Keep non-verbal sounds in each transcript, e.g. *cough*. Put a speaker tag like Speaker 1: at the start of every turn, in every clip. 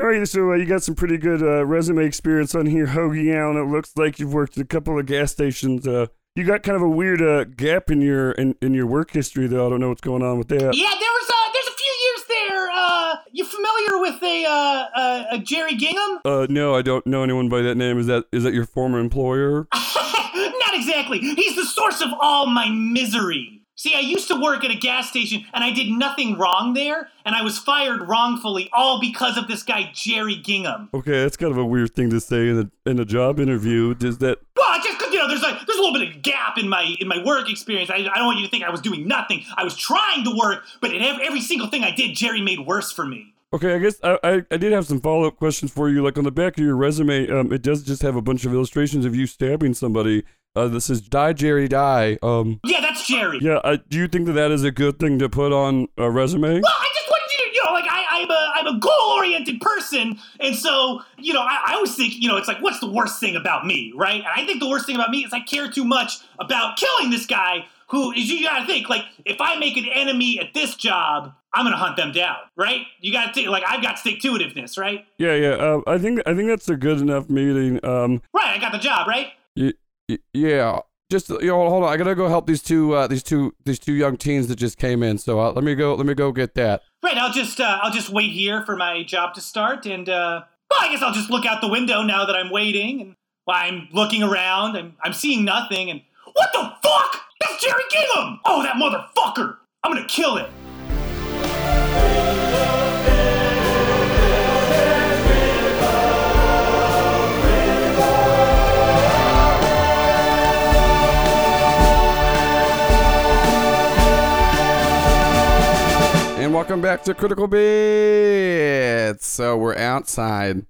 Speaker 1: All right, so uh, you got some pretty good uh, resume experience on here, Hoagie Allen. It looks like you've worked at a couple of gas stations. Uh, you got kind of a weird uh, gap in your in, in your work history, though. I don't know what's going on with that.
Speaker 2: Yeah, there was uh, there's a few years there. Uh, you familiar with a uh, uh, a Jerry Gingham? *laughs*
Speaker 1: Uh, no, I don't know anyone by that name. Is that is that your former employer?
Speaker 2: Uh, Not exactly. He's the source of all my misery. See, I used to work at a gas station and I did nothing wrong there, and I was fired wrongfully all because of this guy, Jerry Gingham.
Speaker 1: Okay, that's kind of a weird thing to say in a in a job interview. Does that?
Speaker 2: Well, I just because you know, there's like there's a little bit of gap in my in my work experience. I, I don't want you to think I was doing nothing. I was trying to work, but in ev- every single thing I did, Jerry made worse for me.
Speaker 1: Okay, I guess I, I, I did have some follow up questions for you. Like on the back of your resume, um, it does just have a bunch of illustrations of you stabbing somebody. Uh, this is die Jerry die. Um,
Speaker 2: Yeah, that's Jerry.
Speaker 1: yeah, I, do you think that that is a good thing to put on a resume?
Speaker 2: Well, I just wanted you to, you know, like I, I'm a I'm a goal oriented person, and so you know, I, I always think, you know, it's like, what's the worst thing about me, right? And I think the worst thing about me is I care too much about killing this guy. Who is you gotta think like if I make an enemy at this job, I'm gonna hunt them down, right? You gotta think like I've got stick to itiveness, right?
Speaker 1: Yeah, yeah. Uh, I think I think that's a good enough meeting. Um,
Speaker 2: Right, I got the job, right?
Speaker 3: Y- yeah. Just you know, hold on. I gotta go help these two uh, these two these two young teens that just came in. So uh, let me go let me go get that.
Speaker 2: Right, I'll just uh, I'll just wait here for my job to start, and uh, well, I guess I'll just look out the window now that I'm waiting, and while I'm looking around, I'm I'm seeing nothing, and what the fuck? That's Jerry Gingham! Oh, that motherfucker! I'm gonna kill it.
Speaker 3: And welcome back to Critical Bits. So we're outside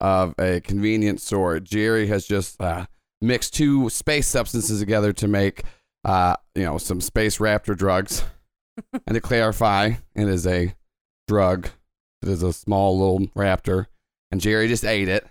Speaker 3: of a convenience store. Jerry has just uh, mixed two space substances together to make, uh, you know, some space raptor drugs. and to clarify, it is a drug. It is a small little raptor, and Jerry just ate it.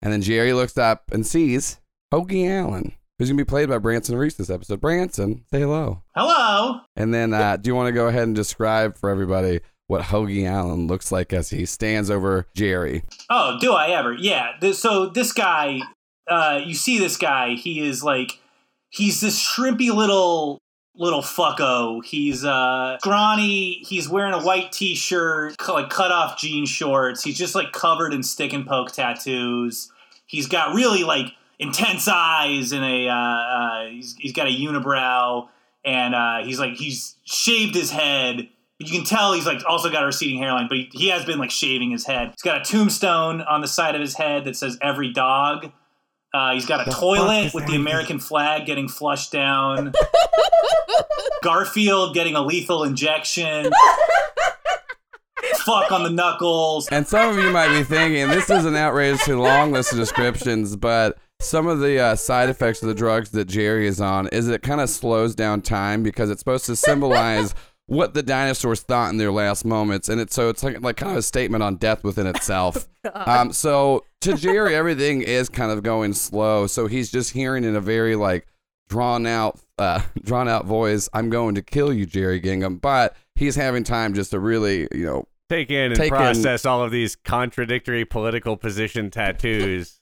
Speaker 3: And then Jerry looks up and sees Hoagie Allen, who's gonna be played by Branson Reese this episode. Branson, say hello.
Speaker 2: Hello.
Speaker 3: And then, uh, do you want to go ahead and describe for everybody what Hoagie Allen looks like as he stands over Jerry?
Speaker 2: Oh, do I ever? Yeah. Th- so this guy, uh, you see this guy. He is like, he's this shrimpy little little fucko. He's uh, scrawny. He's wearing a white t-shirt, cu- like cut off jean shorts. He's just like covered in stick and poke tattoos. He's got really like intense eyes and a uh, uh, he's, he's got a unibrow and uh, he's like he's shaved his head but you can tell he's like also got a receding hairline, but he, he has been like shaving his head. He's got a tombstone on the side of his head that says "Every Dog." Uh, he's got a toilet with the American flag getting flushed down. Garfield getting a lethal injection. Fuck on the knuckles.
Speaker 3: *laughs* And some of you might be thinking this is an outrageously long list of descriptions, but some of the uh, side effects of the drugs that Jerry is on is it kind of slows down time because it's supposed to symbolize what the dinosaurs thought in their last moments, and it's so it's like like kind of a statement on death within itself. um, so to Jerry, everything is kind of going slow, so he's just hearing in a very like drawn out uh, drawn out voice, "I'm going to kill you, Jerry Gingham," but he's having time just to really you know
Speaker 4: Take in and
Speaker 3: Take in-
Speaker 4: process all of these contradictory political position
Speaker 3: *laughs*
Speaker 4: tattoos.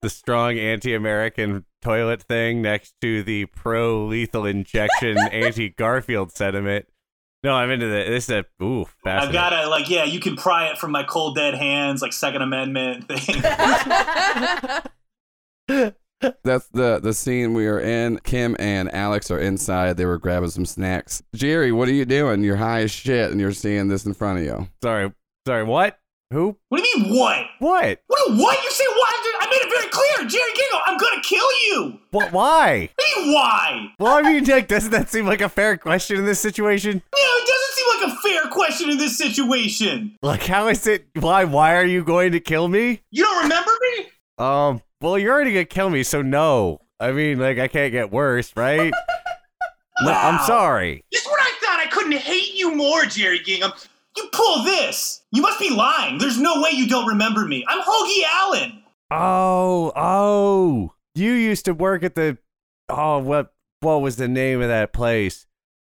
Speaker 4: the strong anti-American toilet thing next to the
Speaker 3: *laughs*
Speaker 4: pro-lethal injection anti-Garfield sentiment. No, I'm into this. This is a ooh,
Speaker 2: I've
Speaker 4: fascinating.
Speaker 2: got to, like, yeah, you can pry it from my cold dead hands, like Second Amendment *laughs* thing.
Speaker 3: That's the the scene we are in. Kim and Alex are inside. They were grabbing some snacks. Jerry, what are you doing? You're high as shit, and you're seeing this in front of you.
Speaker 4: sorry, sorry. What? Who?
Speaker 2: What do you mean, what?
Speaker 4: What?
Speaker 2: What? do- What? You say what? I made it very clear, Jerry Gingle. I'm gonna kill you.
Speaker 4: What? Why?
Speaker 2: What do you mean why?
Speaker 4: Well, I mean, like, doesn't that seem like a fair question in this situation?
Speaker 2: You know, it doesn't seem like a fair question in this situation.
Speaker 4: Like, how is it? Why? Why are you going to kill me?
Speaker 2: You don't remember me?
Speaker 4: Um. Well, you're already gonna kill me, so no. I mean, like, I can't get worse,
Speaker 5: *laughs*
Speaker 4: right? No, I'm
Speaker 2: Wow.
Speaker 4: sorry.
Speaker 2: This is what I thought. I couldn't hate you more, Jerry Gingham. You pull this. You must be lying. There's no way you don't remember me. I'm Hoagie Allen.
Speaker 4: Oh, oh. You used to work at the oh what what was the name of that place?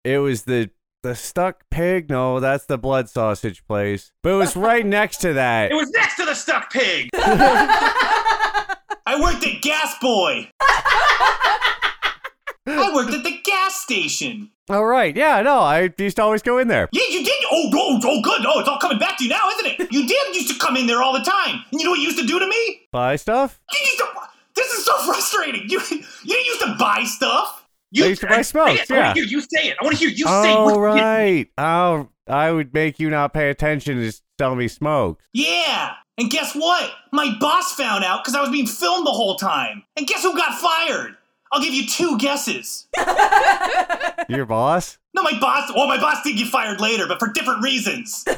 Speaker 4: It was the the stuck pig. No, that's the blood sausage place. But it
Speaker 5: *laughs*
Speaker 4: was right next to that.
Speaker 5: It was next to the stuck
Speaker 4: *laughs*
Speaker 5: pig.
Speaker 2: I worked at Gas
Speaker 4: *laughs*
Speaker 2: Boy. I worked at the gas station.
Speaker 4: All right. Yeah, no, I used to always go in there.
Speaker 2: Yeah, you did. Oh, oh, oh, good. Oh, it's all coming back to you now, isn't it? You did used to come in there all the time. And you know what you used to do to me?
Speaker 4: Buy stuff?
Speaker 2: You used to. This is so *laughs* frustrating. You you didn't used to buy stuff.
Speaker 5: You,
Speaker 4: I used to buy
Speaker 5: say it.
Speaker 4: smokes,
Speaker 5: I
Speaker 4: yeah.
Speaker 5: want to hear you say it. I want to hear you say what
Speaker 4: All
Speaker 5: you did.
Speaker 4: right. Oh, I would make you not pay attention and just sell me smokes.
Speaker 2: Yeah. And guess what? My boss found out because I was being filmed the whole time. And guess who got fired? I'll give you two guesses.
Speaker 4: Your boss?
Speaker 2: No, my boss. Well, my boss did get fired later, but for different reasons.
Speaker 4: So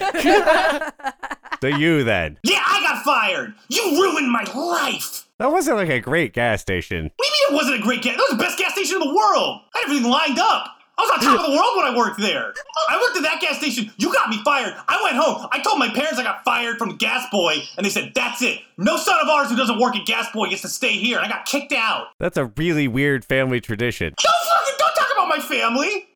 Speaker 4: you then.
Speaker 2: Yeah, I got fired. You ruined my life.
Speaker 4: That wasn't like a great gas station.
Speaker 2: What do you mean it wasn't a great gas? It was the best gas station in the world. I had everything lined up. I was on top of the world when I worked there. I worked at that gas station. You got me fired. I went home. I told my parents I got fired from Gas Boy, and they said, "That's it. No son of ours who doesn't work at Gas Boy gets to stay here." And I got kicked out.
Speaker 4: That's a really weird family tradition.
Speaker 2: Don't fucking don't talk about my family.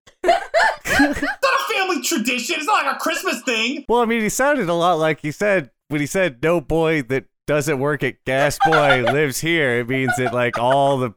Speaker 2: it's not a family tradition. It's not like a Christmas thing.
Speaker 4: Well, I mean, he sounded a lot like he said when he said, "No boy that doesn't work at Gas
Speaker 5: *laughs*
Speaker 4: Boy lives here." It means that like all the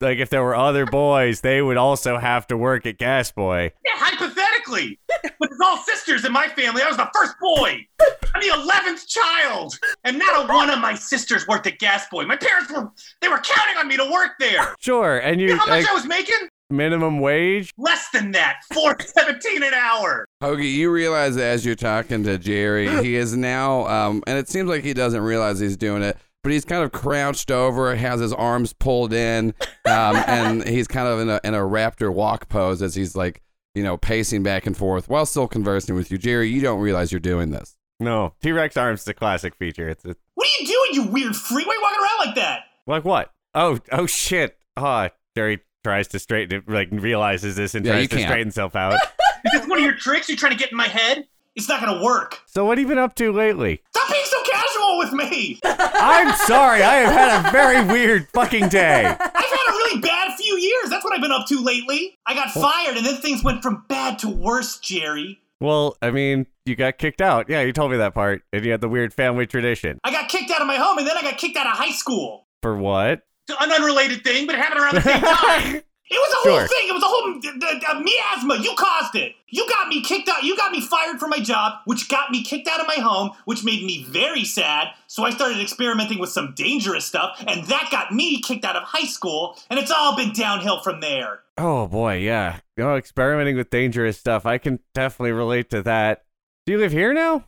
Speaker 4: like if there were other boys, they would also have to work at Gas Boy.
Speaker 5: Yeah, hypothetically. but it's all sisters in my family. I was the first boy. I'm the eleventh child, and not a one of my sisters worked at Gas Boy. My parents were they were counting on me to work there.
Speaker 4: Sure, and
Speaker 5: You
Speaker 4: you
Speaker 5: know how much
Speaker 4: like,
Speaker 5: I was making?
Speaker 4: minimum wage.
Speaker 5: Less than that. Four *laughs* seventeen an hour.
Speaker 3: Hoagie, you realize as you're talking to Jerry, he is now, um, and it seems like he doesn't realize he's doing it, but he's kind of crouched over, has his arms pulled in, um, and he's kind of in a, in a raptor walk pose as he's like, you know, pacing back and forth while still conversing with you. Jerry, you don't realize you're doing this.
Speaker 4: No, T Rex arms is a classic feature. It's, it's
Speaker 2: What are you doing, you weird freak? Why are you walking around like that?
Speaker 4: like what? Oh, oh shit! Ah, Jerry tries to straighten it, like realizes this and
Speaker 3: Yeah,
Speaker 4: tries
Speaker 3: you
Speaker 4: to
Speaker 3: can't.
Speaker 4: straighten himself out.
Speaker 5: Is this one of your tricks? You trying to get in my head?
Speaker 2: It's not gonna work.
Speaker 4: so what have you been up to lately?
Speaker 2: Stop being so casual with me.
Speaker 4: I'm sorry, I have had a very weird fucking day.
Speaker 2: I've had a really bad few years. That's what I've been up to lately. I got fired, and then things went from bad to worse, Jerry.
Speaker 4: Well, I mean, you got kicked out. Yeah, you told me that part. And you had the weird family tradition.
Speaker 2: I got kicked out of my home, and then I got kicked out of high school.
Speaker 5: *laughs*
Speaker 4: For what?
Speaker 5: It's an unrelated thing, but it happened around the
Speaker 4: *laughs*
Speaker 5: same time.
Speaker 2: It was a whole
Speaker 4: Sure.
Speaker 2: thing. It was a whole d- d- d- miasma. You caused it. You got me kicked out. You got me fired from my job, which got me kicked out of my home, which made me very sad. So I started experimenting with some dangerous stuff, and that got me kicked out of high school. And it's all been downhill from there.
Speaker 4: oh boy, yeah. Oh, experimenting with dangerous stuff. I can definitely relate to that. Do you live here now?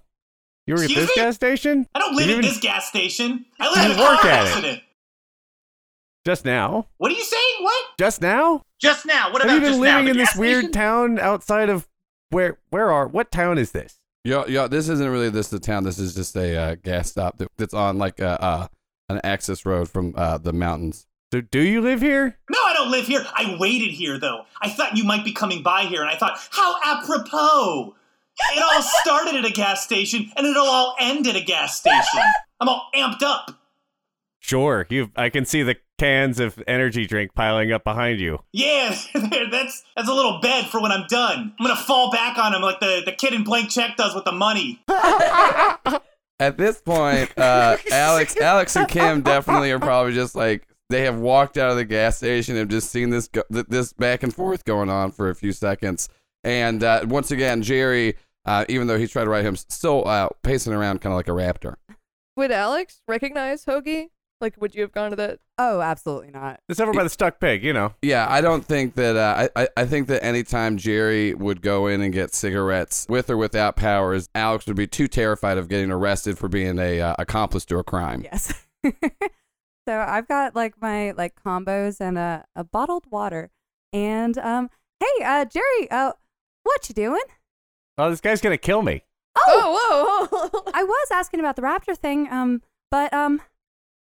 Speaker 4: You were at
Speaker 2: Excuse
Speaker 4: this
Speaker 2: me?
Speaker 4: gas station?
Speaker 2: I don't live
Speaker 4: You
Speaker 2: at
Speaker 4: even-
Speaker 2: this gas station. I live
Speaker 4: You
Speaker 2: in a
Speaker 4: work
Speaker 2: car
Speaker 4: at it.
Speaker 2: accident.
Speaker 4: Just now?
Speaker 2: What are you saying? What?
Speaker 4: Just now?
Speaker 5: Just now. What
Speaker 4: Have
Speaker 5: about
Speaker 4: you been
Speaker 5: just now?
Speaker 4: living
Speaker 5: The
Speaker 4: in this
Speaker 5: gas
Speaker 4: weird
Speaker 2: *laughs*
Speaker 5: station?
Speaker 4: town outside of where where are what town is this?
Speaker 3: Yo, yo, this isn't really this the town. This is just a uh, gas stop that, that's on like uh, uh, an access road from uh, the mountains.
Speaker 4: So do you live here?
Speaker 2: No, I don't live here. I waited here, though. I thought you might be coming by here, and I thought, how apropos. It
Speaker 4: *laughs*
Speaker 2: all started at a gas station, and it'll all end at a gas
Speaker 4: *laughs*
Speaker 2: station. I'm all amped up.
Speaker 4: Sure. You I can see the cans of energy drink piling up behind you.
Speaker 2: Yeah, *laughs* there, that's that's a little bed for when I'm done. I'm gonna fall back on him like the, the kid in blank check does with the
Speaker 4: *laughs*
Speaker 2: money.
Speaker 3: At this point, uh, Alex, Alex, and Kim definitely are probably just like they have walked out of the gas station and just seen this go- th- this back and forth going on for a few seconds. And uh, once again, Jerry, uh, even though he's trying to ride him, still uh, pacing around kind of like a raptor.
Speaker 6: Would Alex recognize Hoagie? Like, would you have gone to that?
Speaker 7: Oh, absolutely not.
Speaker 4: It's over by the stuck pig, you know.
Speaker 3: Yeah, I don't think that. Uh, I- I I think that anytime Jerry would go in and get cigarettes with or without powers, Alex would be too terrified of getting arrested for being a uh, accomplice to a crime.
Speaker 7: Yes. *laughs* so I've got like my like combos and a, a bottled water. And um, hey, uh, Jerry, uh, what you doing?
Speaker 4: Oh, this guy's gonna kill me.
Speaker 7: Oh,
Speaker 6: Oh, whoa, whoa. *laughs*
Speaker 7: I was asking about the raptor thing. Um, but um,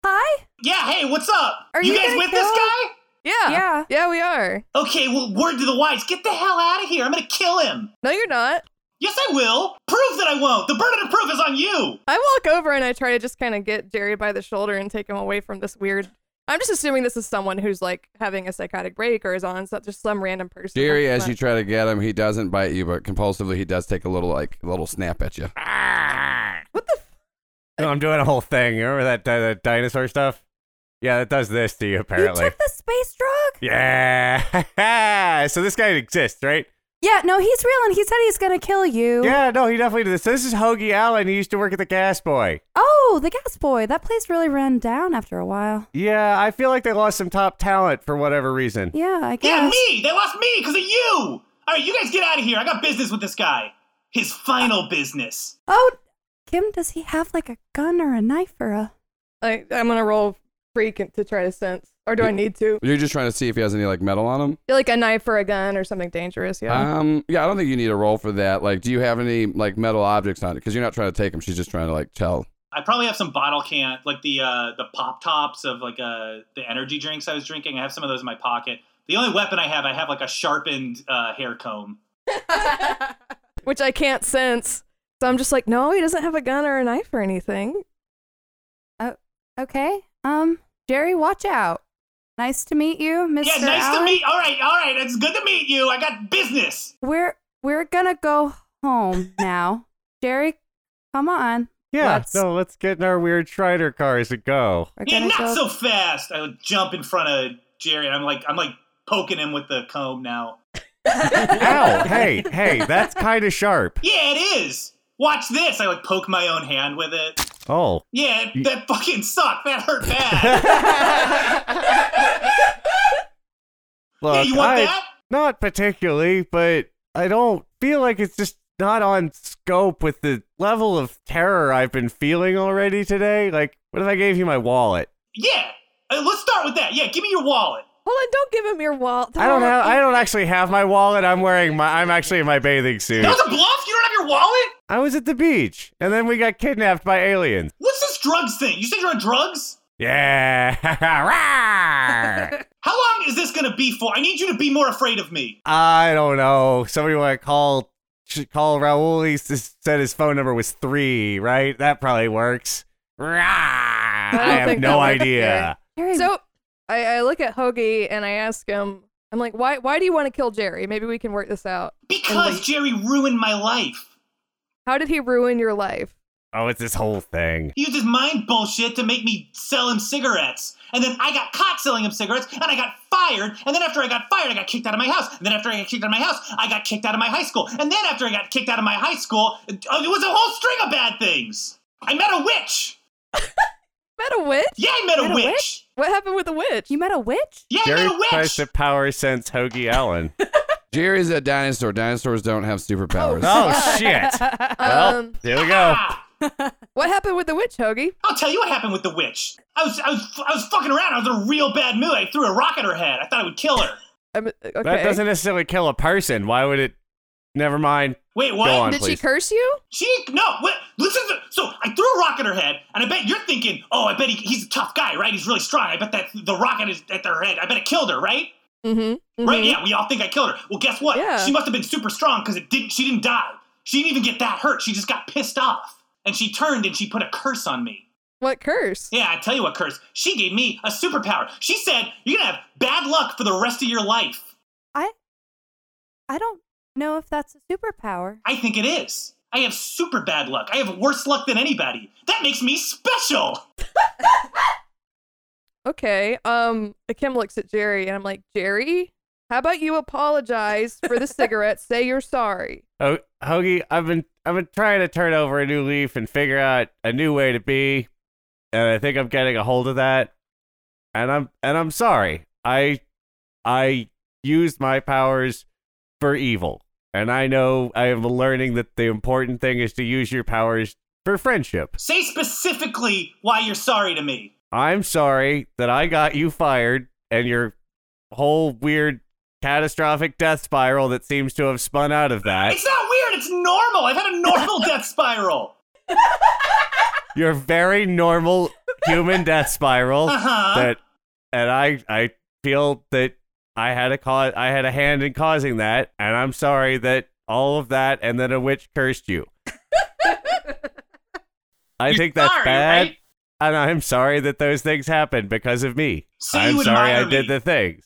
Speaker 7: hi.
Speaker 2: Yeah, hey, what's up?
Speaker 7: Are you
Speaker 2: guys
Speaker 7: gonna
Speaker 2: with this
Speaker 7: kill-
Speaker 2: guy?
Speaker 6: yeah.
Speaker 7: Yeah.
Speaker 6: Yeah, we are.
Speaker 2: Okay, well, word to the wise, get the hell out of here. I'm gonna kill him.
Speaker 6: No, you're not.
Speaker 2: Yes, I will. Prove that I won't. The burden of proof is on you.
Speaker 6: I walk over and I try to just kind of get Jerry by the shoulder and take him away from this weird I'm just assuming this is someone who's like having a psychotic break or is on so just some random person.
Speaker 3: Jerry,
Speaker 6: That's
Speaker 3: as
Speaker 6: not-
Speaker 3: you try to get him, he doesn't bite you, but compulsively he does take a little like a little snap at you.
Speaker 6: What the? F-
Speaker 4: No, I'm doing a whole thing. Remember that, di- that dinosaur stuff? Yeah, it does this to you, apparently.
Speaker 7: You took the space drug?
Speaker 4: *laughs* yeah. *laughs* so this guy exists, right?
Speaker 7: Yeah, no, he's real and he said he's gonna kill you.
Speaker 4: Yeah, no, he definitely did this. So this is Hoagie Allen. He used to work at the Gas Boy.
Speaker 7: Oh, the gas boy. That place really ran down after a while.
Speaker 4: Yeah, I feel like they lost some top talent for whatever reason.
Speaker 7: Yeah, I
Speaker 2: Yeah,
Speaker 7: guess.
Speaker 2: me. They lost me because of you. All right, you guys get out of here. I got business with this guy. His final business.
Speaker 7: Oh, Kim, does he have like a gun or a knife or a?
Speaker 6: I, I'm gonna roll freak and- to try to sense, or do I need to?
Speaker 3: You're just trying to see if he has any like metal on him.
Speaker 6: Like a knife or a gun or something dangerous. Yeah.
Speaker 3: Um, yeah, I don't think you need a roll for that. Like, do you have any like metal objects on it? Because you're not trying to take them. She's just trying to like tell.
Speaker 2: I probably have some bottle can, like the uh, the pop tops of like uh, the energy drinks I was drinking. I have some of those in my pocket. The only weapon I have, I have like a sharpened uh, hair comb.
Speaker 6: *laughs* Which I can't sense. So I'm just like, no, he doesn't have a gun or a knife or anything.
Speaker 7: Okay. Um, Jerry, watch out. Nice to meet you, Mr.
Speaker 2: yeah, nice
Speaker 7: Allen.
Speaker 2: to meet. All right, all right. It's good to meet you. I got business.
Speaker 7: We're we're gonna go
Speaker 2: *laughs*
Speaker 7: home now. Jerry, come on.
Speaker 4: Yeah,
Speaker 7: Let's-
Speaker 4: no, let's get in our weird Shrider cars and go.
Speaker 7: We're
Speaker 2: Yeah,
Speaker 7: gonna
Speaker 2: not
Speaker 7: go.
Speaker 2: so fast. I would jump in front of Jerry. And I'm like, I'm like poking him with the comb now.
Speaker 4: Ow! hey, hey, that's kind of sharp.
Speaker 2: Yeah, it is. Watch this. I like poke my own hand with it.
Speaker 4: Oh,
Speaker 2: Yeah,
Speaker 4: You-
Speaker 2: that fucking sucked. That hurt bad.
Speaker 4: look,
Speaker 2: yeah, you want
Speaker 4: I,
Speaker 2: that?
Speaker 4: not particularly, but I don't feel like it's just not on scope with the level of terror I've been feeling already today. Like, what if I gave you my wallet?
Speaker 2: Yeah. Uh, let's start with that. Yeah, give me your wallet.
Speaker 6: Hold on, don't give him your wallet.
Speaker 4: I don't have. I don't actually have my wallet. I'm wearing my. I'm actually in my bathing suit.
Speaker 2: That was a bluff. You don't have your wallet?
Speaker 4: I was at the beach, and then we got kidnapped by aliens.
Speaker 2: What's this drugs thing? You said you're on drugs?
Speaker 4: Yeah. *laughs* Rawr.
Speaker 2: How long is this gonna be for? I need you to be more afraid of me.
Speaker 4: I don't know. Somebody want to call should call Raul. He s- said his phone number was three, right? That probably works. Rawr. I,
Speaker 6: don't
Speaker 4: have
Speaker 6: think
Speaker 4: no
Speaker 6: that works,
Speaker 4: idea.
Speaker 6: *laughs*
Speaker 7: Jerry,
Speaker 6: So I, I look at Hoagie and I ask him, I'm like, why, why do you want to kill Jerry? Maybe we can work this out.
Speaker 2: Because
Speaker 6: Wait.
Speaker 2: Jerry ruined my life.
Speaker 6: How did he ruin your life?
Speaker 4: Oh, it's this whole thing.
Speaker 2: He used his mind bullshit to make me sell him cigarettes. And then I got caught selling him cigarettes, and I got fired. And then after I got fired, I got kicked out of my house. And then after I got kicked out of my house, I got kicked out of my high school. And then after I got kicked out of my high school, it uh, it was a whole string of bad things. I met a witch.
Speaker 6: Met a witch?
Speaker 2: Yeah, I met,
Speaker 7: Met
Speaker 2: a,
Speaker 7: a
Speaker 2: witch.
Speaker 7: witch?
Speaker 6: What happened with the witch?
Speaker 7: you met a witch?
Speaker 2: Yeah, I
Speaker 4: Jerry
Speaker 2: met a witch.
Speaker 4: tries to power sense Hoagie Allen.
Speaker 3: Jerry's a dinosaur. Dinosaurs don't have superpowers.
Speaker 4: oh shit! *laughs* Well,
Speaker 6: Um,
Speaker 4: here we go.
Speaker 2: Ah,
Speaker 6: what happened with the witch, Hoagie?
Speaker 2: I'll tell you what happened with the witch. I was, I was, I was fucking around. I was in a real bad mood. I threw a rock at her head. I thought it would kill her.
Speaker 6: I'm, okay.
Speaker 4: That doesn't necessarily kill a person. Why would it? Never mind.
Speaker 2: Wait, what?
Speaker 4: Go on.
Speaker 6: Did she
Speaker 4: please.
Speaker 6: curse you?
Speaker 2: She no. What, listen. To, so I threw a rock at her head, and I bet you're thinking, "Oh, I bet he, he's a tough guy, right? He's really strong. I bet that the rock at, his, at her head. I bet it killed her, right?
Speaker 6: Mm-hmm.
Speaker 2: Right? Yeah. We all think I killed her. Well, guess what?
Speaker 6: Yeah.
Speaker 2: She must have been super strong because it didn't. She didn't die. She didn't even get that hurt. She just got pissed off, and she turned and she put a curse on me.
Speaker 6: What curse?
Speaker 2: Yeah, I tell you what, curse. She gave me a superpower. She said, "You're gonna have bad luck for the rest of your life."
Speaker 7: I don't know if that's a superpower.
Speaker 2: I think it is. I have super bad luck. I have worse luck than anybody. That makes me special.
Speaker 6: Okay. Um, Kim looks at Jerry and I'm like, Jerry, how about you apologize for *laughs* the cigarette? Say you're sorry.
Speaker 4: Oh, Hoagie, I've been I've been trying to turn over a new leaf and figure out a new way to be, and I think I'm getting a hold of that. And I'm and I'm sorry. I I used my powers for evil, and I know I am learning that the important thing is to use your powers for friendship.
Speaker 2: Say specifically why you're sorry to me.
Speaker 4: I'm sorry that I got you fired and your whole weird catastrophic death spiral that seems to have spun out of that.
Speaker 2: It's not weird, it's normal. I've had a
Speaker 4: *laughs*
Speaker 2: normal death spiral.
Speaker 4: your very normal human death spiral
Speaker 2: Uh-huh.
Speaker 4: that and I I feel that I had a cause I had a hand in causing that and I'm sorry that all of that
Speaker 2: *laughs*
Speaker 4: and then a witch cursed you. I
Speaker 5: You're
Speaker 4: think that's
Speaker 5: sorry,
Speaker 4: bad.
Speaker 5: right?
Speaker 4: and I'm sorry that those things happened because of me.
Speaker 2: See,
Speaker 4: I'm
Speaker 2: you
Speaker 4: sorry I
Speaker 2: admire
Speaker 4: did
Speaker 2: me.
Speaker 4: the things.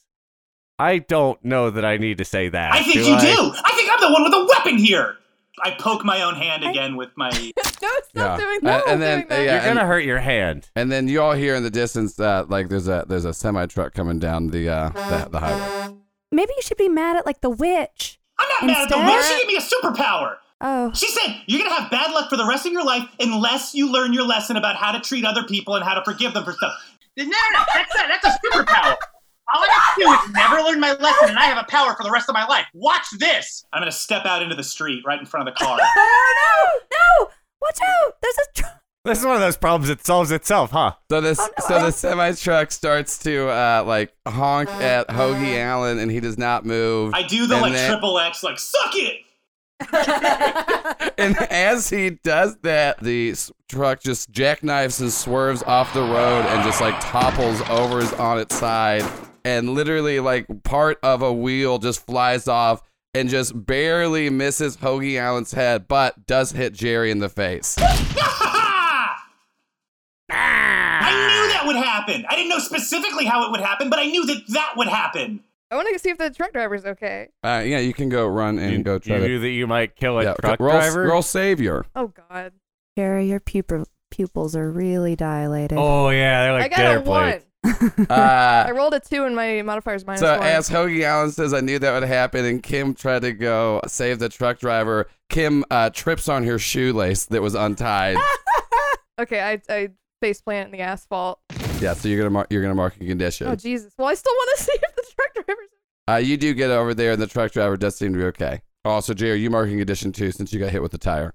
Speaker 4: I don't know that I need to say that.
Speaker 2: I think you
Speaker 4: I?
Speaker 2: do. I think I'm the one with a weapon here. I poke my own hand again with my.
Speaker 6: no,
Speaker 3: Yeah.
Speaker 6: stop
Speaker 3: Uh,
Speaker 6: doing that.
Speaker 3: and
Speaker 6: And
Speaker 3: then-
Speaker 6: doing that.
Speaker 3: yeah.
Speaker 4: You're gonna hurt your hand.
Speaker 3: And then you all hear in the distance uh, like there's a there's a semi truck coming down the uh the, the highway.
Speaker 7: Maybe you should be mad at like the witch.
Speaker 2: I'm not mad at the
Speaker 7: Instead-
Speaker 2: witch. She gave me a superpower.
Speaker 7: Oh,
Speaker 2: She said you're gonna have bad luck for the rest of your life unless you learn your lesson about how to treat other people and how to forgive them for stuff.
Speaker 5: No, no, no, that's not, that's a superpower. All I have to do is never learn my lesson, and I have a power for the rest of my life. Watch this.
Speaker 2: I'm gonna step out into the street right in front of the car.
Speaker 7: oh no, no! Watch out! There's a tr-
Speaker 4: This is one of those problems that solves itself, huh?
Speaker 3: So this
Speaker 7: Oh, no,
Speaker 3: so
Speaker 7: I
Speaker 3: the
Speaker 7: don't-
Speaker 3: semi truck starts to uh like honk
Speaker 7: Oh,
Speaker 3: at Hoagie Allen and he does not move.
Speaker 2: I do the
Speaker 3: And
Speaker 2: like
Speaker 3: then-
Speaker 2: triple X, like suck it.
Speaker 3: *laughs* and as he does that, the s- truck just jackknifes and swerves off the road and just like topples over is on its side. And literally, like part of a wheel just flies off and just barely misses Hoagie Allen's head, but does hit Jerry in the face.
Speaker 2: Ah! I knew that would happen. I didn't know specifically how it would happen, but I knew that that would happen.
Speaker 6: I want to see if the truck driver's okay.
Speaker 3: Uh, yeah, you can go run and
Speaker 4: you,
Speaker 3: go try
Speaker 4: you
Speaker 3: to.
Speaker 4: knew that you might kill a
Speaker 3: yeah,
Speaker 4: truck
Speaker 3: roll,
Speaker 4: driver.
Speaker 3: roll
Speaker 6: *laughs*
Speaker 3: savior.
Speaker 6: Oh God,
Speaker 7: Jerry, your pupil- pupils are really dilated.
Speaker 4: Oh yeah, they're like
Speaker 6: I got a
Speaker 4: dinner plates.
Speaker 6: one.
Speaker 3: Uh,
Speaker 6: I rolled a two, and my modifiers minus
Speaker 3: So
Speaker 6: one.
Speaker 3: as Hoagie Allen says, I knew that would happen, and Kim tried to go save the truck driver. Kim uh, trips on her shoelace that was
Speaker 6: *laughs*
Speaker 3: untied.
Speaker 6: okay, I I face plant in the asphalt.
Speaker 3: yeah, so you're gonna mark you're gonna mark a
Speaker 6: Oh
Speaker 3: condition.
Speaker 6: Jesus! Well, I still want to *laughs* see if the truck driver's.
Speaker 3: uh, you do get over there, and the truck driver does seem to be okay. Also, Jerry, you marking condition too, since you got hit with the tire.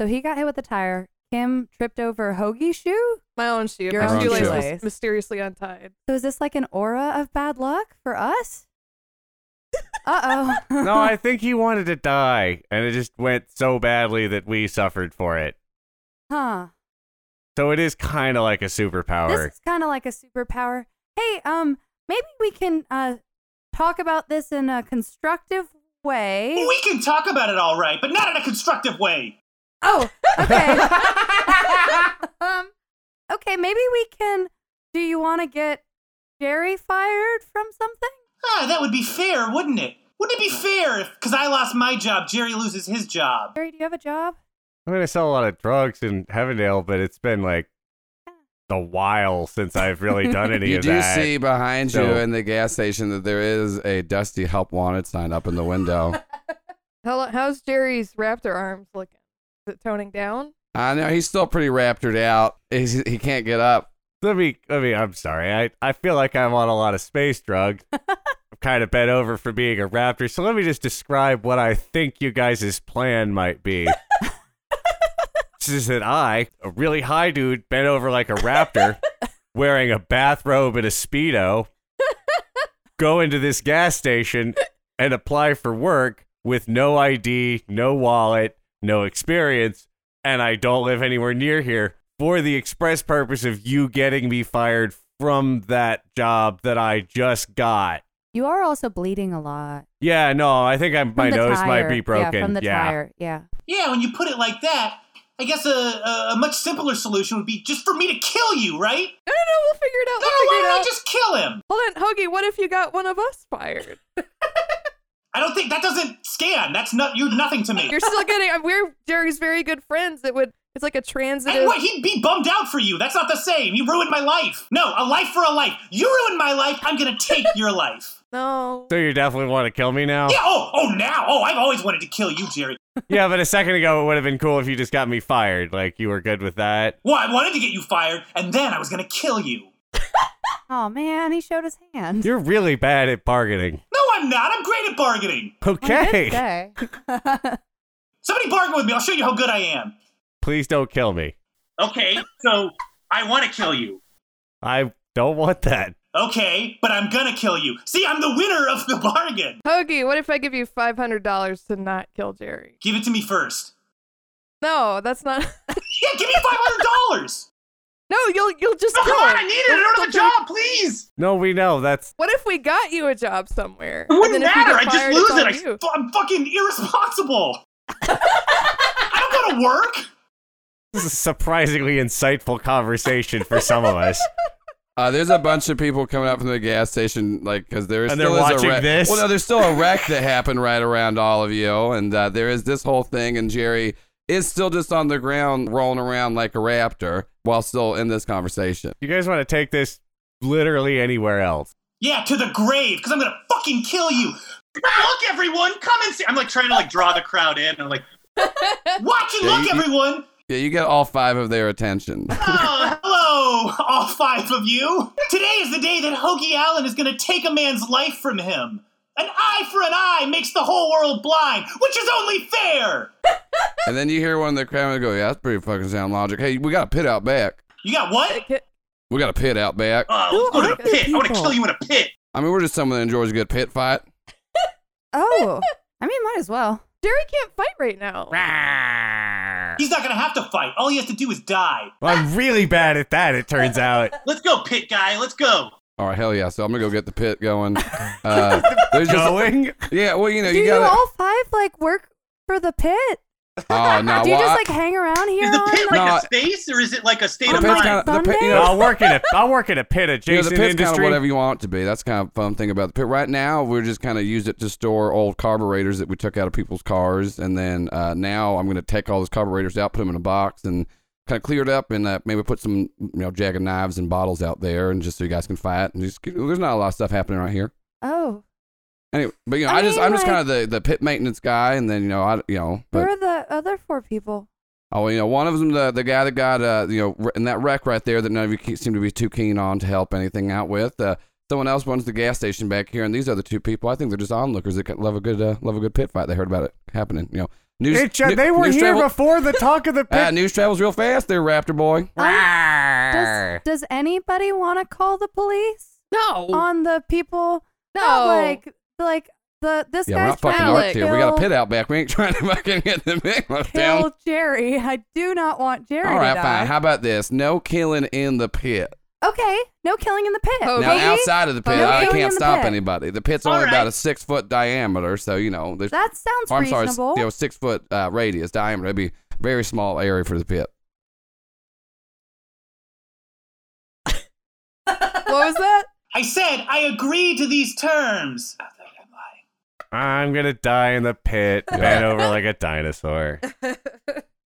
Speaker 7: So he got hit with a tire. Kim tripped over a hoagie shoe.
Speaker 6: My own shoe.
Speaker 7: Your
Speaker 6: my
Speaker 3: own
Speaker 6: shoelace
Speaker 3: shoe.
Speaker 6: was mysteriously untied.
Speaker 7: So is this like an aura of bad luck for us? Uh oh.
Speaker 4: *laughs* no, I think he wanted to die, and it just went so badly that we suffered for it.
Speaker 7: *laughs* huh.
Speaker 4: So it is kind of like a superpower.
Speaker 7: This is kind of like a superpower. Hey, um, maybe we can uh talk about this in a constructive way.
Speaker 2: We can talk about it all right, but not in a constructive way.
Speaker 7: Oh,
Speaker 4: *laughs*
Speaker 7: okay. *laughs* um, okay, maybe we can. Do you want to get Jerry fired from something?
Speaker 2: Ah, that would be fair, wouldn't it? Wouldn't it be fair if, because I lost my job, Jerry loses his job?
Speaker 7: Jerry, do you have a job?
Speaker 4: I'm gonna sell a lot of drugs in Heavendale, but it's been like a while since I've really done
Speaker 3: *laughs*
Speaker 4: any
Speaker 3: you
Speaker 4: of
Speaker 3: do
Speaker 4: that.
Speaker 3: see behind you
Speaker 4: So-
Speaker 3: in the gas station that there is a dusty help wanted sign up in the
Speaker 6: *laughs*
Speaker 3: window.
Speaker 6: How, how's Jerry's raptor arms looking? Is it toning down?
Speaker 3: I know he's still pretty raptured out. He's, he can't get up.
Speaker 4: let me, let me. I'm sorry. I, I feel like I'm on a lot of space drugs. I'm kind of bent over for being a raptor. So let me just describe what I think you guys' plan might be. This is that I, a really high dude, bent over like a raptor, wearing a bathrobe and a speedo, go into this gas station and apply for work with no ID, no wallet, no experience, and I don't live anywhere near here for the express purpose of you getting me fired from that job that I just got.
Speaker 7: You are also bleeding a lot.
Speaker 4: Yeah, no, I think I'm,
Speaker 7: From
Speaker 4: my
Speaker 7: the
Speaker 4: nose might
Speaker 7: tire.
Speaker 4: be broken.
Speaker 7: Yeah, from the tire. Yeah.
Speaker 2: Yeah, when you put it like that, I guess a, a, a much simpler solution would be just for me to kill you, right?
Speaker 6: No, no, no. We'll figure it out.
Speaker 2: No,
Speaker 6: We'll
Speaker 3: Oh,
Speaker 2: why
Speaker 6: figure it
Speaker 2: don't I
Speaker 6: out.
Speaker 2: just kill him?
Speaker 6: Hold on, Hoagie. What if you got one of us fired?
Speaker 2: I don't think that doesn't scan. That's not you're nothing to me.
Speaker 6: You're still
Speaker 3: *laughs*
Speaker 6: getting. We're Jerry's very good friends. It would. It's like a
Speaker 2: And
Speaker 6: transitive.
Speaker 2: what? He'd be bummed out for you. That's not the same. You ruined my life. No, a life for a life. You ruined my life. I'm gonna
Speaker 6: *laughs*
Speaker 2: take your life.
Speaker 6: No.
Speaker 4: So you definitely want to kill me now?
Speaker 2: Yeah. Oh. Oh. Now. Oh. I've always wanted to kill you, Jerry.
Speaker 4: yeah, but a second ago it would have been cool if you just got me fired. Like you were good with that.
Speaker 2: Well, I wanted to get you fired, and then I was gonna kill you.
Speaker 7: Oh man, he showed his hand.
Speaker 4: You're really bad at bargaining.
Speaker 2: No, I'm not. I'm great at bargaining.
Speaker 4: Okay.
Speaker 7: Okay.
Speaker 2: Somebody bargain with me. I'll show you how good I am.
Speaker 4: Please don't kill me.
Speaker 5: Okay, so I want to kill you.
Speaker 4: I don't want that.
Speaker 2: Okay, but I'm gonna kill you. See, I'm the winner of the *laughs* bargain.
Speaker 6: Hoagie, what if I give you five hundred dollars to not kill Jerry?
Speaker 2: Give it to me first.
Speaker 6: No, that's not. *laughs*
Speaker 2: Yeah, give me five hundred dollars.
Speaker 6: no, you'll you'll just
Speaker 5: No,
Speaker 6: kill
Speaker 5: come on,
Speaker 6: him.
Speaker 5: I need it. I don't have a job, please.
Speaker 4: No, we know that's
Speaker 6: What if we got you a job somewhere?
Speaker 5: It wouldn't
Speaker 6: And then if you
Speaker 5: matter.
Speaker 6: get
Speaker 5: I just
Speaker 6: fired,
Speaker 5: lose
Speaker 6: it's
Speaker 5: it.
Speaker 6: on
Speaker 5: I
Speaker 6: you.
Speaker 2: F- I'm fucking irresponsible. I don't go to work.
Speaker 4: This is a surprisingly insightful conversation for some of us.
Speaker 3: Uh, there's a bunch of people coming out from the gas station, like because there is
Speaker 4: And they're
Speaker 3: still is
Speaker 4: watching
Speaker 3: a wreck.
Speaker 4: this?
Speaker 3: Well, no, there's still
Speaker 4: *laughs*
Speaker 3: a wreck that happened right around all of you, and uh, there is this whole thing, and Jerry is still just on the ground rolling around like a raptor while still in this conversation.
Speaker 4: You guys want to take this literally anywhere else?
Speaker 2: Yeah, to the grave, because I'm gonna fucking kill you.
Speaker 5: Look, everyone, come and see. I'm like trying to like draw the crowd in. and like,
Speaker 2: Watch and
Speaker 3: Yeah,
Speaker 2: look,
Speaker 3: you-
Speaker 2: everyone.
Speaker 3: Yeah, you get all five of their
Speaker 4: *laughs*
Speaker 3: attention.
Speaker 2: Oh, hello, all five of you. Today is the day that Hoagie Allen is gonna take a man's life from him. An eye for an eye makes the whole world blind, which is ononly fair.
Speaker 3: and then you hear one of the crowd go, "Yeah, that's pretty fucking sound logic." Hey, we got a pit out back.
Speaker 2: You got what?
Speaker 6: It ca-
Speaker 3: We got a pit out back.
Speaker 5: oh,
Speaker 7: Who
Speaker 5: let's go
Speaker 7: are
Speaker 5: to the
Speaker 7: the
Speaker 5: pit. I want to
Speaker 7: people?
Speaker 5: kill you in a pit.
Speaker 3: I mean, we're just someone that enjoys a good pit fight.
Speaker 7: Oh, I mean, might as well.
Speaker 6: Jerry can't fight right now.
Speaker 2: He's not gonna have to fight. All he has to do is die.
Speaker 4: Well, I'm really bad at that, it turns *laughs* out.
Speaker 5: Let's go, pit guy. Let's go.
Speaker 3: All right, hell yeah! So I'm gonna go get the pit
Speaker 4: *laughs*
Speaker 3: going. Uh, there's just,
Speaker 4: Going? *laughs*
Speaker 3: yeah, well, you know,
Speaker 7: Do
Speaker 3: you
Speaker 7: you,
Speaker 3: gotta.
Speaker 7: all five like work for the pit?
Speaker 3: oh no!
Speaker 7: *laughs* Do you
Speaker 3: well,
Speaker 7: just
Speaker 3: I-
Speaker 7: like hang around here?
Speaker 5: Is the pit
Speaker 7: on,
Speaker 5: like
Speaker 3: No,
Speaker 5: a space or is it like a state
Speaker 7: on
Speaker 5: of
Speaker 3: The pit's
Speaker 5: mind?
Speaker 3: kinda- the pit- you
Speaker 7: Sunday?
Speaker 3: know-
Speaker 4: I'll work in a I'll work in a
Speaker 3: You
Speaker 4: pit
Speaker 3: know, the
Speaker 4: adjacent
Speaker 3: pit's kind of
Speaker 4: industry.
Speaker 3: whatever you want it to be. That's kind of a fun thing about the pit. Right now, we're just kind of used it to store old carburetors that we took out of people's cars, and then uh, now I'm going to take all those carburetors out, put them in a box, and kind of clear it up, and uh, maybe put some you know jagged knives and bottles out there, and just so you guys can fight. And just there's not a lot of stuff happening right here.
Speaker 7: oh,
Speaker 3: Anyway, but you know, I,
Speaker 7: I
Speaker 3: just
Speaker 7: mean,
Speaker 3: I'm just
Speaker 7: like-
Speaker 3: kind of the, the pit maintenance guy, and then you know I you know
Speaker 7: who
Speaker 3: but
Speaker 7: are the other four people?
Speaker 3: Oh, well, you know, one of them, the, the guy that got, uh, you know, r- in that wreck right there that none of you ke- seem to be too keen on to help anything out with. Uh, someone else runs the gas station back here, and these other two people, I think they're just onlookers that could love a good, uh, love a good pit fight. They heard about it happening. You know, news.
Speaker 4: It ju-
Speaker 3: nu-
Speaker 4: they were
Speaker 3: news
Speaker 4: here
Speaker 3: travel-
Speaker 4: before the talk *laughs* of the
Speaker 3: Ah,
Speaker 4: pit.
Speaker 3: news travels real fast, there, Raptor boy.
Speaker 4: Ah, *laughs*
Speaker 7: Does, does anybody want to call the police
Speaker 6: No.
Speaker 7: on the people?
Speaker 6: Oh, no.
Speaker 7: like like the this
Speaker 3: Yeah, we're
Speaker 7: guy's
Speaker 3: not fucking
Speaker 7: trying
Speaker 3: arcs
Speaker 7: to
Speaker 3: here. We got a
Speaker 7: kill-
Speaker 3: pit out back. We ain't *laughs* trying to fucking get the Mick down.
Speaker 7: Kill Jerry. I do not want Jerry
Speaker 3: All right,
Speaker 7: to die.
Speaker 3: fine. How about this? No killing in the pit.
Speaker 7: okay, no killing in the pit.
Speaker 6: Oh,
Speaker 3: Now
Speaker 6: Hoagie?
Speaker 3: outside of the pit,
Speaker 7: No
Speaker 3: I
Speaker 7: killing in
Speaker 3: can't
Speaker 7: the
Speaker 3: stop
Speaker 7: pit.
Speaker 3: anybody. The pit's
Speaker 5: All
Speaker 3: only about
Speaker 5: right.
Speaker 3: a six foot diameter, so you know there's
Speaker 7: That sounds
Speaker 3: Oh, I'm sorry, s-
Speaker 7: reasonable.
Speaker 3: you know, six foot uh, radius diameter. That'd be a very small area for the pit.
Speaker 6: *laughs* what was that?
Speaker 2: I said I agree to these terms. I think I'm lying.
Speaker 4: I'm gonna die in the pit, bent over like a *laughs* dinosaur.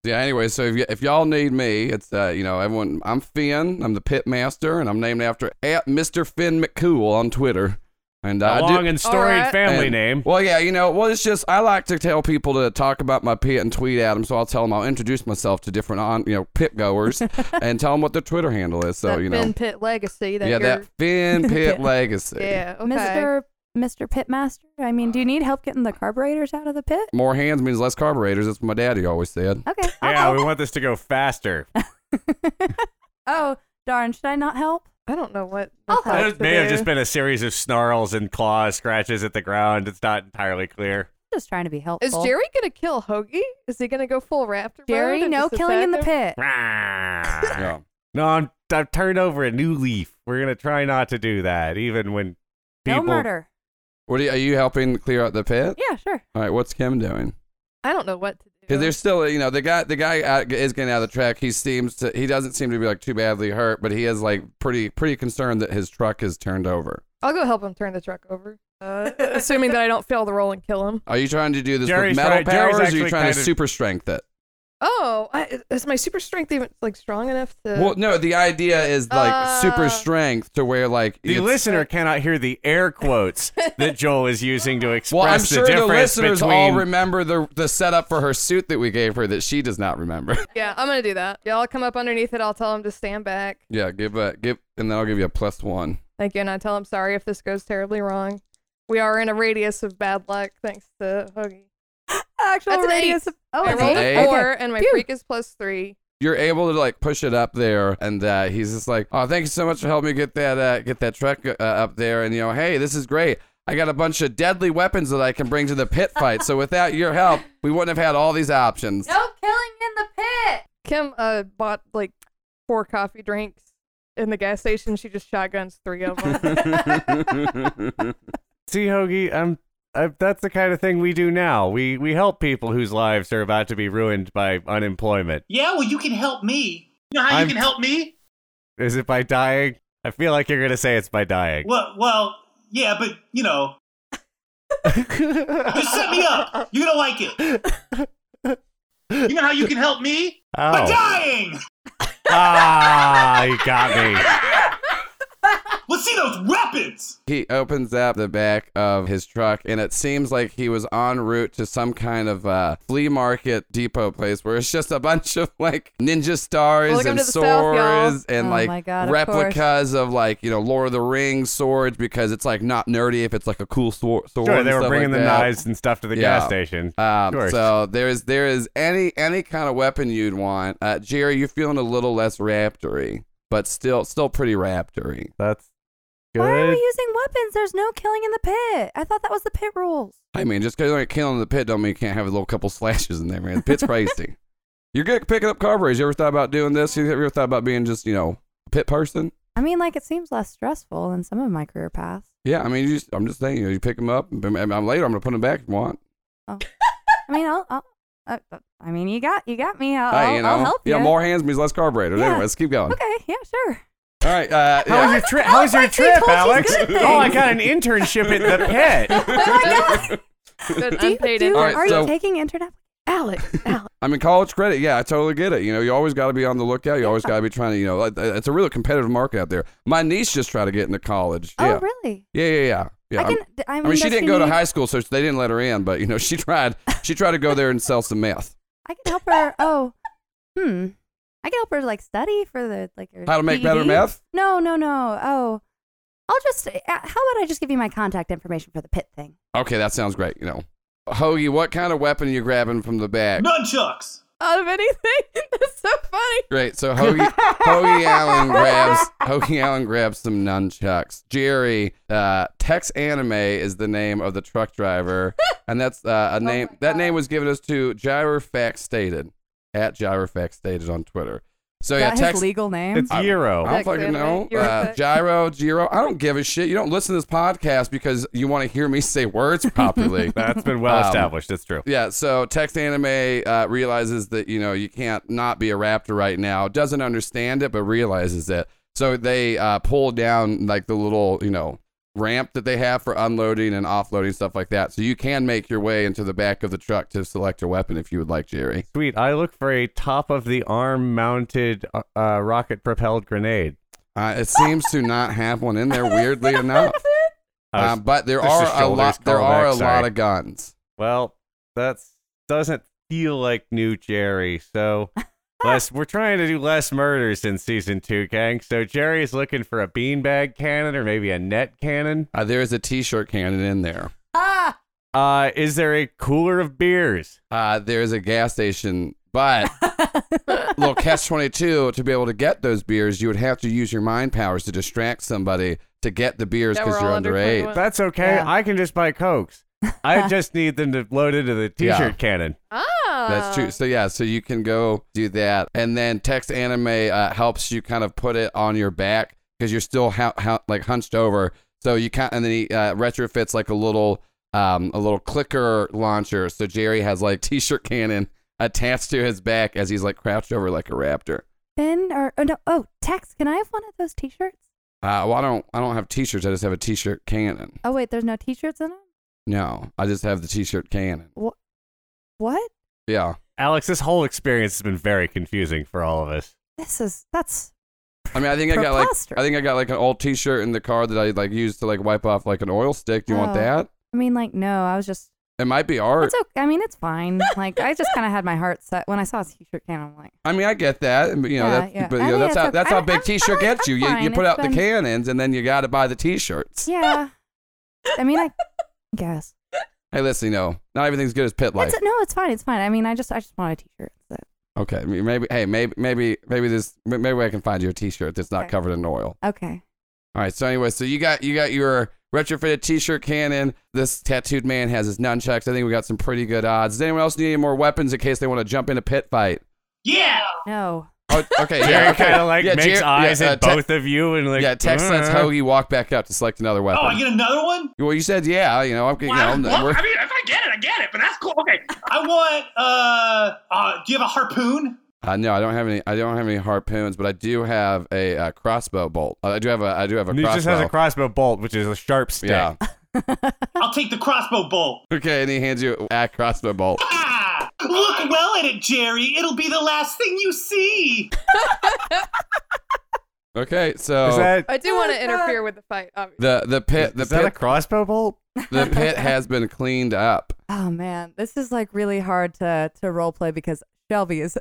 Speaker 3: Yeah. Anyway, so if, y- if y'all need me, it's uh, you know everyone. I'm Finn. I'm the pit master, and I'm named after at Mr. Finn McCool on Twitter. And uh,
Speaker 4: A
Speaker 3: I do,
Speaker 4: long and storied
Speaker 6: Alright.
Speaker 4: family
Speaker 3: And-
Speaker 4: name.
Speaker 3: Well, yeah, you know, well, it's just I like to tell people to talk about my pit and tweet at them. So I'll tell them I'll introduce myself to different on you know pit
Speaker 6: *laughs*
Speaker 3: goers and tell them what their Twitter handle is. So
Speaker 6: that
Speaker 3: you know,
Speaker 6: Ben Pitt legacy that
Speaker 3: yeah,
Speaker 6: you're.
Speaker 3: that
Speaker 6: *laughs*
Speaker 3: Finn Pit
Speaker 7: Pit.
Speaker 3: legacy.
Speaker 6: yeah. Okay.
Speaker 7: Mr. Mr. Pitmaster. I mean, do you need help getting the carburetors out of the pit?
Speaker 3: More hands means less carburetors. That's what my daddy always
Speaker 6: *laughs*
Speaker 3: said.
Speaker 7: Okay.
Speaker 4: Yeah,
Speaker 7: I'll
Speaker 4: we want this to go faster.
Speaker 7: help. *laughs* oh, darn. Should I not help?
Speaker 6: I don't know what.
Speaker 7: I'll
Speaker 6: what
Speaker 7: help.
Speaker 6: to
Speaker 4: It may have
Speaker 6: do.
Speaker 4: just been a series of snarls and claw scratches at the ground. It's not entirely clear.
Speaker 7: Just trying to be helpful.
Speaker 6: Is Jerry gonna kill Hoagie? Is he gonna go full raptor?
Speaker 7: Jerry,
Speaker 6: mode and
Speaker 7: no
Speaker 6: just
Speaker 7: killing in the
Speaker 6: attack him?
Speaker 7: pit.
Speaker 4: no,
Speaker 3: Yeah.
Speaker 4: I'm, I've turned over a new leaf. We're gonna try not to do that, even when
Speaker 7: No
Speaker 4: people.
Speaker 7: murder.
Speaker 3: What are you, are you helping clear out the pit?
Speaker 7: Yeah, sure.
Speaker 3: All right, what's Kim doing?
Speaker 6: I don't know what to do.
Speaker 3: Because there's still, you know, the guy, the guy out, is getting out of the track. He seems to, he doesn't seem to be like too badly hurt, but he is like pretty, pretty concerned that his truck is turned over.
Speaker 6: I'll go help him turn the truck over, *laughs* uh, assuming that I don't fail the roll and kill him.
Speaker 3: Are you trying to do this
Speaker 4: Jerry's
Speaker 3: with metal
Speaker 4: try-
Speaker 3: powers, or
Speaker 4: Jerry's
Speaker 3: are you
Speaker 4: actually
Speaker 3: trying
Speaker 4: kind
Speaker 3: to
Speaker 4: of-
Speaker 3: super strength it?
Speaker 6: Oh, I, is my super strength even like strong enough
Speaker 4: Uh,
Speaker 6: to?
Speaker 3: well, no, the idea is like super
Speaker 6: Uh,
Speaker 3: strength to where like
Speaker 4: The
Speaker 3: it's-
Speaker 4: listener cannot hear the air quotes that Joel is using to express
Speaker 3: Well, I'm
Speaker 4: the
Speaker 3: sure the,
Speaker 4: difference
Speaker 3: listeners
Speaker 4: between.
Speaker 3: all remember the the setup for her suit that we gave her that she does not remember. *laughs*
Speaker 6: yeah, I'm gonna do that. Yeah, I'll come up underneath it. I'll tell him to stand back.
Speaker 3: yeah, give a give, and then I'll give you a plus one.
Speaker 6: Thank you, and I tell him sorry if this goes terribly wrong. We are in a radius of bad luck thanks to Hoagie.
Speaker 7: Actual
Speaker 6: That's an eight.
Speaker 7: radius. of- Oh,
Speaker 6: I
Speaker 7: it's
Speaker 6: rolled
Speaker 3: eight?
Speaker 6: a
Speaker 7: Okay.
Speaker 6: four, and my
Speaker 7: Phew.
Speaker 6: freak is plus three.
Speaker 3: you're able to like push it up there and uh, he's just like oh thank you so much for helping me get that uh, get that truck uh, up there and you know hey this is great i got a bunch of deadly weapons that i can bring to the pit fight so without your help we wouldn't have had all these options
Speaker 7: *laughs* No killing in the pit.
Speaker 6: Kim uh, bought like four coffee drinks in the
Speaker 4: *laughs*
Speaker 6: gas station. She just shotguns three of them.
Speaker 4: See, Hoagie, I'm I, that's the kind of thing we do now. We we help people whose lives are about to be ruined by unemployment.
Speaker 2: Yeah, well, you can help me.
Speaker 5: You know how
Speaker 4: I'm-
Speaker 5: you can help me?
Speaker 4: Is it by dying? I feel like you're gonna say it's
Speaker 2: *laughs*
Speaker 4: by dying. *laughs*
Speaker 2: Well, well, yeah, but you know,
Speaker 4: Oh.
Speaker 2: just set me up. You're gonna like it.
Speaker 5: You know how you can help me?
Speaker 2: By
Speaker 3: Oh.
Speaker 4: Ow.
Speaker 2: dying.
Speaker 4: ah, you
Speaker 3: *laughs*
Speaker 4: got me.
Speaker 2: Let's see those weapons.
Speaker 3: He opens up the back of his truck, and it seems like he was en route to some kind of uh, flea market depot place where it's just a bunch of like ninja stars
Speaker 6: Welcome
Speaker 3: and
Speaker 6: to the South, y'all.
Speaker 3: swords and
Speaker 7: Oh my
Speaker 3: like
Speaker 7: God, of
Speaker 3: replicas of like you know Lord of the Rings swords because it's like not nerdy if it's like a cool swor- sword.
Speaker 4: Sure,
Speaker 3: and
Speaker 4: they were
Speaker 3: stuff
Speaker 4: bringing
Speaker 3: like
Speaker 4: the
Speaker 3: that.
Speaker 4: knives and stuff to the
Speaker 3: Yeah.
Speaker 4: gas station.
Speaker 3: Um,
Speaker 4: Sure.
Speaker 3: So there is there is any any kind of weapon you'd want. Uh, Jerry, you're feeling a little less raptory, but still still pretty raptory.
Speaker 4: That's good.
Speaker 7: Why are we using weapons? There's no killing in the pit. I thought that was the pit rules.
Speaker 3: I mean, just because you're not killing in the pit don't mean you can't have a little couple slashes in there, man. The pit's crazy. You're good at picking up carburetors. You ever thought about doing this? You ever thought about being just, you know, a pit person?
Speaker 7: I mean, like it seems less stressful than some of my career paths.
Speaker 3: Yeah, I mean, you just, I'm just saying, you know, you pick them up. and I'm I'm later. I'm gonna put them back if you want.
Speaker 7: I mean, I'll, I'll I, I mean, you got you got me. I'll,
Speaker 3: Hey,
Speaker 7: I'll,
Speaker 3: you know,
Speaker 7: I'll help you.
Speaker 3: yeah, more hands means less carburetors.
Speaker 7: Yeah.
Speaker 3: Anyway, let's keep going.
Speaker 7: Okay, yeah, sure.
Speaker 3: All right, uh,
Speaker 4: How
Speaker 3: yeah.
Speaker 4: was your trip?
Speaker 7: Alex
Speaker 4: How was your
Speaker 7: actually
Speaker 4: trip,
Speaker 7: told you
Speaker 4: Alex?
Speaker 7: good things.
Speaker 4: Oh, I got an internship at the pit.
Speaker 7: *laughs* Oh my god,
Speaker 3: *laughs*
Speaker 6: Good
Speaker 7: do you,
Speaker 6: unpaid
Speaker 7: do you-
Speaker 3: All right,
Speaker 6: intern.
Speaker 7: are
Speaker 3: so-
Speaker 7: you taking internet?
Speaker 3: *laughs*
Speaker 6: Alex, Alex.
Speaker 3: I mean, college credit. Yeah, I totally get it. You know, you always got to be on the lookout. You always got to be trying to, you know, like, uh, it's a really competitive market out there. My niece just tried to get into college. Yeah,
Speaker 7: Oh, really?
Speaker 3: yeah, yeah, yeah. yeah
Speaker 7: I
Speaker 3: I'm-
Speaker 7: can. I mean,
Speaker 3: I mean, she
Speaker 7: does
Speaker 3: didn't go to
Speaker 7: need-
Speaker 3: high school, so they didn't let her in. But you know, *laughs* she tried. She tried to go there and sell some meth.
Speaker 7: I can help
Speaker 3: *laughs*
Speaker 7: her. Oh, hmm. I can help her like study for the like her.
Speaker 3: How to make better
Speaker 7: GED.
Speaker 3: meth?
Speaker 7: No, no, no. Oh, I'll just. uh, How about I just give you my contact information for the pit thing?
Speaker 3: Okay, that sounds great. You know, Hoagie, what kind of weapon are you grabbing from the bag?
Speaker 2: Nunchucks.
Speaker 6: out of anything. *laughs* That's so funny.
Speaker 3: Great. So Hoagie, Hoagie Allen grabs Hoagie Allen grabs some nunchucks. Jerry, uh, Tex Anime is the name of the truck driver, and that's uh, a name that name was given us to Gyrofax Stated at Gyrofax Stated on Twitter. So Oh, yeah,
Speaker 7: Is that
Speaker 3: Tex
Speaker 7: his legal name?
Speaker 4: It's Euro.
Speaker 3: I don't
Speaker 6: Text
Speaker 3: fucking
Speaker 6: in,
Speaker 3: know.
Speaker 6: right? You're
Speaker 3: Uh,
Speaker 6: right.
Speaker 3: gyro, gyro. I don't give a shit. You don't listen to this podcast because you want to hear me say words
Speaker 6: *laughs*
Speaker 3: properly.
Speaker 4: That's been well
Speaker 3: Um,
Speaker 4: established. It's true.
Speaker 3: *laughs* yeah. So text anime uh, realizes that you know you can't not be a raptor right now. Doesn't understand it, but realizes it. So they uh, pull down like the little you know ramp that they have for unloading and offloading stuff like that. So you can make your way into the back of the truck to select a weapon if you would like, Jerry.
Speaker 4: Sweet. I look for a top of the arm mounted uh, uh, rocket propelled grenade.
Speaker 3: Uh, it seems to not have one in there. Weirdly enough.
Speaker 4: I was-
Speaker 3: Um, but there
Speaker 4: This is
Speaker 3: are a lot.
Speaker 4: shoulders
Speaker 3: There
Speaker 4: callback,
Speaker 3: are a lot
Speaker 4: sorry.
Speaker 3: of guns.
Speaker 4: well, that doesn't feel like new Jerry.
Speaker 7: *laughs*
Speaker 4: So less, we're trying to do less murders in season two, gang. So Jerry is looking for a beanbag cannon or maybe a net cannon.
Speaker 3: Uh, there is a T-shirt cannon in there.
Speaker 7: ah,
Speaker 4: Uh, is there a cooler of beers?
Speaker 3: Uh, there is a gas station,
Speaker 6: *laughs*
Speaker 3: but little catch twenty-two to be able to get those beers, you would have to use your mind powers to distract somebody to get the beers
Speaker 6: Yeah,
Speaker 3: because
Speaker 6: we're
Speaker 3: you're
Speaker 6: all under
Speaker 3: underage.
Speaker 6: 21.
Speaker 4: That's okay.
Speaker 7: Yeah.
Speaker 4: I can just buy cokes. I just need them to load into the
Speaker 3: Yeah.
Speaker 4: t-shirt cannon.
Speaker 6: Ah,
Speaker 3: That's true. So yeah, so you can go do that, and then text anime uh, helps you kind of put it on your back because you're still hou- hou- like hunched over. So you can, and then he uh, retrofits like a little um, a little clicker launcher. So Jerry has like *laughs* t-shirt cannon attached to his back as he's like crouched over like a raptor.
Speaker 7: Ben or oh no, oh Tex, can I have one of those T-shirts?
Speaker 3: Uh, well, I don't I don't have t-shirts. I just have a t-shirt cannon.
Speaker 7: Oh wait, there's no T-shirts in them.
Speaker 3: No, I just have the t-shirt cannon.
Speaker 7: What?
Speaker 3: Yeah,
Speaker 4: Alex, this whole experience has been very confusing for all of us.
Speaker 7: This is that's
Speaker 3: I mean, I think I got like
Speaker 7: Preposterous.
Speaker 3: I think I got like an old t-shirt in the car that I like used to like wipe off like an oil stick. Do you want
Speaker 7: Oh.
Speaker 3: that?
Speaker 7: I mean, like, no, I was just.
Speaker 3: It might be art.
Speaker 7: It's okay. I mean, it's fine. Like, I just kind of had my heart set when I saw a t-shirt can. I'm like,
Speaker 3: I mean, I get that, but you know,
Speaker 7: Yeah,
Speaker 3: that's,
Speaker 7: yeah.
Speaker 3: But,
Speaker 7: I
Speaker 3: you know
Speaker 7: think
Speaker 3: that's
Speaker 7: it's
Speaker 3: how
Speaker 7: okay.
Speaker 3: that's how
Speaker 7: I-
Speaker 3: big
Speaker 7: I'm-
Speaker 3: T-shirt
Speaker 7: I'm-
Speaker 3: gets you.
Speaker 7: I'm
Speaker 3: You you
Speaker 7: fine.
Speaker 3: put
Speaker 7: It's
Speaker 3: out the
Speaker 7: been-
Speaker 3: cannons, and then you got to buy the T-shirts.
Speaker 7: yeah. I mean, I *laughs* guess.
Speaker 3: Hey, listen, you know, not everything's good as pit life.
Speaker 7: It's, no, it's fine. It's fine. I mean, I just, I just want a t-shirt. So.
Speaker 3: okay, I mean, maybe. Hey, maybe maybe maybe this m- maybe I can find you a T-shirt that's not
Speaker 7: Okay.
Speaker 3: covered in oil.
Speaker 7: Okay.
Speaker 3: All right. So anyway, so you got you got your retrofitted T-shirt cannon. This tattooed man has his nunchucks. I think we got some pretty good odds. Does anyone else need any more weapons in case they want to jump in a pit fight?
Speaker 2: Yeah.
Speaker 7: No.
Speaker 3: Oh, okay.
Speaker 4: *laughs* Jerry
Speaker 3: Yeah, okay.
Speaker 4: kind of like
Speaker 3: Yeah,
Speaker 4: makes
Speaker 3: Jer-
Speaker 4: eyes
Speaker 3: yeah, uh,
Speaker 4: at
Speaker 3: Tex-
Speaker 4: both of you and like
Speaker 3: yeah, Tex lets
Speaker 4: "Uh."
Speaker 3: Hoagie walk back up to select another weapon.
Speaker 2: Oh, I get another one.
Speaker 3: well, you said yeah. You know, I'm. You
Speaker 5: Well, I,
Speaker 3: know,
Speaker 5: would love-
Speaker 3: I'm-
Speaker 2: *laughs*
Speaker 3: we're-
Speaker 5: I mean, if I get it, I get it. But that's cool. Okay,
Speaker 2: I want. Uh, uh, do you have a harpoon?
Speaker 3: Uh, no, I don't have any. I don't have any harpoons, but I do have a uh, crossbow bolt. Uh, I do have a. I do have a
Speaker 4: He
Speaker 3: crossbow.
Speaker 4: just has a crossbow bolt, which is a sharp stick.
Speaker 3: yeah.
Speaker 2: I'll take the crossbow bolt.
Speaker 3: *laughs* Okay, and he hands you a crossbow bolt.
Speaker 2: Ah! Look well at it, Jerry. It'll be the last thing you see.
Speaker 3: Okay, so
Speaker 4: Is that
Speaker 6: I do want to interfere with the fight, obviously.
Speaker 3: the the pit Oh. the
Speaker 4: is that a
Speaker 3: pit
Speaker 4: crossbow bolt?
Speaker 3: the pit has been cleaned up.
Speaker 7: Oh man, this is like really hard to to role play because Shelby is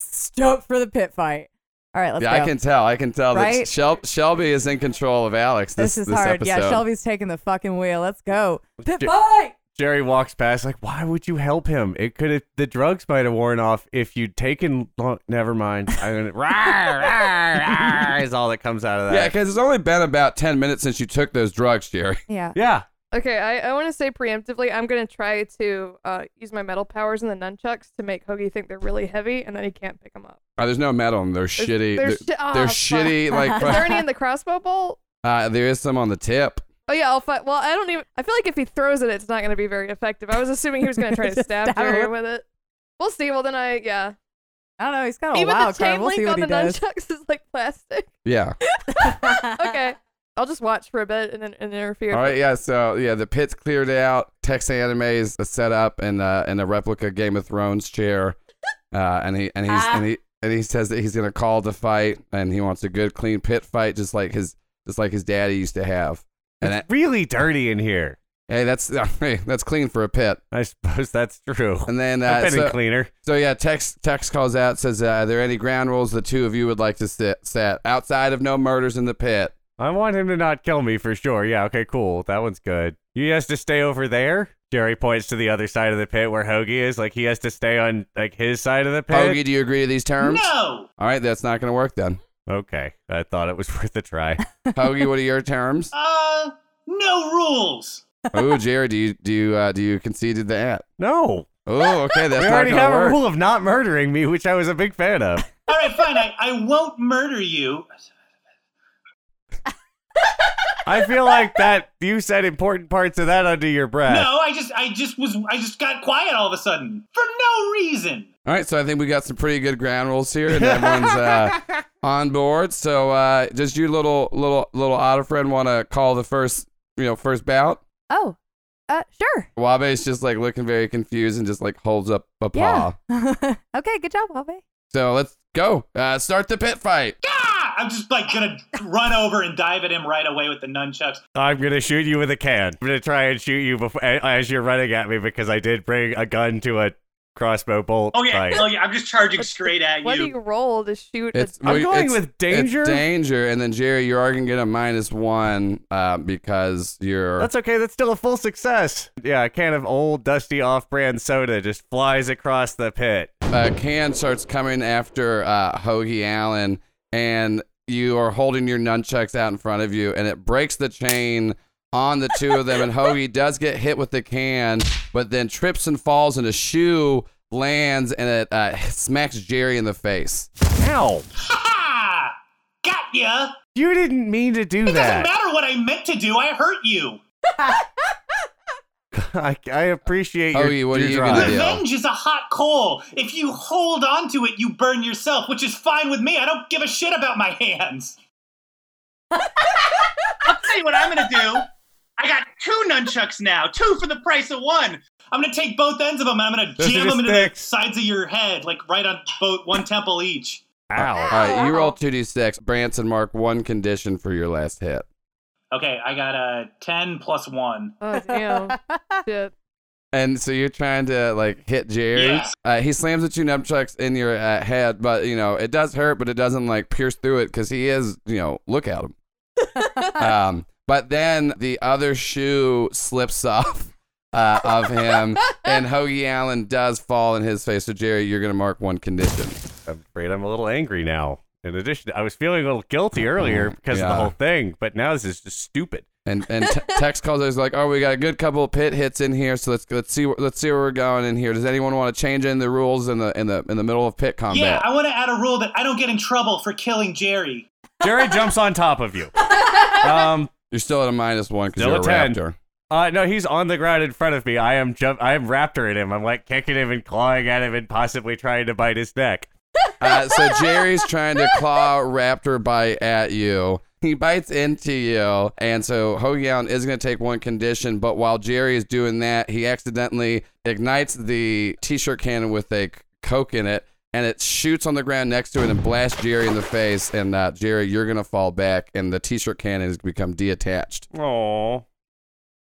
Speaker 7: stoked for the pit fight. All right, let's
Speaker 3: yeah,
Speaker 7: go.
Speaker 3: I can tell. I can tell that
Speaker 7: Right?
Speaker 3: Shel- Shelby is in control of Alex this
Speaker 7: this, is hard.
Speaker 3: episode.
Speaker 7: Yeah, Shelby's taking the fucking wheel. Let's go. Pit
Speaker 4: Jer-
Speaker 7: fight.
Speaker 4: Jerry walks past, like, why would you help him? It could have the drugs might have worn off if you'd taken. Long, never mind. I'm gonna rawr, rawr, rawr, is all that comes out of
Speaker 3: Yeah,
Speaker 4: that.
Speaker 3: because it's only been about ten minutes since you took those drugs, Jerry. *laughs*
Speaker 7: Yeah.
Speaker 4: Yeah,
Speaker 6: Okay, I, I want to say preemptively, I'm going to try to uh, use my metal powers in the nunchucks to make Hoagie think they're really heavy, and then he can't pick them up.
Speaker 3: Oh, there's no metal. And they're shitty. They're,
Speaker 6: There's, shi- oh,
Speaker 3: they're
Speaker 6: fuck.
Speaker 3: shitty.
Speaker 4: *laughs*
Speaker 3: Like
Speaker 6: *laughs* Is there any in the crossbow bolt?
Speaker 3: *laughs* uh, there is some on the tip.
Speaker 6: Oh yeah, I'll fight. Well, I don't even. I feel like if he throws it, it's not going to be very effective. I was assuming he was going to try to
Speaker 7: *laughs* Just
Speaker 6: stab,
Speaker 7: stab
Speaker 6: Jerry
Speaker 7: him.
Speaker 6: with it. We'll see. Well, then I yeah.
Speaker 7: I don't know. He's got a
Speaker 6: Even
Speaker 7: wild
Speaker 6: the chain
Speaker 7: card. Oh, We'll
Speaker 6: link
Speaker 7: see what
Speaker 6: on
Speaker 7: he
Speaker 6: the
Speaker 7: does.
Speaker 6: nunchucks is like
Speaker 7: *laughs*
Speaker 6: plastic.
Speaker 3: Yeah.
Speaker 6: Okay, I'll just watch for a bit and, then- and interfere.
Speaker 3: All right. Yeah. So yeah, the pit's cleared out. Tex anime is set up and uh, in a replica Game of Thrones chair, uh, and he and he's and he and he says that he's gonna call the fight and he wants a good clean pit fight, just like his just like his daddy used to have. And that, *laughs*
Speaker 4: it's really dirty in here.
Speaker 3: hey, that's *laughs* hey, that's clean for a pit.
Speaker 4: I suppose that's
Speaker 3: *laughs*
Speaker 4: true.
Speaker 3: And then
Speaker 4: I've
Speaker 3: uh,
Speaker 4: been in
Speaker 3: so,
Speaker 4: cleaner.
Speaker 3: so yeah, Tex Tex calls out says, uh, "Are there any ground rules the two of you would like to sit, set outside of no murders in the pit?"
Speaker 4: I want him to not kill me for sure. Yeah, okay, cool. That one's good. He has to stay over there. Jerry points to the other side of the pit where Hoagie is. Like he has to stay on like his side of the pit.
Speaker 3: Hoagie, do you agree to these terms?
Speaker 2: No.
Speaker 3: All right, that's not gonna work then.
Speaker 4: Okay, I thought it was *laughs* worth
Speaker 3: *laughs*
Speaker 4: a try.
Speaker 3: Hoagie, what are your terms?
Speaker 2: *laughs* Uh, no rules.
Speaker 3: Oh, Jerry, do you do you, uh, do you concede to that?
Speaker 4: No,
Speaker 3: Oh, okay, that's
Speaker 4: *laughs* we
Speaker 3: not
Speaker 4: already
Speaker 3: gonna
Speaker 4: have a
Speaker 3: work.
Speaker 4: rule of not murdering me, which I was a big fan of.
Speaker 2: All right, fine. I, I won't murder you.
Speaker 4: I feel like that you said important parts of that under your breath.
Speaker 2: No, I just I just was I just got quiet all of a sudden for no reason.
Speaker 3: All right, so I think we got some pretty good ground rules here, and everyone's
Speaker 4: *laughs*
Speaker 3: uh, on board. So, uh, does your little little little otter friend want to call the first you know first bout?
Speaker 7: Oh, uh, sure.
Speaker 3: Wabe's just like looking very confused and just like holds up a paw.
Speaker 7: Yeah. *laughs* okay. Good job, Wabe.
Speaker 3: So let's go. Uh, start the pit fight.
Speaker 2: Ah! I'm just like gonna run over and dive at him right away with the nunchucks.
Speaker 4: I'm gonna shoot you with a can. I'm gonna try and shoot you before, as you're running at me because I did bring a gun to a crossbow bolt.
Speaker 5: okay,
Speaker 4: fight.
Speaker 5: oh, yeah, I'm just charging
Speaker 6: What-
Speaker 5: straight at
Speaker 6: What do
Speaker 5: you.
Speaker 6: you roll to shoot?
Speaker 3: It's
Speaker 6: a,
Speaker 4: I'm
Speaker 3: we-
Speaker 4: going
Speaker 3: it's-
Speaker 4: with
Speaker 3: it's
Speaker 4: danger.
Speaker 3: danger, and then Jerry, you are gonna get a minus one uh, because you're
Speaker 4: That's okay. That's still a full success. Yeah, a can of old, dusty, off-brand soda just flies across the pit.
Speaker 3: uh, can starts coming after uh, Hoagie Allen, and you are holding your nunchucks out in front of you, and it breaks the chain on the two of them. And Hoagie does get hit with the can, but then trips and falls, and a shoe lands and it uh, smacks Jerry in the face.
Speaker 4: Ow!
Speaker 2: Ha! Got ya.
Speaker 4: You didn't mean to do
Speaker 2: It doesn't
Speaker 4: that.
Speaker 2: matter what I meant to do. I hurt you.
Speaker 4: *laughs* I, I appreciate your,
Speaker 3: Hoagie, what are
Speaker 4: your
Speaker 3: you
Speaker 4: drive.
Speaker 3: gonna do?
Speaker 2: Revenge is a hot coal. If you hold on to it, you burn yourself, which is fine with me. I don't give a shit about my hands.
Speaker 5: I'll tell you what I'm gonna do. I got two nunchucks now, two for the price of one.
Speaker 2: I'm gonna take both ends of them and I'm gonna
Speaker 4: Those are
Speaker 2: jam
Speaker 4: your
Speaker 2: them into
Speaker 4: sticks.
Speaker 2: the sides of your head, like right on both one temple each.
Speaker 4: Ow!
Speaker 3: All right, you roll 2d6. Branson, mark one condition for your last hit.
Speaker 2: Okay, I got a ten plus one.
Speaker 6: oh damn!
Speaker 3: *laughs*
Speaker 6: Shit.
Speaker 3: And so you're trying to like hit Jerry.
Speaker 2: Yeah.
Speaker 3: Uh, he slams the two nunchucks in your uh, head, but you know it does hurt, but it doesn't like pierce through it because he is, you know, look at him. um, but then the other shoe slips *laughs* off uh, of him, and Hoagie Allen does fall in his face. So Jerry, you're gonna mark one condition.
Speaker 4: I'm afraid I'm a little angry now. in addition, I was feeling a little guilty earlier because of
Speaker 3: Oh, Yeah.
Speaker 4: the whole thing, but now this is just stupid.
Speaker 3: And and t- text calls us like, oh, we got a good couple of pit hits in here, so let's let's see wh- let's see where we're going in here. Does anyone want to change in the rules in the in the in the middle of pit combat?
Speaker 2: Yeah, I want to add a rule that I don't get in trouble for killing Jerry.
Speaker 4: Jerry jumps on top of you. Um,
Speaker 3: You're still at a minus one because
Speaker 4: Still
Speaker 3: you're a
Speaker 4: a 10.
Speaker 3: raptor.
Speaker 4: Uh, no, he's on the ground in front of me. I am jump. I am raptoring him. I'm like kicking him and clawing at him and possibly trying to bite his neck.
Speaker 3: Uh, so Jerry's trying to claw Raptor bite at you. He bites into you, and so Hogyown is going to take one condition. But while Jerry is doing that, he accidentally ignites the t-shirt cannon with a c- coke in it, and it shoots on the ground next to it and blasts Jerry in the face. And uh, Jerry, you're going to fall back, and the t-shirt cannon has become deattached.
Speaker 4: Oh,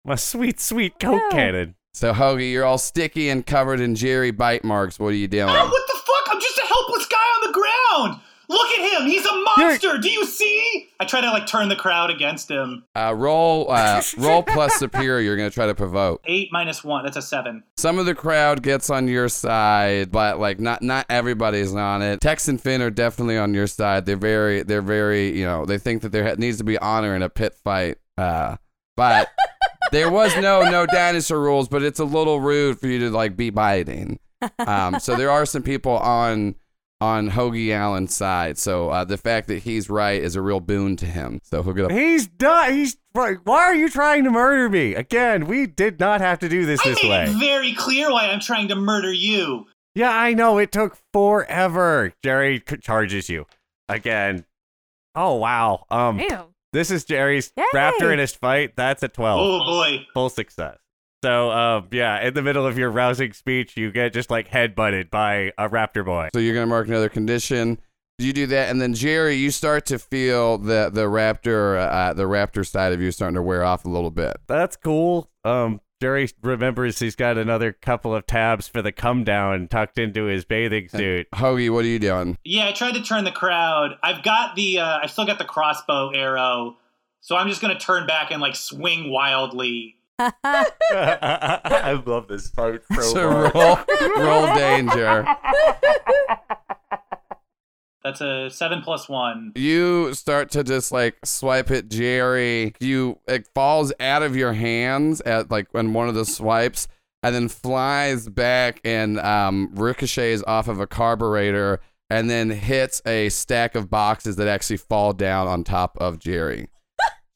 Speaker 4: my sweet, sweet coke
Speaker 7: No.
Speaker 4: cannon.
Speaker 3: So Hoagie, you're all sticky and covered in Jerry bite marks. What are you doing?
Speaker 2: Oh, what the fuck? I'm just a helpless guy on the ground. Look at him. He's a monster. Do you see? I try to like turn the crowd against him.
Speaker 3: Uh, roll, uh, roll plus superior. You're going to try to provoke.
Speaker 2: Eight minus one. That's a seven.
Speaker 3: Some of the crowd gets on your side, but like not not everybody's on it. Tex and Finn are definitely on your side. They're very they're very you know they think that there ha- needs to be honor in a pit fight. Uh, but there was no no dinosaur rules, but it's a little rude for you to like be biting. Um, so there are some people on on Hoagie Allen's side. So uh, the fact that he's right is a real boon to him. So he'll get a
Speaker 4: He's done. He's. Why are you trying to murder me again? We did not have to do this
Speaker 2: I
Speaker 4: this
Speaker 2: made
Speaker 4: way.
Speaker 2: *laughs* it very clear why I'm trying to murder you.
Speaker 4: Yeah, I know. It took forever. Jerry c- charges you again. Oh wow. Um,
Speaker 6: Damn.
Speaker 4: this is Jerry's
Speaker 7: Yay.
Speaker 4: raptorinist fight. That's a twelve.
Speaker 2: Oh, boy.
Speaker 4: full success. So, um, yeah, in the middle of your rousing speech, you get just like headbutted by a raptor boy.
Speaker 3: So you're gonna mark another condition. You do that, and then Jerry, you start to feel the the raptor uh, the raptor side of you starting to wear off a little bit.
Speaker 4: That's cool. Um, Jerry remembers he's got another couple of tabs for the come down tucked into his bathing suit.
Speaker 3: Hoagie, what are you doing?
Speaker 2: Yeah, I tried to turn the crowd. I've got the. Uh, I've still got the crossbow arrow. So I'm just gonna turn back and like swing wildly.
Speaker 4: *laughs* I love this part
Speaker 3: So roll roll danger.
Speaker 2: That's a seven plus one.
Speaker 3: You start to just like swipe at Jerry. You it falls out of your hands at like when one of the swipes, and then flies back and um, ricochets off of a carburetor, and then hits a stack of boxes that actually fall down on top of Jerry.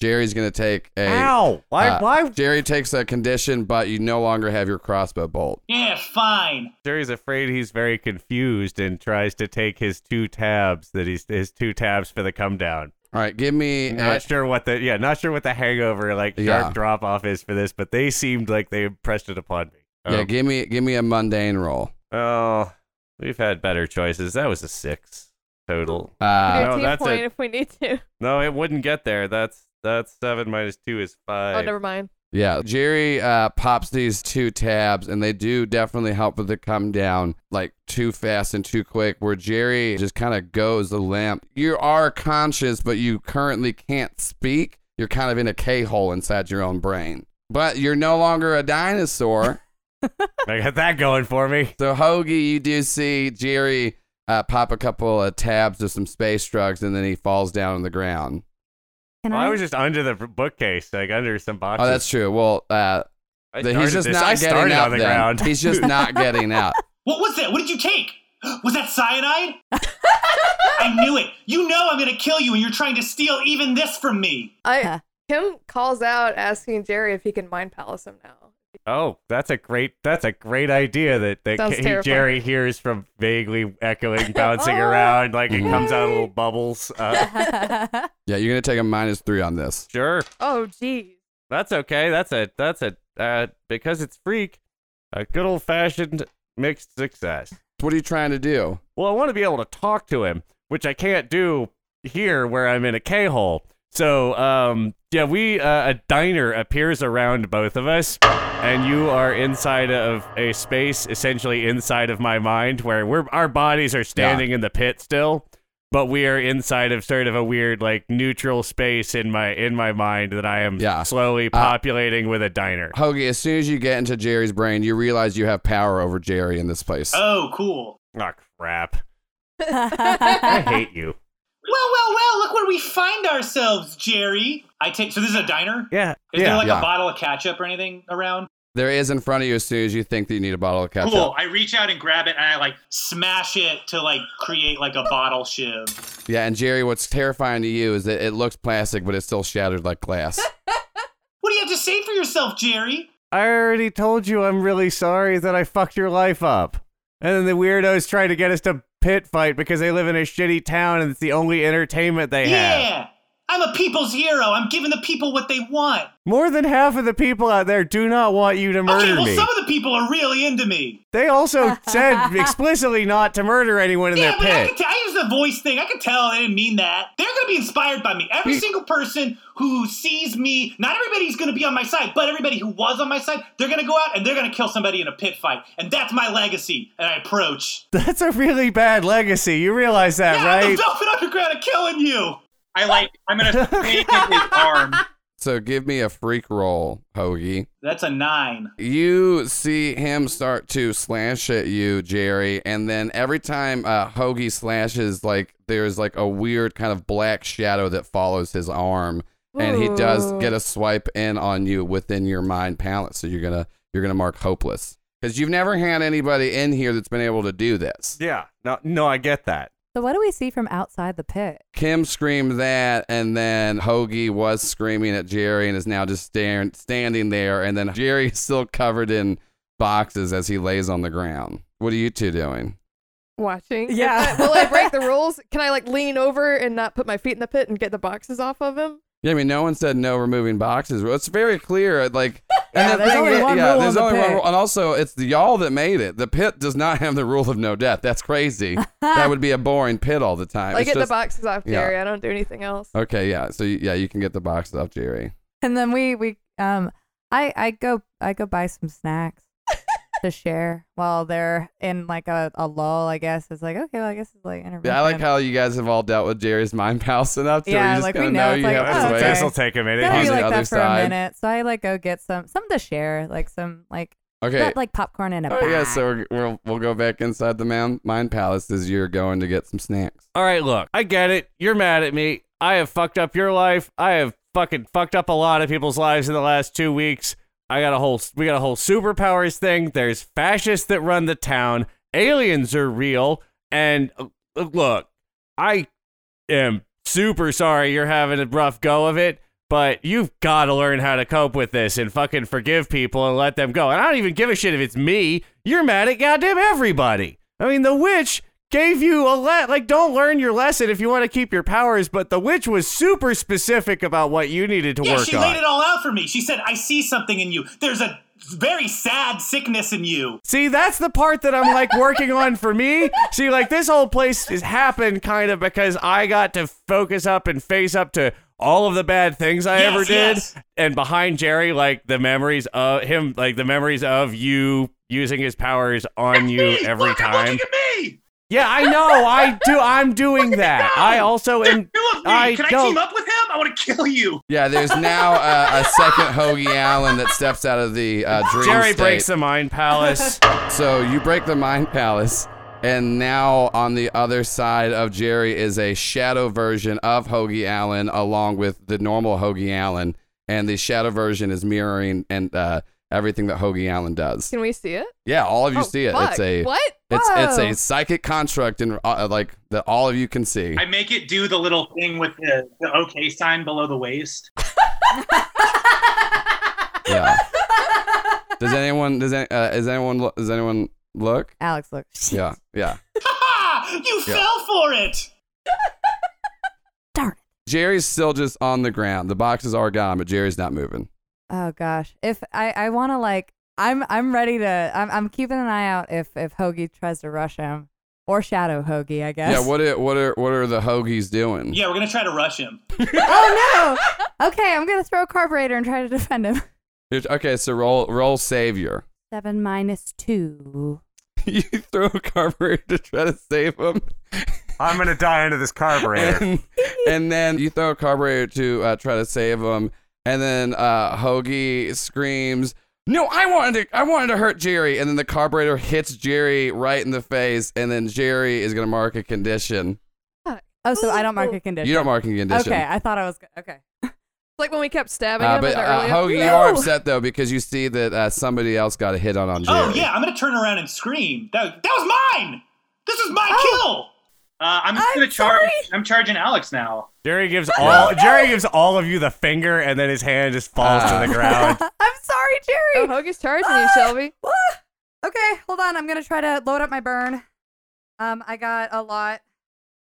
Speaker 3: Jerry's gonna take a.
Speaker 4: Ow! Why?
Speaker 3: uh,
Speaker 4: why?
Speaker 3: Jerry takes a condition, but you no longer have your crossbow bolt.
Speaker 2: Yeah, fine.
Speaker 4: Jerry's afraid he's very confused and tries to take his two tabs that he's his two tabs for the come down.
Speaker 3: All right, give me. a-
Speaker 4: Not sure what the yeah, not sure what the hangover like sharp
Speaker 3: Yeah.
Speaker 4: drop off is for this, but they seemed like they impressed it upon me.
Speaker 3: yeah,
Speaker 4: Um,
Speaker 3: give me give me a mundane roll.
Speaker 4: oh, we've had better choices. That was a six total.
Speaker 6: We
Speaker 3: Uh,
Speaker 6: do
Speaker 4: no,
Speaker 6: a team
Speaker 4: that's
Speaker 6: point
Speaker 4: it.
Speaker 6: if we need
Speaker 3: *laughs*
Speaker 6: to.
Speaker 4: No, it wouldn't get there. That's that's seven minus two is
Speaker 6: Oh,
Speaker 4: five.
Speaker 6: never mind.
Speaker 3: Yeah, Jerry uh, pops these two tabs, and they do definitely help with the come down, like too fast and too quick, where Jerry just kind of goes the lamp. You are conscious, but you currently can't speak. You're kind of in a K hole inside your own brain. But you're no longer a dinosaur.
Speaker 4: *laughs* I got that going for me.
Speaker 3: So Hoagie, you do see Jerry uh, pop a couple of tabs of some space drugs, and then he falls down on the ground.
Speaker 7: Can
Speaker 4: Well, I was just under the bookcase, like under some boxes.
Speaker 3: Oh, that's true. Well, uh,
Speaker 4: I
Speaker 3: th-
Speaker 4: started
Speaker 3: he's just
Speaker 4: this.
Speaker 3: not
Speaker 4: I
Speaker 3: getting
Speaker 4: started
Speaker 3: out.
Speaker 4: on the
Speaker 3: then.
Speaker 4: ground.
Speaker 3: He's just not
Speaker 4: *laughs*
Speaker 3: getting out.
Speaker 2: What was that? What did you take? *gasps* Was that cyanide? I knew it. You know I'm gonna kill you, and you're trying to steal even this from me.
Speaker 7: Huh.
Speaker 6: I Kim calls out asking Jerry if he can mind palace him now.
Speaker 4: Oh, that's a great that's a great idea that, that
Speaker 6: Sounds
Speaker 4: K-
Speaker 6: terrifying.
Speaker 4: Jerry hears from vaguely echoing, bouncing
Speaker 7: Oh,
Speaker 4: around like it
Speaker 3: Mhm.
Speaker 4: comes out of little bubbles. Uh,
Speaker 3: Yeah, you're gonna take a minus three on this.
Speaker 4: sure,
Speaker 6: Oh, geez.
Speaker 4: that's okay. That's a that's a uh, because it's freak, a good old fashioned mixed success.
Speaker 3: What are you trying to do?
Speaker 4: Well, I want to be able to talk to him, which I can't do here where I'm in a K hole. So, um, yeah, we uh, a diner appears around both of us, and you are inside of a space essentially inside of my mind where we're our bodies are standing in the pit still, but we are inside of sort of a weird like neutral space in my in my mind that I am
Speaker 3: Yeah.
Speaker 4: slowly
Speaker 3: Uh,
Speaker 4: populating with a diner.
Speaker 3: Hoagie, as soon as you get into Jerry's brain, you realize you have power over
Speaker 2: Uh.
Speaker 3: Jerry in this place.
Speaker 2: Oh, cool.
Speaker 4: Oh crap! Ah, I hate you.
Speaker 2: well, well, well, look where we find ourselves, Jerry. I take so this is a diner?
Speaker 4: Yeah.
Speaker 2: Is there
Speaker 4: yeah.
Speaker 2: like
Speaker 3: yeah.
Speaker 2: a bottle of ketchup or anything around?
Speaker 3: There is in front of you as soon as you think that you need a bottle of ketchup.
Speaker 5: Cool. I reach out and grab it, and I like.
Speaker 2: Smash it to like create like a bottle shiv.
Speaker 3: Yeah, and Jerry, what's terrifying to you is that it looks plastic, but it's still shattered like glass.
Speaker 2: What do you have to say for yourself, Jerry?
Speaker 4: I already told you I'm really sorry that I fucked your life up. And then the weirdos try to get us to pit fight because they live in a shitty town and it's the only entertainment they have.
Speaker 2: Yeah. I'm a people's hero. I'm giving the people what they want.
Speaker 4: More than half of the people out there do not want you to murder
Speaker 2: okay, well,
Speaker 4: me.
Speaker 2: some of the people are really into me. *laughs*
Speaker 4: They also said explicitly not to murder anyone in
Speaker 2: Yeah,
Speaker 4: their
Speaker 2: but I, can
Speaker 4: pit.
Speaker 2: t- I use the voice thing. I can tell they didn't mean that. They're going to be inspired by me. Every single person who sees me, not everybody's going to be on my side, but everybody who was on my side, they're going to go out and they're going to kill somebody in a pit fight. And that's my legacy. And I approach.
Speaker 4: That's a really bad legacy. You realize that,
Speaker 2: yeah, the
Speaker 4: right?
Speaker 2: Velvet Underground are killing you.
Speaker 5: I like. I'm gonna squeeze his
Speaker 4: *laughs*
Speaker 5: arm.
Speaker 3: so give me a freak roll, Hoagie.
Speaker 2: That's a nine.
Speaker 3: You see him start to slash at you, Jerry, and then every time uh, Hoagie slashes, like there's like a weird kind of black shadow that follows his arm, and he does
Speaker 6: Ooh.
Speaker 3: get a swipe in on you within your mind palette. So you're gonna you're gonna mark hopeless because you've never had anybody in here that's been able to do this.
Speaker 4: Yeah. No, no, I get that.
Speaker 7: *laughs* So what do we see from outside the pit?
Speaker 3: Kim screamed that, and then Hoagie was screaming at Jerry and is now just staring, standing there. And then Jerry is still covered in boxes as he lays on the ground. What are you two doing?
Speaker 6: Watching. If
Speaker 7: Yeah.
Speaker 6: I- will I break the rules? Can I like lean over and not put my feet in the pit and get the boxes off of him?
Speaker 3: Yeah, I mean, no one said no removing boxes. Well, It's very clear. uh,
Speaker 7: *laughs*
Speaker 3: Like, and
Speaker 7: Yeah,
Speaker 3: the
Speaker 7: there's
Speaker 3: thing
Speaker 7: only
Speaker 3: is-
Speaker 7: one
Speaker 3: yeah,
Speaker 7: rule
Speaker 3: there's
Speaker 7: on the
Speaker 3: only one
Speaker 7: pit.
Speaker 3: rule. And also, it's the y'all that made it. The pit does not have the rule of no death. That's
Speaker 7: *laughs*
Speaker 3: crazy. that would be a boring pit all the time.
Speaker 6: I
Speaker 3: It's
Speaker 6: get
Speaker 3: just-
Speaker 6: the boxes off,
Speaker 3: yeah. Uh,
Speaker 6: Jerry. I don't do anything else.
Speaker 3: Okay, yeah. So, you- yeah, you can get the boxes off Jerry.
Speaker 7: And then we we um I I go I go buy some snacks to share while they're in like a, a lull. I guess it's like okay, well I guess it's like intervention.
Speaker 3: Yeah, I like how you guys have all dealt with Jerry's mind palace enough to where
Speaker 7: Yeah,
Speaker 3: you just
Speaker 7: like, we
Speaker 3: kind of
Speaker 7: know.
Speaker 3: know,
Speaker 7: It's
Speaker 3: you
Speaker 7: like,
Speaker 3: have
Speaker 7: oh,
Speaker 3: to
Speaker 7: okay.
Speaker 3: wait.
Speaker 4: This'll take a minute.
Speaker 7: Gotta
Speaker 3: on
Speaker 7: be
Speaker 3: the
Speaker 7: like
Speaker 3: other
Speaker 7: that for
Speaker 3: side.
Speaker 7: a minute. So I like go get some something to share, like some like
Speaker 3: Okay.
Speaker 7: got, like popcorn in a
Speaker 3: Oh
Speaker 7: bag.
Speaker 3: yeah, so we're, we'll we'll go back inside the mound, mine palace as you're going to get some snacks.
Speaker 4: All right, look, I get it. You're mad at me. I have fucked up your life. I have fucking fucked up a lot of people's lives in the last two weeks. I got a whole we got a whole superpowers thing. There's fascists that run the town. Aliens are real. And uh, look, I am super sorry you're having a rough go of it. But you've got to learn how to cope with this and fucking forgive people and let them go. And I don't even give a shit if it's me. You're mad at goddamn everybody. I mean, the witch gave you a let like don't learn your lesson if you want to keep your powers but the witch was super specific about what you needed to
Speaker 2: Yeah,
Speaker 4: work
Speaker 2: she
Speaker 4: on
Speaker 2: laid it all out for me. She said, I see something in you. There's a very sad sickness in you.
Speaker 4: see that's the part that i'm like working on for me see like this whole place has happened kind of because i got to focus up and face up to all of the bad things i
Speaker 2: Yes,
Speaker 4: ever did
Speaker 2: yes.
Speaker 4: and behind jerry like the memories of him like the memories of you using his powers on you
Speaker 5: Me,
Speaker 4: every
Speaker 5: look, I'm
Speaker 4: time
Speaker 5: Looking at me.
Speaker 4: yeah i know i do i'm doing that
Speaker 5: down.
Speaker 4: i also
Speaker 5: There's
Speaker 4: am
Speaker 5: two of me.
Speaker 4: I
Speaker 5: Can I
Speaker 4: don't-
Speaker 5: team up with him? I want to kill you.
Speaker 3: Yeah, there's now uh, a second Hoagie Allen that steps out of the uh, dream
Speaker 4: jerry
Speaker 3: state.
Speaker 4: breaks the mind
Speaker 2: *laughs*
Speaker 4: palace
Speaker 3: So you break the mind palace, and now on the other side of Jerry is a shadow version of Hoagie Allen, along with the normal Hoagie Allen, and the shadow version is mirroring and uh, everything that Hoagie Allen does.
Speaker 6: Can we see it?
Speaker 3: Yeah, all of you
Speaker 6: oh,
Speaker 3: see it.
Speaker 6: Fuck.
Speaker 3: It's a
Speaker 6: what?
Speaker 3: it's it's
Speaker 7: Whoa.
Speaker 6: *laughs*
Speaker 3: a psychic construct, and uh, like that all of you can see.
Speaker 5: I make it do the little thing with the, the OK sign below the *laughs* waist.
Speaker 3: yeah. Does anyone does any, uh, is anyone lo- does anyone look?
Speaker 7: Alex look.
Speaker 3: Yeah, yeah.
Speaker 2: Ha! You
Speaker 3: Yeah.
Speaker 2: fell for it.
Speaker 3: Jerry's still just on the ground. The boxes are gone, but Jerry's not moving.
Speaker 7: Oh gosh. If I I want to like I'm I'm ready to I'm I'm keeping an eye out if if Hoagie tries to rush him or Shadow Hoagie I guess.
Speaker 3: Yeah. What are what are what are the hoagies doing?
Speaker 2: Yeah, we're going to try to rush him.
Speaker 7: oh no. Okay, I'm gonna throw a carburetor and try to defend him.
Speaker 3: There's- Okay, so roll roll savior.
Speaker 7: *laughs*
Speaker 3: *laughs*
Speaker 7: Seven minus two.
Speaker 3: you throw a carburetor to try to save him,
Speaker 4: I'm gonna die into this carburetor.
Speaker 3: and, and then you throw a carburetor to uh, try to save him, and then uh, Hoagie screams. No, I wanted to. I wanted to hurt Jerry, and then the carburetor hits Jerry right in the face, and then Jerry is gonna mark a condition.
Speaker 7: Oh, so I don't mark a condition.
Speaker 3: You don't mark a condition.
Speaker 7: Okay, I thought I was. go- Okay. *laughs*
Speaker 6: like when we kept stabbing
Speaker 3: Uh,
Speaker 6: him
Speaker 3: but
Speaker 6: in the
Speaker 3: uh,
Speaker 6: early
Speaker 3: Hoagie,
Speaker 6: *laughs*
Speaker 3: you
Speaker 6: episode.
Speaker 3: are upset though because you see that uh, somebody else got a hit on on Jerry.
Speaker 2: Oh yeah, I'm gonna turn around and scream. That that was mine. This is my
Speaker 5: Oh. Uh, I'm just
Speaker 7: I'm
Speaker 5: gonna charge.
Speaker 7: sorry.
Speaker 5: I'm charging Alex now.
Speaker 4: Jerry gives all Jerry gives all of you the finger, and then his hand just falls
Speaker 3: Ah.
Speaker 4: to the ground.
Speaker 7: I'm
Speaker 6: Oh,
Speaker 7: sorry, Jerry.
Speaker 3: Uh-huh.
Speaker 6: Hoagie's charging you, Shelby.
Speaker 7: Okay, hold on. I'm gonna try to load up my burn. Um, I got a lot,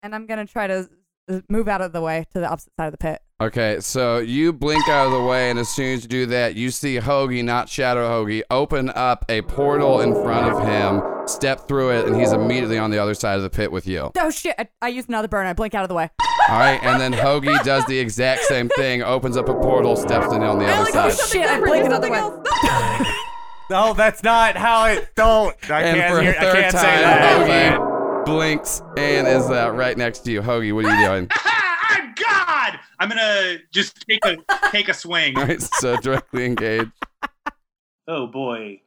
Speaker 7: and I'm gonna try to uh, move out of the way to the opposite side of the pit.
Speaker 3: Okay, so you blink out of the way, and as soon as you do that, you see Hoagie, not Shadow Hoagie, open up a portal in front of him, step through it, and he's immediately on the other side of the pit with you.
Speaker 7: Oh shit! I, I used another burn. I blink out of the way.
Speaker 3: All right, and then Hoagie does the exact same thing, opens up a portal, steps in on the other
Speaker 7: oh
Speaker 3: side.
Speaker 7: shit! I blink another way.
Speaker 4: No, that's not how it. Don't. I
Speaker 3: and for a
Speaker 4: can't. Hear, I
Speaker 3: third
Speaker 4: can't
Speaker 3: time,
Speaker 4: say that. man.
Speaker 3: Hoagie blinks and is uh, right next to you. Hoagie, what are you doing?
Speaker 5: *laughs*
Speaker 3: *laughs*
Speaker 5: I'm God. I'm gonna just take a take a *laughs* swing.
Speaker 3: All right, so directly engaged.
Speaker 2: kill. Oh boy,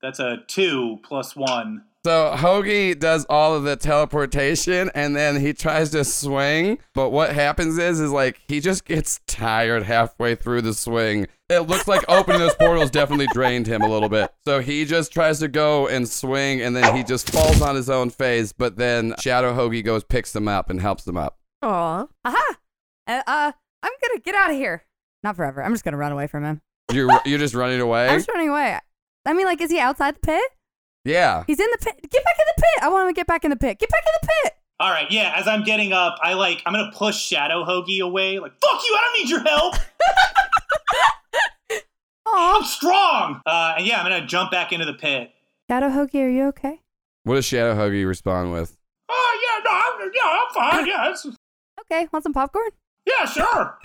Speaker 2: that's a two plus one.
Speaker 3: So Hoagie does all of the teleportation and then he tries to swing, but what happens is is like he just gets tired halfway through the swing. It looks like opening those portals definitely drained him a little bit. So he just tries to go and swing and then he just falls on his own face, but then Shadow Hoagie goes picks him up and helps him up.
Speaker 6: Aw.
Speaker 7: *laughs* Aha! Uh, uh, I'm gonna get out of here. Not forever. I'm just gonna run away from him.
Speaker 3: You're you're just running away?
Speaker 7: I'm just running away. I mean, like, is he outside the pit?
Speaker 3: Yeah.
Speaker 7: He's in the pit. Get back in the pit. I want him to get back in the pit. Get back in the pit.
Speaker 2: All right, yeah. As I'm getting up, I like I'm gonna push Shadow Hoagie away. Like fuck you, I don't need your
Speaker 6: *laughs*
Speaker 2: help. I'm
Speaker 7: Oh,
Speaker 2: strong. Uh, and yeah, I'm gonna jump back into the pit.
Speaker 7: Shadow Hoagie, are you okay?
Speaker 3: What does Shadow Hoagie respond with?
Speaker 2: Oh yeah, no, I'm, yeah, I'm fine. Yeah, it's,
Speaker 7: Okay. Want some popcorn?
Speaker 2: yeah, sure.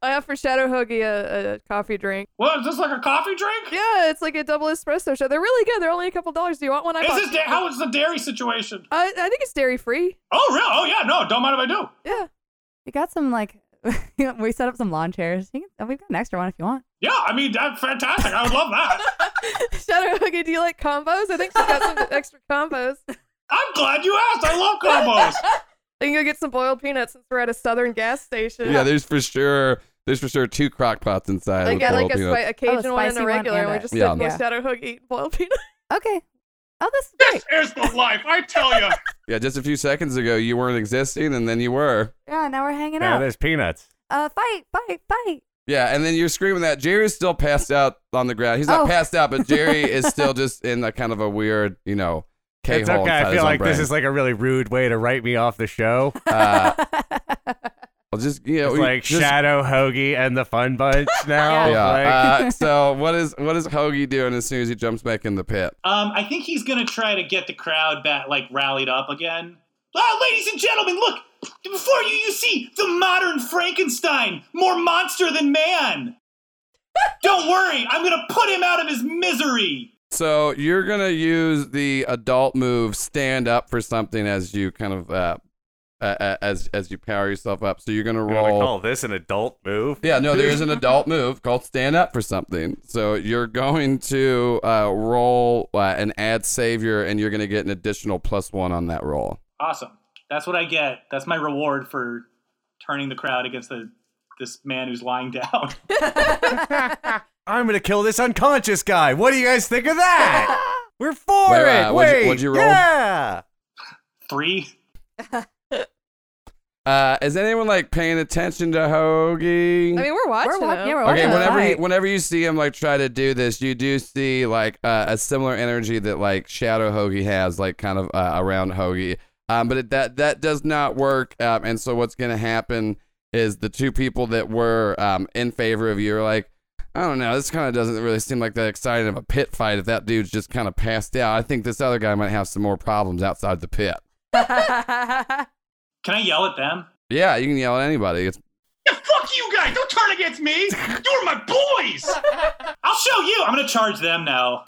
Speaker 6: I offer Shadow Hoagie a, a coffee drink.
Speaker 2: What is this like a coffee drink?
Speaker 6: Yeah, it's like a double espresso shot. They're really good. They're only a couple dollars. Do you want one? I
Speaker 2: Is
Speaker 6: bought-
Speaker 2: this da- how is the dairy situation?
Speaker 6: I, I think it's dairy free.
Speaker 2: Oh real? Oh yeah, no, don't mind if I do.
Speaker 6: Yeah. *laughs*
Speaker 7: We got some like. *laughs* we set up some lawn chairs. You can- We've got an extra one if you want.
Speaker 2: Yeah, I mean that's fantastic. I would love that.
Speaker 6: *laughs* Shadow Hoagie, do you like combos? I think she's got
Speaker 2: *laughs*
Speaker 6: some extra combos.
Speaker 2: I'm glad you asked. I love
Speaker 6: *laughs*
Speaker 2: combos.
Speaker 6: I can go get some boiled peanuts since we're at a southern gas station.
Speaker 3: Yeah, there's for sure there's for sure two crock pots inside.
Speaker 6: I
Speaker 3: with
Speaker 6: got like
Speaker 3: boiled
Speaker 6: a,
Speaker 3: peanuts.
Speaker 6: spi- a Cajun one and
Speaker 7: spicy
Speaker 6: a
Speaker 7: one
Speaker 6: regular,
Speaker 7: and
Speaker 6: and we
Speaker 7: a-
Speaker 6: just
Speaker 3: Yeah.
Speaker 6: sit with
Speaker 7: Yeah.
Speaker 6: Shadow Hoagie eating boiled peanuts.
Speaker 7: Okay. Oh, this is great.
Speaker 5: This is the life. I tell you.
Speaker 3: Yeah, just a few seconds ago you weren't existing and then you were.
Speaker 7: Yeah, now we're hanging
Speaker 4: Now
Speaker 7: out.
Speaker 4: there's peanuts.
Speaker 7: Uh, fight, fight, fight.
Speaker 3: Yeah, and then you're screaming that Jerry's still passed out on the ground. He's not
Speaker 7: Oh.
Speaker 3: passed out, but Jerry is still just in a kind of a weird, you know, K
Speaker 4: It's
Speaker 3: hole.
Speaker 4: okay. I feel like this is like a really rude way to write me off
Speaker 3: *laughs*
Speaker 4: the show.
Speaker 3: Uh, I'll just Oh, you know,
Speaker 4: It's
Speaker 3: we-
Speaker 4: like
Speaker 3: just-
Speaker 4: Shadow Hoagie and the Fun Bunch now.
Speaker 3: Yeah.
Speaker 4: Like,
Speaker 3: uh, *laughs* so what is what is Hoagie doing as soon as he jumps back in the pit?
Speaker 2: Um, I think he's gonna try to get the crowd back, like rallied up again. Ah, ladies and gentlemen, look before you. You see the modern Frankenstein, more monster than man. Don't worry, I'm gonna put him out of his misery.
Speaker 3: So you're gonna use the adult move, stand up for something as you kind of uh, uh, uh, as as you power yourself up. So you're gonna
Speaker 4: I'm gonna
Speaker 3: roll.
Speaker 4: call this an adult move.
Speaker 3: Yeah, no, there is an adult move called stand up for something. So you're going to uh, roll uh, an add savior, and you're going to get an additional plus one on that roll.
Speaker 2: Awesome. That's what I get. That's my reward for turning the crowd against the this man who's lying down. *laughs*
Speaker 4: I'm gonna kill this unconscious guy. What do you guys think of that? We're for
Speaker 3: Wait,
Speaker 4: it.
Speaker 3: uh, what'd you-
Speaker 4: Wait,
Speaker 3: what'd you roll?
Speaker 4: Yeah.
Speaker 2: Three.
Speaker 3: Uh, is anyone like paying attention to Hoagie?
Speaker 6: Oh, I mean, we're watching.
Speaker 7: we're watching.
Speaker 6: them.
Speaker 7: Yeah, we're
Speaker 3: Okay,
Speaker 7: watching. the
Speaker 3: whenever you,
Speaker 7: fight.
Speaker 3: whenever you see him like try to do this, you do see like uh, a similar energy that like Shadow Hoagie has, like kind of uh, around Hoagie. Um, but it, that that does not work. Um, and so what's gonna happen is the two people that were um, in favor of you are like, I don't know, this kind of doesn't really seem like that exciting of a pit fight. If that dude's just kind of passed out, I think this other guy might have some more problems outside the pit.
Speaker 6: *laughs*
Speaker 2: Can I yell at them?
Speaker 3: Yeah, you can yell at anybody. It's
Speaker 5: Yeah, fuck you guys. Don't turn against me. You're my boys.
Speaker 2: I'll show you. I'm gonna charge them now.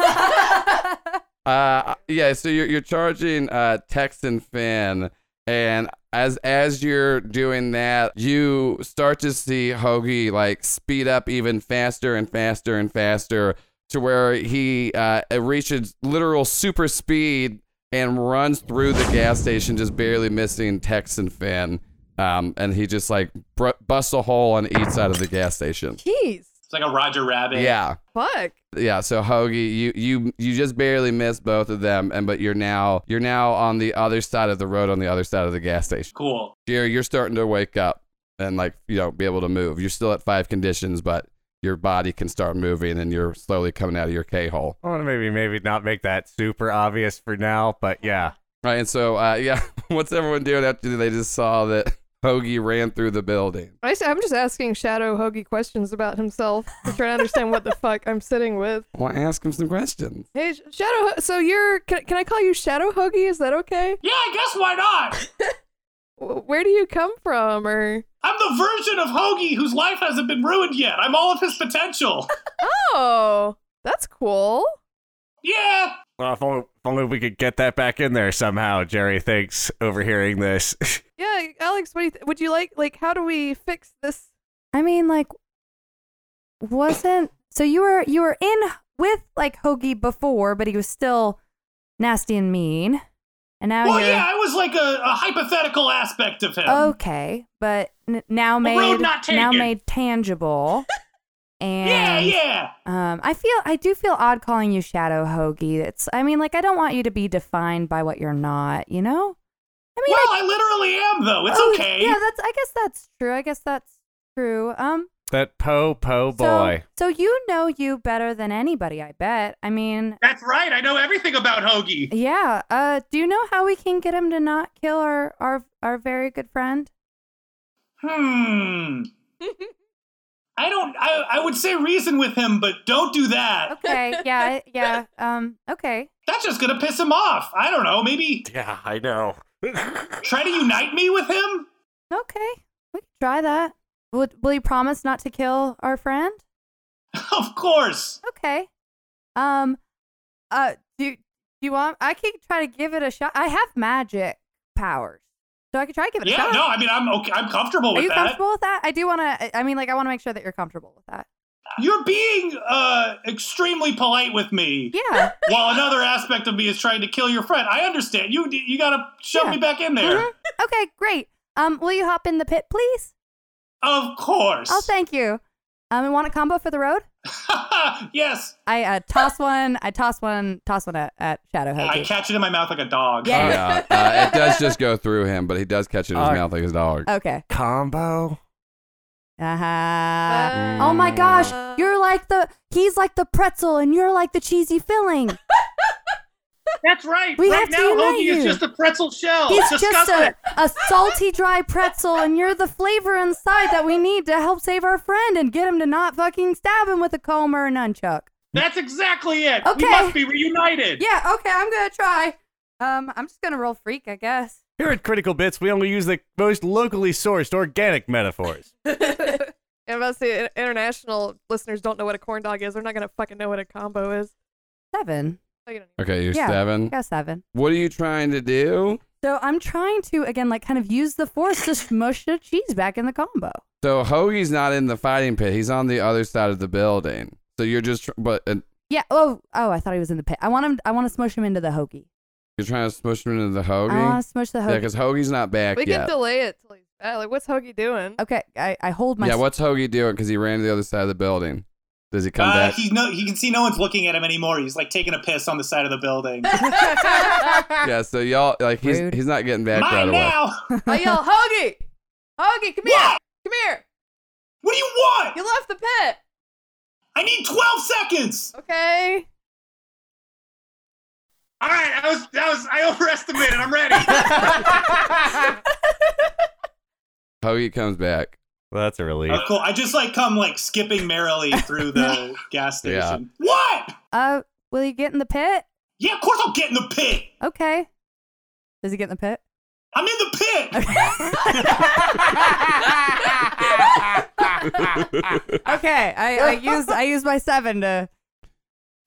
Speaker 3: Uh, yeah. So you're you're charging uh Tex and Finn, and as as you're doing that, you start to see Hoagie like speed up even faster and faster and faster to where he uh reaches literal super speed and runs through the gas station, just barely missing Tex and Finn. Um, and he just like br- busts a hole on each side of the gas station.
Speaker 6: Jeez.
Speaker 2: It's like a Roger Rabbit.
Speaker 3: Yeah,
Speaker 6: Fuck.
Speaker 3: yeah. So Hoagie, you you you just barely missed both of them, and but you're now you're now on the other side of the road, on the other side of the gas station.
Speaker 2: Cool.
Speaker 3: Jerry, you're starting to wake up and like you know be able to move. You're still at five conditions, but your body can start moving, and you're slowly coming out of your K hole.
Speaker 4: I want to maybe maybe not make that super obvious for now, but yeah.
Speaker 3: Right, and so uh, *laughs* yeah, what's everyone doing after they just saw that Hoagie ran through the building?
Speaker 6: I s- I'm just asking Shadow Hoagie questions about himself to try to understand what the fuck I'm sitting with.
Speaker 3: Well, ask him some questions.
Speaker 6: Hey, Sh- Shadow. Ho- So you're. Can, can I call you Shadow Hoagie? Is that okay?
Speaker 2: Yeah, I guess why not?
Speaker 6: W- Where do you come from? Or
Speaker 2: I'm the version of Hoagie whose life hasn't been ruined yet. I'm all of his potential.
Speaker 6: oh, that's cool.
Speaker 2: Yeah.
Speaker 4: Well, if only, if only we could get that back in there somehow. Jerry thinks, overhearing this. *laughs*
Speaker 6: Yeah, Alex. What do you th- would you like? Like, how do we fix this?
Speaker 7: I mean, like, wasn't so you were you were in with like Hoagie before, but he was still nasty and mean, and now
Speaker 2: well,
Speaker 7: you're
Speaker 2: yeah, I was like a, a hypothetical aspect of him.
Speaker 7: okay, but n- now made
Speaker 5: road not
Speaker 7: now
Speaker 5: taken.
Speaker 7: made tangible. And
Speaker 2: *laughs* yeah, yeah.
Speaker 7: Um, I feel I do feel odd calling you Shadow Hoagie. It's I mean, like I don't want you to be defined by what you're not, you know? I mean,
Speaker 2: Well, I literally am though. It's
Speaker 7: oh,
Speaker 2: okay.
Speaker 7: Yeah, that's I guess that's true. I guess that's true. Um,
Speaker 4: that po
Speaker 2: Oh,
Speaker 4: po boy.
Speaker 7: So, so you know you better than anybody, I bet. I mean,
Speaker 5: That's right. I know everything about Hoagie.
Speaker 7: yeah. Uh, do you know how we can get him to not kill our our our very good friend?
Speaker 2: Hmm. I don't. I, I would say reason with him, but don't do that. *laughs*
Speaker 7: Okay. Yeah. Yeah. Um. Okay.
Speaker 2: That's just gonna piss him off. I don't know. Maybe
Speaker 4: Yeah, I know. *laughs*
Speaker 2: try to unite me with him. *laughs*
Speaker 7: Okay. We can try that. Would will you promise not to kill our friend?
Speaker 2: of course.
Speaker 7: Okay. Um. Uh. Do Do you want? I can try to give it a shot. I have magic powers, so I can try to give it a
Speaker 2: Yeah.
Speaker 7: shot.
Speaker 2: No. I mean, I'm okay. I'm comfortable
Speaker 7: Are
Speaker 2: with
Speaker 7: you
Speaker 2: that.
Speaker 7: comfortable with that? I do want to. I mean, like, I want to make sure that you're comfortable with that.
Speaker 2: You're being uh extremely polite with me,
Speaker 7: Yeah.
Speaker 2: while another aspect of me is trying to kill your friend. I understand. You you gotta shove
Speaker 7: Yeah.
Speaker 2: me back in there.
Speaker 7: Mhm. *laughs* Okay. Great. Um. Will you hop in the pit, please?
Speaker 2: Of course.
Speaker 7: Oh, thank you. Um. And want a combo for the road?
Speaker 2: *laughs* yes.
Speaker 7: I uh, toss one. I toss one. Toss one at, at Shadow
Speaker 2: I
Speaker 7: Hoagie.
Speaker 2: catch it in my mouth like a dog.
Speaker 7: Yeah.
Speaker 3: Yeah,
Speaker 7: *laughs*
Speaker 3: uh, it does just go through him, but he does catch it in his
Speaker 4: Uh,
Speaker 3: mouth like his dog.
Speaker 7: Okay.
Speaker 4: Combo.
Speaker 7: Uh huh. Oh my gosh, you're like the he's like the pretzel and you're like the cheesy filling.
Speaker 5: That's right.
Speaker 7: We
Speaker 5: right
Speaker 7: have to
Speaker 5: now,
Speaker 7: unite
Speaker 5: Hoagie is
Speaker 7: you.
Speaker 5: just a pretzel shell.
Speaker 7: He's
Speaker 5: Discuss
Speaker 7: just a,
Speaker 5: it.
Speaker 7: a salty, dry pretzel, and you're the flavor inside that we need to help save our friend and get him to not fucking stab him with a comb or a nunchuck.
Speaker 5: That's exactly it.
Speaker 7: Okay.
Speaker 5: We must be reunited.
Speaker 7: Yeah, okay, I'm gonna try. Um, I'm just gonna roll freak, I guess.
Speaker 4: Here at Critical Bits, we only use the most locally sourced organic metaphors.
Speaker 6: *laughs* And about to say, i- international listeners don't know what a corn dog is. They're not gonna fucking know what a combo is.
Speaker 7: Seven.
Speaker 6: No, you don't.
Speaker 3: Okay, you're
Speaker 7: Yeah.
Speaker 3: seven.
Speaker 7: Yeah, seven.
Speaker 3: What are you trying to do?
Speaker 7: So I'm trying to again, like, kind of use the force to smush the cheese back in the combo.
Speaker 3: So Hoagie's not in the fighting pit. He's on the other side of the building. So you're just, tr- but uh,
Speaker 7: Yeah. Oh, oh, I thought he was in the pit. I want him. I want to smush him into the hoagie.
Speaker 3: you're trying to smush him into the Hoagie.
Speaker 7: I want to smush the
Speaker 3: Yeah,
Speaker 7: hoagie.
Speaker 3: because Hoagie's not back
Speaker 6: We can
Speaker 3: yet.
Speaker 6: delay it till he's back. Like, what's Hoagie
Speaker 7: *laughs*
Speaker 6: doing?
Speaker 7: okay. I, I hold my.
Speaker 3: yeah, what's Hoagie doing? Because he ran to the other side of the building. Does he come
Speaker 2: Uh,
Speaker 3: back?
Speaker 2: he no, he can see no one's looking at him anymore. He's like taking a piss on the side of the building.
Speaker 3: yeah, so y'all like he's
Speaker 7: Rude.
Speaker 3: he's not getting back right
Speaker 2: Mine
Speaker 3: away.
Speaker 2: now.
Speaker 6: I yell, Hoagie! Hoagie, come here!
Speaker 2: What?
Speaker 6: Come here!
Speaker 2: What do you want?
Speaker 6: You left the pit!
Speaker 2: I need 12 seconds.
Speaker 6: Okay.
Speaker 5: All right. I was. I was. I overestimated. I'm ready.
Speaker 3: Hoagie comes
Speaker 2: *laughs*
Speaker 3: back.
Speaker 4: Well, that's a *laughs* relief.
Speaker 2: Oh, cool. I just like come like skipping merrily through the gas
Speaker 3: Yeah.
Speaker 2: station. What?
Speaker 7: Uh, will you get in the pit?
Speaker 2: Yeah, of course I'll get in the pit.
Speaker 7: Okay. Does he get in the pit?
Speaker 2: I'm in the pit. *laughs*
Speaker 6: *laughs*
Speaker 7: Okay. I, I use I use my seven to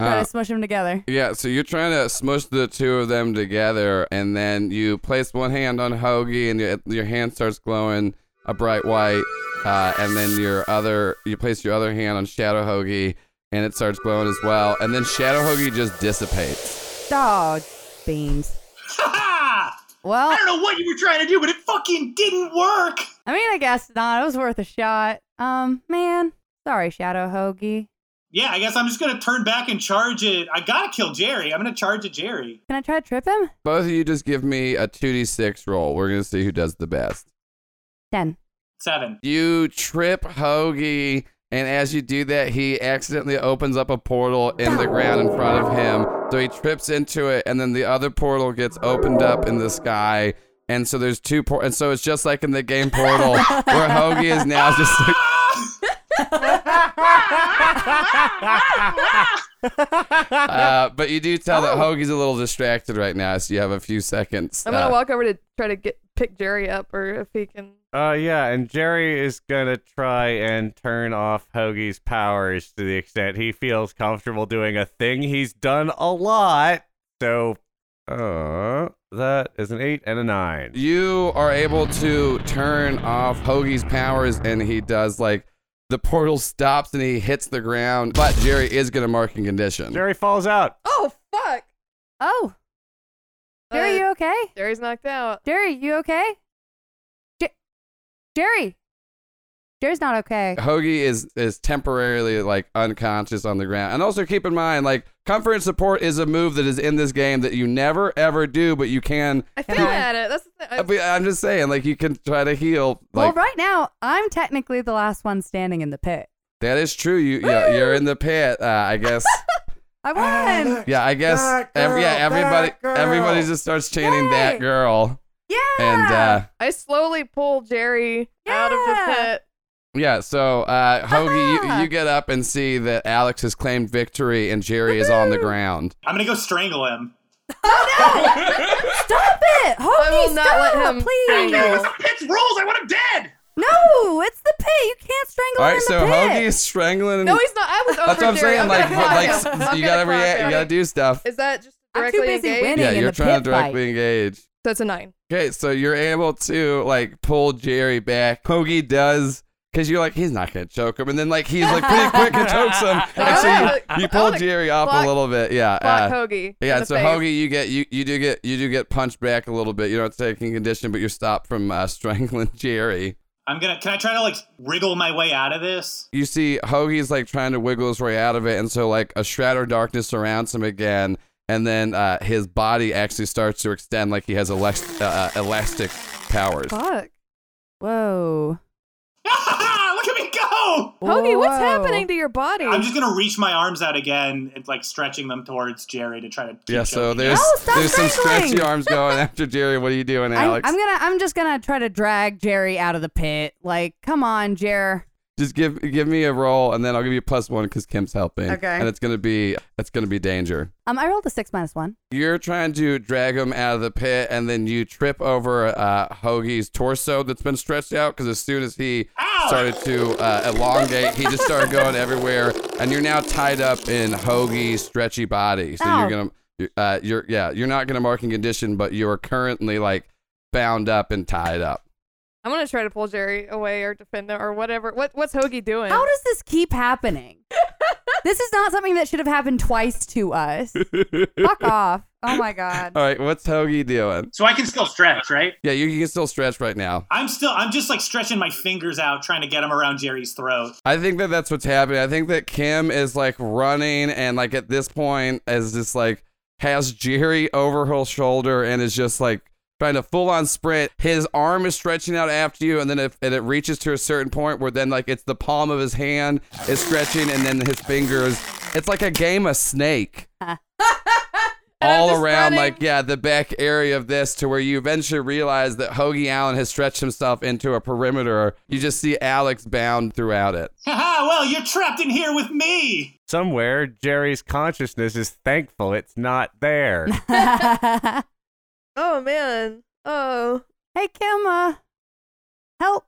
Speaker 7: try
Speaker 3: Uh,
Speaker 7: to smush them together.
Speaker 3: yeah, so you're trying to smush the two of them together, and then you place one hand on Hoagie, and your, your hand starts glowing a bright white, uh, and then your other you place your other hand on Shadow Hoagie, and it starts glowing as well, and then Shadow Hoagie just dissipates.
Speaker 7: Dog beans. Well,
Speaker 5: I don't know what you were trying to do, but it
Speaker 2: Fucking didn't work.
Speaker 7: I mean, I guess not. It was worth a shot. Um, man, sorry, Shadow Hoagie.
Speaker 2: Yeah, I guess I'm just gonna turn back and charge it. I gotta kill Jerry. I'm gonna charge at Jerry.
Speaker 7: Can I try to trip him?
Speaker 3: Both of you just give me a 2d6 roll. We're going to see who does the best.
Speaker 7: Ten.
Speaker 2: Seven.
Speaker 3: You trip Hoagie, and as you do that, he accidentally opens up a portal in the ground in front of him. So he trips into it, and then the other portal gets opened up in the sky. And so there's two por- and so it's just like in the game Portal, where Hoagie is now just like, uh, but you do tell that Hoagie's a little distracted right now, so you have a few seconds.
Speaker 6: I'm gonna
Speaker 3: uh,
Speaker 6: walk over to try to get pick Jerry up, or if he can.
Speaker 4: Uh, yeah, and Jerry is gonna try and turn off Hoagie's powers to the extent he feels comfortable doing a thing he's done a lot. So, uh, that is an eight and a nine.
Speaker 3: you are able to turn off Hoagie's powers, and he does like the portal stops and he hits the ground. But Jerry is gonna mark in condition.
Speaker 4: Jerry falls out.
Speaker 6: Oh fuck!
Speaker 7: Oh, Jerry,
Speaker 6: Uh,
Speaker 7: you okay?
Speaker 6: Jerry's knocked out.
Speaker 7: Jerry, you okay? Jer- Jerry. Jerry's not okay.
Speaker 3: Hoagie is is temporarily like unconscious on the ground. And also keep in mind, like comfort and support is a move that is in this game that you never ever do, but you can.
Speaker 6: I feel
Speaker 7: Come on.
Speaker 6: at it. That's the thing.
Speaker 1: Uh,
Speaker 6: I-
Speaker 3: but I'm just saying, like you can try to heal.
Speaker 7: well,
Speaker 3: Like
Speaker 7: right now I'm technically the last one standing in the pit.
Speaker 3: that is true. You yeah, you're in the pit. Uh, I
Speaker 1: *laughs*
Speaker 3: guess.
Speaker 7: I
Speaker 4: Uh,
Speaker 7: won.
Speaker 3: Yeah, I guess.
Speaker 1: That
Speaker 3: ev- yeah,
Speaker 1: girl,
Speaker 3: everybody
Speaker 1: that girl.
Speaker 3: everybody just starts chanting that
Speaker 7: Yay.
Speaker 3: girl,
Speaker 7: yeah.
Speaker 3: and uh,
Speaker 6: I slowly pull Jerry out of the
Speaker 7: Yeah.
Speaker 6: pit.
Speaker 3: yeah. So uh, Hoagie,
Speaker 7: Ah. *laughs*
Speaker 3: you, you get up and see that Alex has claimed victory, and Jerry is on the ground.
Speaker 2: I'm gonna go strangle him.
Speaker 7: Oh, stop it, Hoagie.
Speaker 6: I will not let
Speaker 7: stop,
Speaker 6: him
Speaker 7: Please.
Speaker 6: strangle.
Speaker 5: was the pit's rules. I want him dead.
Speaker 7: No, it's the pit. You can't strangle
Speaker 3: All
Speaker 7: him
Speaker 3: right,
Speaker 7: in
Speaker 3: so
Speaker 7: the pit.
Speaker 3: Hoagie is strangling.
Speaker 6: No, he's not. I was over
Speaker 3: That's what I'm
Speaker 6: Jerry.
Speaker 3: saying. Like,
Speaker 6: gonna clock *laughs*
Speaker 3: like
Speaker 6: him.
Speaker 3: s-
Speaker 6: I'm
Speaker 3: you
Speaker 6: gonna
Speaker 3: gotta
Speaker 6: clock
Speaker 3: react.
Speaker 6: him.
Speaker 3: You gotta do stuff.
Speaker 6: Is that just
Speaker 7: I'm too
Speaker 6: directly
Speaker 7: busy
Speaker 6: engaged?
Speaker 7: winning.
Speaker 3: Yeah,
Speaker 7: in
Speaker 3: you're
Speaker 7: the
Speaker 3: trying to
Speaker 7: pit fight.
Speaker 3: directly engage.
Speaker 6: That's a nine.
Speaker 3: Okay, so you're able to like pull Jerry back. Hoagie does. Cause you're like he's not gonna choke him, and then like he's like pretty quick and chokes
Speaker 7: *laughs*
Speaker 3: him, and so
Speaker 6: I
Speaker 7: Oh,
Speaker 3: you, you
Speaker 6: wanna
Speaker 3: pull Jerry up
Speaker 6: block-
Speaker 3: a little bit, yeah. uh,
Speaker 6: Clock Hoagie. in
Speaker 3: Yeah,
Speaker 6: the
Speaker 3: so
Speaker 6: face.
Speaker 3: Hoagie, you get you, you do get you do get punched back a little bit. You're not taking condition, but you're stopped from uh, *laughs* strangling Jerry.
Speaker 2: I'm gonna. Can I try to like wriggle my way out of this? *laughs*
Speaker 3: You see Hoagie's like trying to wiggle his way out of it, and so like a shadow of darkness surrounds him again, and then uh, his body actually starts to extend like he has elast- uh, uh, elastic powers.
Speaker 6: Fuck.
Speaker 7: Whoa.
Speaker 2: Look at me go!
Speaker 6: Hoagie, what's
Speaker 7: Whoa.
Speaker 6: happening to your body?
Speaker 2: I'm just gonna reach my arms out again and like stretching them towards Jerry to try to. keep
Speaker 3: Yeah, so
Speaker 2: choking
Speaker 3: there's
Speaker 7: No, Oh, stop
Speaker 3: there's some
Speaker 7: strangling!
Speaker 3: stretchy arms
Speaker 7: *laughs*
Speaker 3: going after Jerry. What are you doing,
Speaker 7: I'm,
Speaker 3: Alex?
Speaker 7: I'm gonna. I'm just gonna try to drag Jerry out of the pit. Like, come on, Jer.
Speaker 3: Just give give me a roll, and then I'll give you plus one because Kim's helping.
Speaker 7: Okay.
Speaker 3: and it's gonna be it's gonna be danger.
Speaker 7: Um, I rolled a six minus one.
Speaker 3: You're trying to drag him out of the pit, and then you trip over uh, Hoagie's torso that's been stretched out. Because as soon as he
Speaker 2: Ow!
Speaker 3: started to uh, elongate, he just started going everywhere, and you're now tied up in Hoagie's stretchy body. So you're
Speaker 7: Ow.
Speaker 3: gonna, you- uh, you're yeah, you're not gonna mark in condition, but you are currently like bound up and tied up.
Speaker 6: I'm gonna try to pull Jerry away or defend him or whatever. What What's Hoagie doing?
Speaker 7: How does this keep *laughs* happening? this is not something that should have happened twice to us. *laughs* Fuck off. Oh my god. *laughs*
Speaker 3: All right, what's Hoagie doing?
Speaker 5: So I can still stretch, right?
Speaker 3: Yeah, you, you can still stretch right now.
Speaker 2: I'm still. I'm just like stretching my fingers out, trying to get them around Jerry's throat. *laughs*
Speaker 3: I think that that's what's happening. I think that Kim is like running and like at this point is just like has Jerry over her shoulder and is just like trying to full on sprint. His arm is stretching out after you and then if and it reaches to a certain point where then like it's the palm of his hand is stretching and then his fingers. It's like a game of
Speaker 6: *laughs*
Speaker 3: snake.
Speaker 6: And I'm
Speaker 3: All
Speaker 6: just
Speaker 3: around,
Speaker 6: running.
Speaker 3: like, yeah, the back area of this to where you eventually realize that Hoagie Allen has stretched himself into a perimeter. You just see Alex bound throughout it.
Speaker 2: Haha, well, you're trapped in here with me.
Speaker 4: Somewhere, Jerry's consciousness is thankful it's not
Speaker 6: *laughs*
Speaker 4: there.
Speaker 7: hey
Speaker 6: Oh man. Oh,
Speaker 7: Kim, uh, help.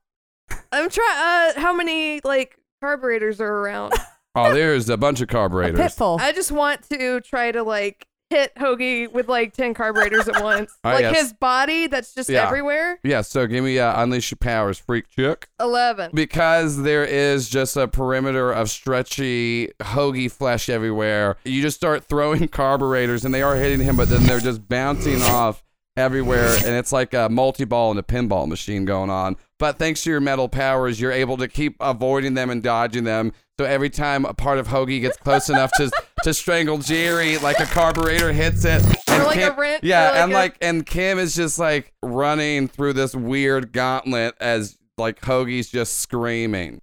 Speaker 6: I'm trying. Uh, how many like carburetors are
Speaker 3: *laughs*
Speaker 6: around?
Speaker 3: Oh, there's a bunch of
Speaker 7: A
Speaker 3: carburetors.
Speaker 7: pitfall.
Speaker 6: I just want to try to like hit Hoagie with like ten carburetors at once.
Speaker 3: *laughs* Oh,
Speaker 6: like
Speaker 3: yes.
Speaker 6: his body that's just
Speaker 3: Yeah.
Speaker 6: everywhere.
Speaker 3: Yeah, so give me uh, Unleash Your Powers, Freak Chick.
Speaker 6: Eleven.
Speaker 3: Because there is just a perimeter of stretchy, hoagie flesh *laughs* everywhere, you just start throwing carburetors and they are hitting him, but then they're just bouncing off everywhere, and it's like a multi-ball and a pinball machine going on. But thanks to your metal powers, you're able to keep avoiding them and dodging them. So every time a part of Hoagie gets close enough to to strangle Jerry, like a carburetor hits it, and
Speaker 6: like a
Speaker 3: Kim-
Speaker 6: wrench,
Speaker 3: yeah,
Speaker 6: or like
Speaker 3: and
Speaker 6: a-
Speaker 3: like and Kim is just like running through this weird gauntlet as like Hoagie's just screaming.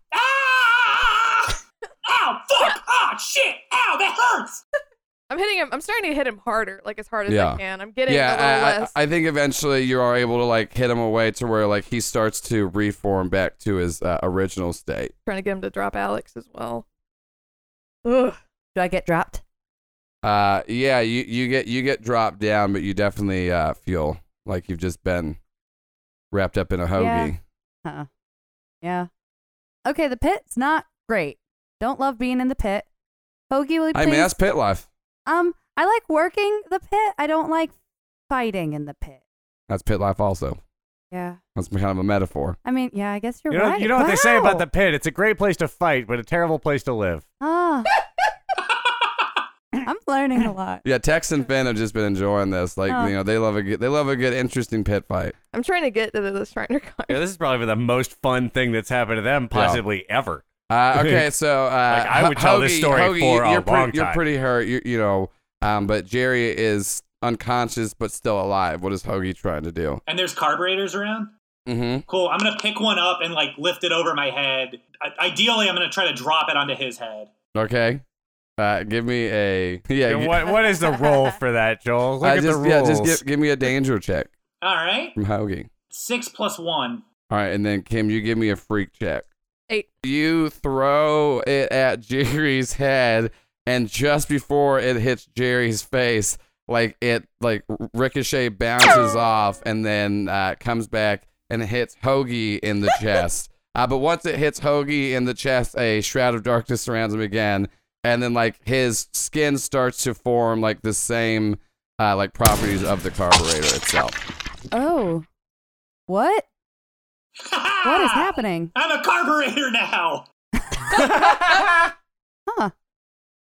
Speaker 5: Ah! Ow, fuck! Ah, shit! Ow, that hurts!
Speaker 6: I'm hitting him. I'm starting to hit him harder, like as hard as
Speaker 3: Yeah.
Speaker 6: I can. I'm getting a little
Speaker 3: yeah,
Speaker 6: less.
Speaker 3: I, I, I think eventually you are able to like hit him away to where like he starts to reform back to his uh, original state.
Speaker 6: trying to get him to drop Alex as well. Ugh.
Speaker 7: Do I get dropped?
Speaker 3: Uh, yeah, you, you get you get dropped down, but you definitely uh, feel like you've just been wrapped up in a hoagie.
Speaker 7: Huh. Uh-uh. Yeah. Okay, the pit's not great. Don't love being in the pit. Hoagie, will you
Speaker 3: I
Speaker 7: please?
Speaker 3: mean, that's pit life.
Speaker 7: um, I like working the pit. I don't like fighting in the pit.
Speaker 3: That's pit life also.
Speaker 7: Yeah.
Speaker 3: That's kind of a metaphor.
Speaker 7: I mean, yeah, I guess you're
Speaker 4: You know,
Speaker 7: right.
Speaker 4: you know what they say
Speaker 7: Wow.
Speaker 4: about the pit? It's a great place to fight, but a terrible place to live.
Speaker 7: *laughs* Ah.
Speaker 4: *laughs*
Speaker 7: I'm learning a lot.
Speaker 3: Yeah, Tex and Finn have just been enjoying this. Like,
Speaker 7: Oh.
Speaker 3: you know, they love a good, they love a good, interesting pit fight.
Speaker 6: I'm trying to get to the, the Shriner car. *laughs*
Speaker 4: Yeah, this is probably the most fun thing that's happened to them possibly ever. *laughs*
Speaker 3: Uh, okay, so uh,
Speaker 4: Like, I would
Speaker 3: Ho-
Speaker 4: tell this story for a
Speaker 3: you're
Speaker 4: long
Speaker 3: pretty, You're
Speaker 4: time.
Speaker 3: pretty hurt, you, you know, um, but Jerry is unconscious but still alive. What is Hoagie trying to do?
Speaker 2: And there's carburetors around.
Speaker 3: Mm-hmm.
Speaker 2: Cool. I'm gonna pick one up and like lift it over my head. I- ideally, I'm gonna try to drop it onto his head.
Speaker 3: Okay, uh, give me a *laughs* yeah.
Speaker 4: And
Speaker 3: gi-
Speaker 4: what what is the
Speaker 6: *laughs*
Speaker 4: role for that, Joel? Look
Speaker 3: I
Speaker 4: at
Speaker 3: just,
Speaker 4: the rules.
Speaker 3: yeah, just give, give me a danger check
Speaker 2: All right,
Speaker 3: from Hoagie.
Speaker 2: six plus one. *laughs*
Speaker 3: All right, and then Kim, you give me a freak check.
Speaker 6: Eight.
Speaker 3: You throw it at *laughs* Jerry's head, and just before it hits Jerry's face, like it like ricochet bounces off, and then uh, comes back and hits Hoagie in the chest. Uh, but once it hits Hoagie in the chest, a shroud of darkness surrounds him again, and then like his skin starts to form like the same uh, like properties of the carburetor itself.
Speaker 7: Oh. What? What
Speaker 6: Ah.
Speaker 7: is happening?
Speaker 2: I'm a carburetor *laughs* now.
Speaker 7: Huh.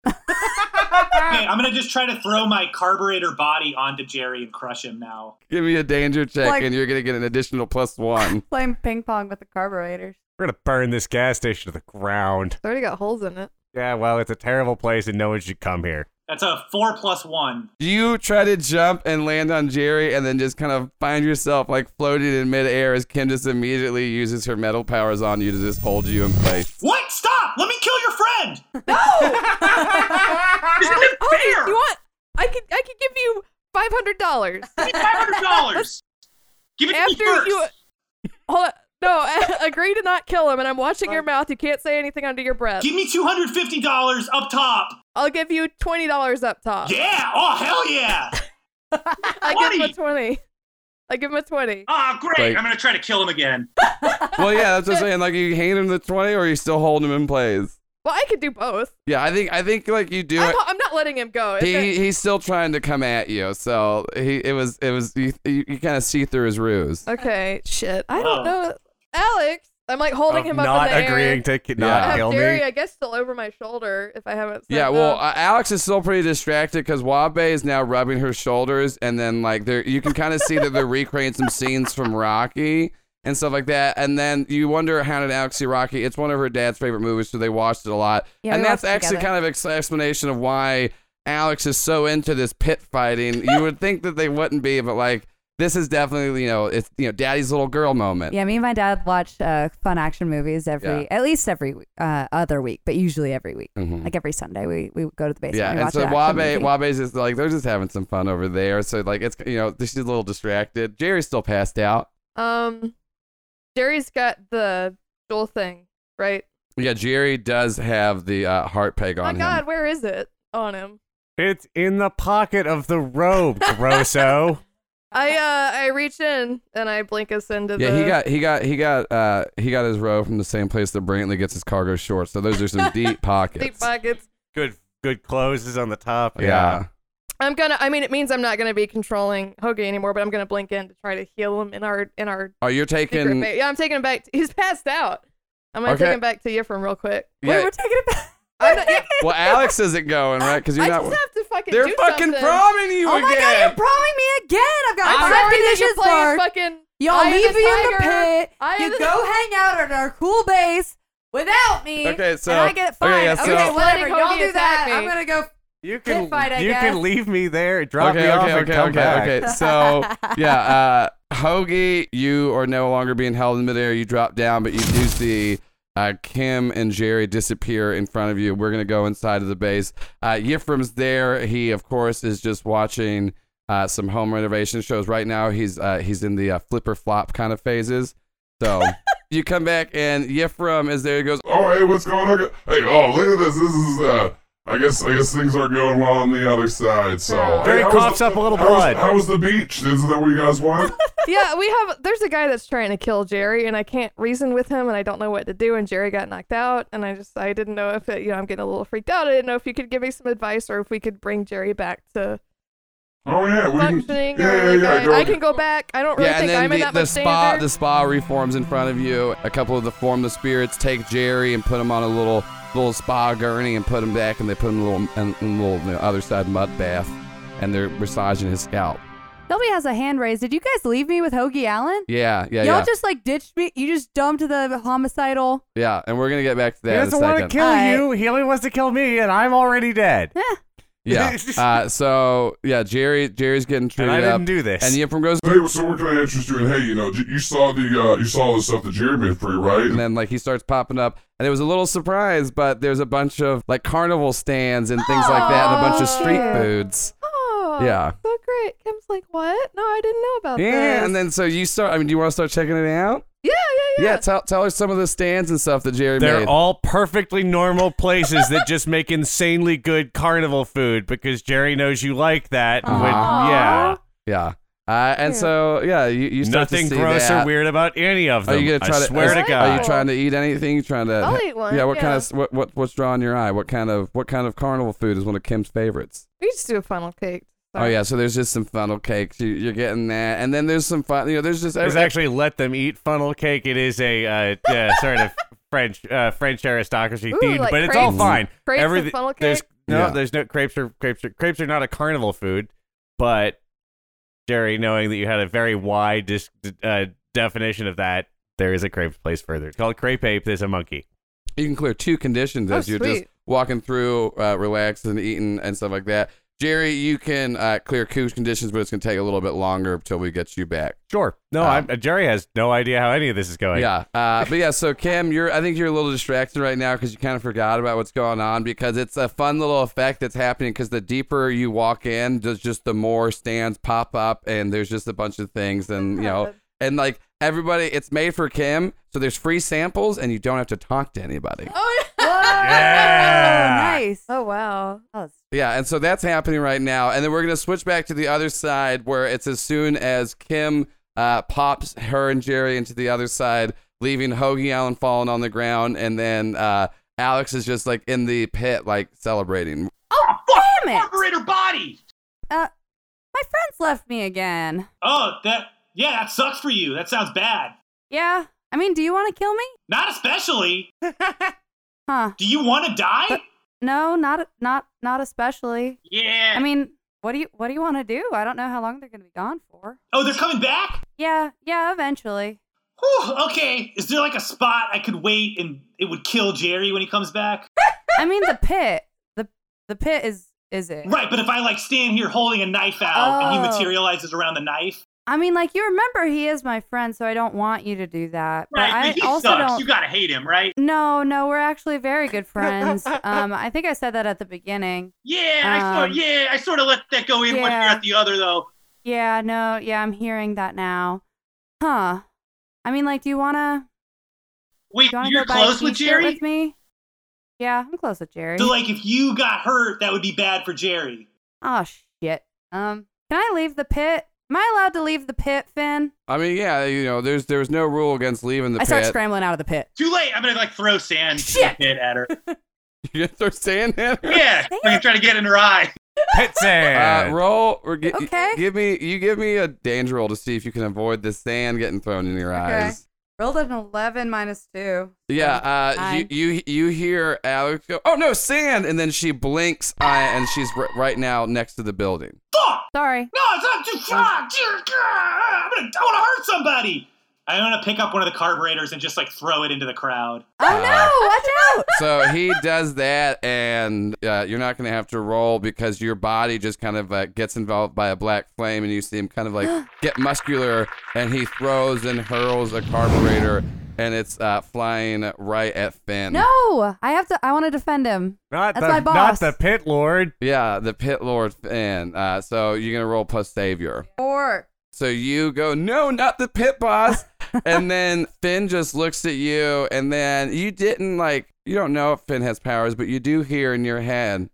Speaker 2: Okay, I'm gonna just try to throw my carburetor body onto Jerry and crush him now.
Speaker 3: Give me a danger check,
Speaker 7: Like-
Speaker 3: and you're gonna get an additional plus one.
Speaker 7: Playing ping pong with the carburetors.
Speaker 4: We're gonna burn this gas station to the ground.
Speaker 6: It's already got holes in it.
Speaker 4: Yeah, well, it's a terrible place, and no one should come here.
Speaker 2: That's a four plus one.
Speaker 3: you try to jump and land on Jerry, and then just kind of find yourself like floating in midair as Kim just immediately uses her metal powers on you to just hold you in place.
Speaker 2: What? Stop! Let me kill your friend.
Speaker 5: This isn't fair!
Speaker 6: Oh, You want? I could I could give you five hundred dollars
Speaker 5: Give me $500! Give it to me
Speaker 6: after
Speaker 5: first!
Speaker 6: you. Hold on. No, *laughs* agree to not kill him, and I'm watching your mouth. You can't say anything under your breath.
Speaker 2: Give me two hundred fifty dollars up top.
Speaker 6: I'll give you twenty dollars up top.
Speaker 2: Yeah! Oh hell yeah!
Speaker 6: I give him
Speaker 5: 20.
Speaker 6: a twenty. I give him a twenty.
Speaker 5: Ah, great!
Speaker 3: Like-
Speaker 5: I'm gonna try to kill him again.
Speaker 3: well, yeah, that's what I'm saying. Like, you hand him the twenty, or you still hold him in place.
Speaker 6: Well, I could do both.
Speaker 3: Yeah, I think I think like you do
Speaker 6: I'm,
Speaker 3: it.
Speaker 6: I'm not letting him go. If it-
Speaker 3: He, he's still trying to come at you, so he it was it was you, you, you kind of see through his ruse.
Speaker 6: Okay, shit. I
Speaker 2: Oh.
Speaker 6: don't know. Alex, I'm like holding
Speaker 4: Of
Speaker 6: him up
Speaker 4: not
Speaker 6: in the air.
Speaker 4: agreeing to ki-
Speaker 3: Yeah.
Speaker 6: I
Speaker 4: not
Speaker 6: have
Speaker 4: kill
Speaker 6: Jerry,
Speaker 4: me.
Speaker 6: I guess, still over my shoulder if I haven't. said
Speaker 3: Yeah, well,
Speaker 6: no.
Speaker 3: uh, Alex is still pretty distracted because Wabe is now rubbing her shoulders, and then like there, you can kind of see that they're recreating some scenes from Rocky and stuff like that. And then you wonder how did Alex see Rocky? It's one of her dad's favorite movies, so they watched it a lot.
Speaker 7: Yeah,
Speaker 3: and
Speaker 7: we
Speaker 3: that's
Speaker 7: watched it
Speaker 3: actually
Speaker 7: together.
Speaker 3: kind of ex- explanation of why Alex is so into this pit fighting. you would think that they wouldn't be, but like this is definitely you know it's you know daddy's little girl moment.
Speaker 7: Yeah, me and my dad watch uh, fun action movies every,
Speaker 3: Yeah.
Speaker 7: at least every w- uh, other week, but usually every week.
Speaker 3: Mhm.
Speaker 7: Like every Sunday, we, we go to the basement.
Speaker 3: Yeah,
Speaker 7: and,
Speaker 3: and
Speaker 7: watch
Speaker 3: so
Speaker 7: an action
Speaker 3: Wabe,
Speaker 7: movie.
Speaker 3: Wabe's just like they're just having some fun over there. So like it's you know she's a little distracted. Jerry's still passed out.
Speaker 6: um, Jerry's got the dual thing, right?
Speaker 3: Yeah, Jerry does have the uh, heart peg
Speaker 6: My
Speaker 3: on
Speaker 6: God,
Speaker 3: him.
Speaker 6: where is it on him?
Speaker 4: It's in the pocket of the
Speaker 6: *laughs*
Speaker 4: robe, Grosso.
Speaker 6: I uh, I reach in and I blink us into
Speaker 3: Yeah,
Speaker 6: the.
Speaker 3: he got he got he got uh he got his robe from the same place that Brantley gets his cargo shorts. So those are some deep pockets.
Speaker 6: *laughs* deep pockets.
Speaker 4: good, good clothes is on the top.
Speaker 3: Yeah.
Speaker 6: I'm gonna. I mean, it means I'm not gonna be controlling Hoagie anymore, but I'm gonna blink in to try to heal him in our in our
Speaker 3: Oh, you're
Speaker 6: secret.
Speaker 3: taking.
Speaker 6: ba- yeah, I'm taking him back. he's passed out. I'm gonna
Speaker 3: Okay.
Speaker 6: take him back to Ephraim real quick.
Speaker 7: Wait,
Speaker 3: Yeah, *laughs*
Speaker 7: we're taking it back.
Speaker 6: I'm not- yeah,
Speaker 3: Well, Alex isn't going, right? Because you're
Speaker 6: I
Speaker 3: not.
Speaker 6: just have to fucking
Speaker 3: They're
Speaker 6: do
Speaker 3: fucking
Speaker 6: something.
Speaker 3: promming you
Speaker 7: Oh my god, you're
Speaker 3: again.
Speaker 7: probing me again. I've got
Speaker 6: I'm
Speaker 7: I'm
Speaker 6: sorry that
Speaker 7: dishes
Speaker 6: you're playing
Speaker 7: hard.
Speaker 6: fucking
Speaker 7: Y'all
Speaker 6: Eye of the
Speaker 7: leave me in the
Speaker 6: Tiger,
Speaker 7: pit.
Speaker 6: Eye of
Speaker 7: You
Speaker 6: the-
Speaker 7: go hang out at our cool base without me.
Speaker 3: Okay, so-
Speaker 7: and I get
Speaker 3: okay,
Speaker 7: fine.
Speaker 3: yeah, so-
Speaker 6: Let
Speaker 7: whatever.
Speaker 6: Cody
Speaker 7: Y'all do
Speaker 6: attack
Speaker 7: that.
Speaker 6: me.
Speaker 7: I'm gonna go.
Speaker 4: You can
Speaker 7: fight, I
Speaker 4: you
Speaker 7: guess.
Speaker 4: can leave me there, drop me off, and come
Speaker 3: okay,
Speaker 4: back.
Speaker 3: okay.
Speaker 4: *laughs*
Speaker 3: So yeah, uh, Hoagie, you are no longer being held in midair. You drop down, but you do see uh, Kim and Jerry disappear in front of you. We're gonna go inside of the base. Uh, Yifrim's there. He, of course, is just watching uh, some home renovation shows right now. He's uh, he's in the uh, flipper flop kind of phases.
Speaker 4: *laughs*
Speaker 3: So you come back and Yifrim is there. He goes,
Speaker 8: Oh, hey, what's going on? Hey, oh, look at this. This is, uh, I guess, I guess things aren't going well on the other side. So,
Speaker 4: Barry
Speaker 8: hey, how was
Speaker 4: coughs
Speaker 8: the-
Speaker 4: up a little
Speaker 8: how was-
Speaker 4: blood.
Speaker 8: How was the beach? Is that what you guys
Speaker 6: *laughs*
Speaker 8: want?
Speaker 6: yeah, we have. There's a guy that's trying to kill Jerry, and I can't reason with him, and I don't know what to do. And Jerry got knocked out, and I just I didn't know if it. You know, I'm getting a little freaked out. I didn't know if you could give me some advice or if we could bring Jerry back to
Speaker 8: oh yeah, we can.
Speaker 6: functioning.
Speaker 8: yeah,
Speaker 6: or
Speaker 8: yeah, yeah.
Speaker 6: anything.
Speaker 8: go-
Speaker 6: I can go back. I don't really
Speaker 3: yeah, and
Speaker 6: think
Speaker 3: then
Speaker 6: I'm in
Speaker 3: the,
Speaker 6: that
Speaker 3: the
Speaker 6: much
Speaker 3: spa
Speaker 6: danger.
Speaker 3: the spa reforms in front of you. A couple of the formless spirits take Jerry and put him on a little little spa gurney and put him back, and they put him in a little in, in a little you know, other side mud bath, and they're massaging his scalp.
Speaker 7: Nobody has a hand raised. Did you guys leave me with Hoagie Allen?
Speaker 3: Yeah, yeah,
Speaker 7: Y'all
Speaker 3: yeah,
Speaker 7: just like ditched me. You just dumped the homicidal.
Speaker 3: yeah. And we're gonna get back to that
Speaker 4: he
Speaker 3: in a
Speaker 4: doesn't want to
Speaker 3: second.
Speaker 4: kill
Speaker 7: Alright.
Speaker 4: you. He only wants to kill me, and I'm already dead.
Speaker 7: Eh. *laughs*
Speaker 3: yeah. Uh, so yeah, Jerry Jerry's getting
Speaker 4: and I
Speaker 3: treated up,
Speaker 4: didn't do this.
Speaker 3: and the infirm goes,
Speaker 8: Hey, so where can I interest you? And hey, you know, j- you saw the, uh, you saw the stuff that Jerry made for you, right?
Speaker 3: and then like he starts popping up, and it was a little surprise, but there's a bunch of like carnival stands and things like that, and a bunch of street
Speaker 6: Aw.
Speaker 3: foods.
Speaker 6: Oh,
Speaker 3: Yeah.
Speaker 6: So great. Kim's like, what? No, I didn't know about
Speaker 3: Yeah,
Speaker 6: this.
Speaker 3: and then so you start. I mean, do you want to start checking it out?
Speaker 6: yeah, yeah,
Speaker 3: Yeah,
Speaker 6: yeah.
Speaker 3: tell, tell her some of the stands and stuff that Jerry
Speaker 4: They're
Speaker 3: made.
Speaker 4: all perfectly normal places that just make insanely good carnival food because Jerry knows you like that. and When,
Speaker 3: Aw.
Speaker 4: yeah,
Speaker 3: yeah. Uh, and so yeah, you, you start
Speaker 4: nothing
Speaker 3: to see
Speaker 4: gross
Speaker 3: that.
Speaker 4: or weird about any of
Speaker 3: Are
Speaker 4: them.
Speaker 3: you gonna try
Speaker 4: I
Speaker 3: to
Speaker 4: swear
Speaker 3: is-
Speaker 4: to God.
Speaker 3: Are you trying to eat anything? You trying to?
Speaker 6: I'll eat one,
Speaker 3: *laughs* Yeah. What kind
Speaker 6: Oh, yeah.
Speaker 3: of what, what what's drawing your eye? What kind of what kind of carnival food is one of Kim's favorites?
Speaker 6: We just do a funnel cake.
Speaker 3: Oh yeah. So there's just some funnel cakes. You, you're getting that, and then there's some fun. You know, there's just
Speaker 4: It's actually let them eat funnel cake. It is a uh, uh, sort of French uh, French aristocracy
Speaker 6: Ooh,
Speaker 4: themed,
Speaker 6: like
Speaker 4: but it's all
Speaker 6: crepes?
Speaker 4: fine.
Speaker 6: Crepes and
Speaker 4: Everythi-
Speaker 6: funnel
Speaker 4: There's
Speaker 6: cake?
Speaker 4: no,
Speaker 3: Yeah.
Speaker 4: there's no crepes are crepes are crepes are not a carnival food, but Jerry, knowing that you had a very wide dis- uh, definition of that, there is a crepe place further. It's called Crepe Ape. There's a monkey.
Speaker 3: you can clear two conditions
Speaker 6: Oh,
Speaker 3: as you're just
Speaker 6: sweet.
Speaker 3: walking through, uh, relaxing and eating and stuff like that. Jerry, you can uh, clear two conditions, but it's gonna take a little bit longer until we get you back.
Speaker 4: Sure. No,
Speaker 3: Um,
Speaker 4: I'm, uh, Jerry has no idea how any of this is going.
Speaker 3: Yeah, uh, but yeah. So Cam, you're I think you're a little distracted right now because you kind of forgot about what's going on because it's a fun little effect that's happening because the deeper you walk in, there's just the more stands pop up and there's just a bunch of things and you know and like everybody, it's made for Kim, so there's free samples and you don't have to talk to anybody.
Speaker 6: Oh, yeah.
Speaker 4: Yeah.
Speaker 7: Oh, nice.
Speaker 6: oh wow.
Speaker 7: That was
Speaker 3: Yeah, and so that's happening right now. And then we're going to switch back to the other side where it's as soon as Kim uh, pops her and Jerry into the other side, leaving Hoagie Allen falling on the ground. And then uh, Alex is just like in the pit, like celebrating.
Speaker 5: Oh, fuck,
Speaker 7: Damn it.
Speaker 5: Operator body.
Speaker 7: My friends left me again.
Speaker 2: Oh, that yeah, that sucks for you. That sounds bad.
Speaker 7: Yeah. I mean, do you want to kill me?
Speaker 2: Not especially.
Speaker 7: Huh.
Speaker 2: Do you want to die?
Speaker 7: No, not not not especially.
Speaker 5: Yeah.
Speaker 7: I mean, what do you what do you want to do? I don't know how long they're going to be gone for.
Speaker 2: Oh, they're coming back.
Speaker 7: Yeah, yeah, eventually.
Speaker 2: Whew, okay, is there like a spot I could wait and it would kill Jerry when he comes back?
Speaker 7: I mean, the pit. The the pit is is it?
Speaker 2: Right, but if I like stand here holding a knife out and he
Speaker 7: Oh.
Speaker 2: materializes around the knife,
Speaker 7: I mean, like you remember, he is my friend, so I don't want you to do that. But
Speaker 5: right,
Speaker 7: I
Speaker 5: but he
Speaker 7: also
Speaker 5: sucks.
Speaker 7: don't.
Speaker 5: You gotta hate him, right?
Speaker 7: no, no, we're actually very
Speaker 5: *laughs*
Speaker 7: good friends. um, I think I said that at the beginning.
Speaker 5: Yeah, I
Speaker 7: Um,
Speaker 5: sort yeah, I sort of let that go in one ear
Speaker 7: yeah.
Speaker 5: at the other though.
Speaker 7: Yeah, no, yeah, I'm hearing that now. Huh? I mean, like, do you wanna?
Speaker 5: Wait,
Speaker 7: Do you wanna
Speaker 5: you're
Speaker 7: go buy a
Speaker 5: close with
Speaker 7: t-shirt
Speaker 5: Jerry?
Speaker 7: With me? Yeah, I'm close with Jerry.
Speaker 2: so like if you got hurt, that would be bad for Jerry.
Speaker 7: Oh shit. Um, can I leave the pit? Am I allowed to leave the pit, Finn?
Speaker 3: I mean, yeah, you know, there's there's no rule against leaving the
Speaker 7: I
Speaker 3: pit.
Speaker 7: start scrambling out of the pit.
Speaker 5: Too late. I'm gonna like throw
Speaker 7: *laughs*
Speaker 5: sand
Speaker 7: Shit.
Speaker 5: in the pit at her.
Speaker 3: *laughs* you start saying that?
Speaker 5: Yeah, I'm gonna try to get in her eye.
Speaker 4: Pit
Speaker 3: Uh,
Speaker 4: sand.
Speaker 3: roll or gi-
Speaker 7: Okay.
Speaker 3: give me you give me a danger roll to see if you can avoid the sand getting thrown in your
Speaker 7: Okay.
Speaker 3: eyes.
Speaker 7: Rolled an 11 minus 2.
Speaker 3: Yeah, uh, you,
Speaker 7: Nine.
Speaker 3: you you hear Alex go, "Oh no, sand!" and then she blinks, uh, and she's r- right now next to the building.
Speaker 7: Sorry.
Speaker 2: No, it's not too far. Dear God, I'm gonna, I want to hurt somebody. I'm gonna pick up one of the carburetors and just like throw it into the crowd.
Speaker 7: Oh no, watch out!
Speaker 3: So he does that, and uh, you're not gonna have to roll because your body just kind of uh, gets involved by a black flame, and you see him kind of like get muscular, and he throws and hurls a carburetor, and it's uh, flying right at Finn.
Speaker 7: No, I have to. I want to defend him.
Speaker 4: Not
Speaker 7: That's
Speaker 4: the
Speaker 7: my boss.
Speaker 4: not the pit lord.
Speaker 3: Yeah, the pit lord Finn. Uh, so you're gonna roll plus savior.
Speaker 7: Or
Speaker 3: So you go, no, not the pit
Speaker 7: *laughs*
Speaker 3: boss. and then Finn just looks at you, and then you didn't like, you don't know if Finn has powers, but you do hear in your head,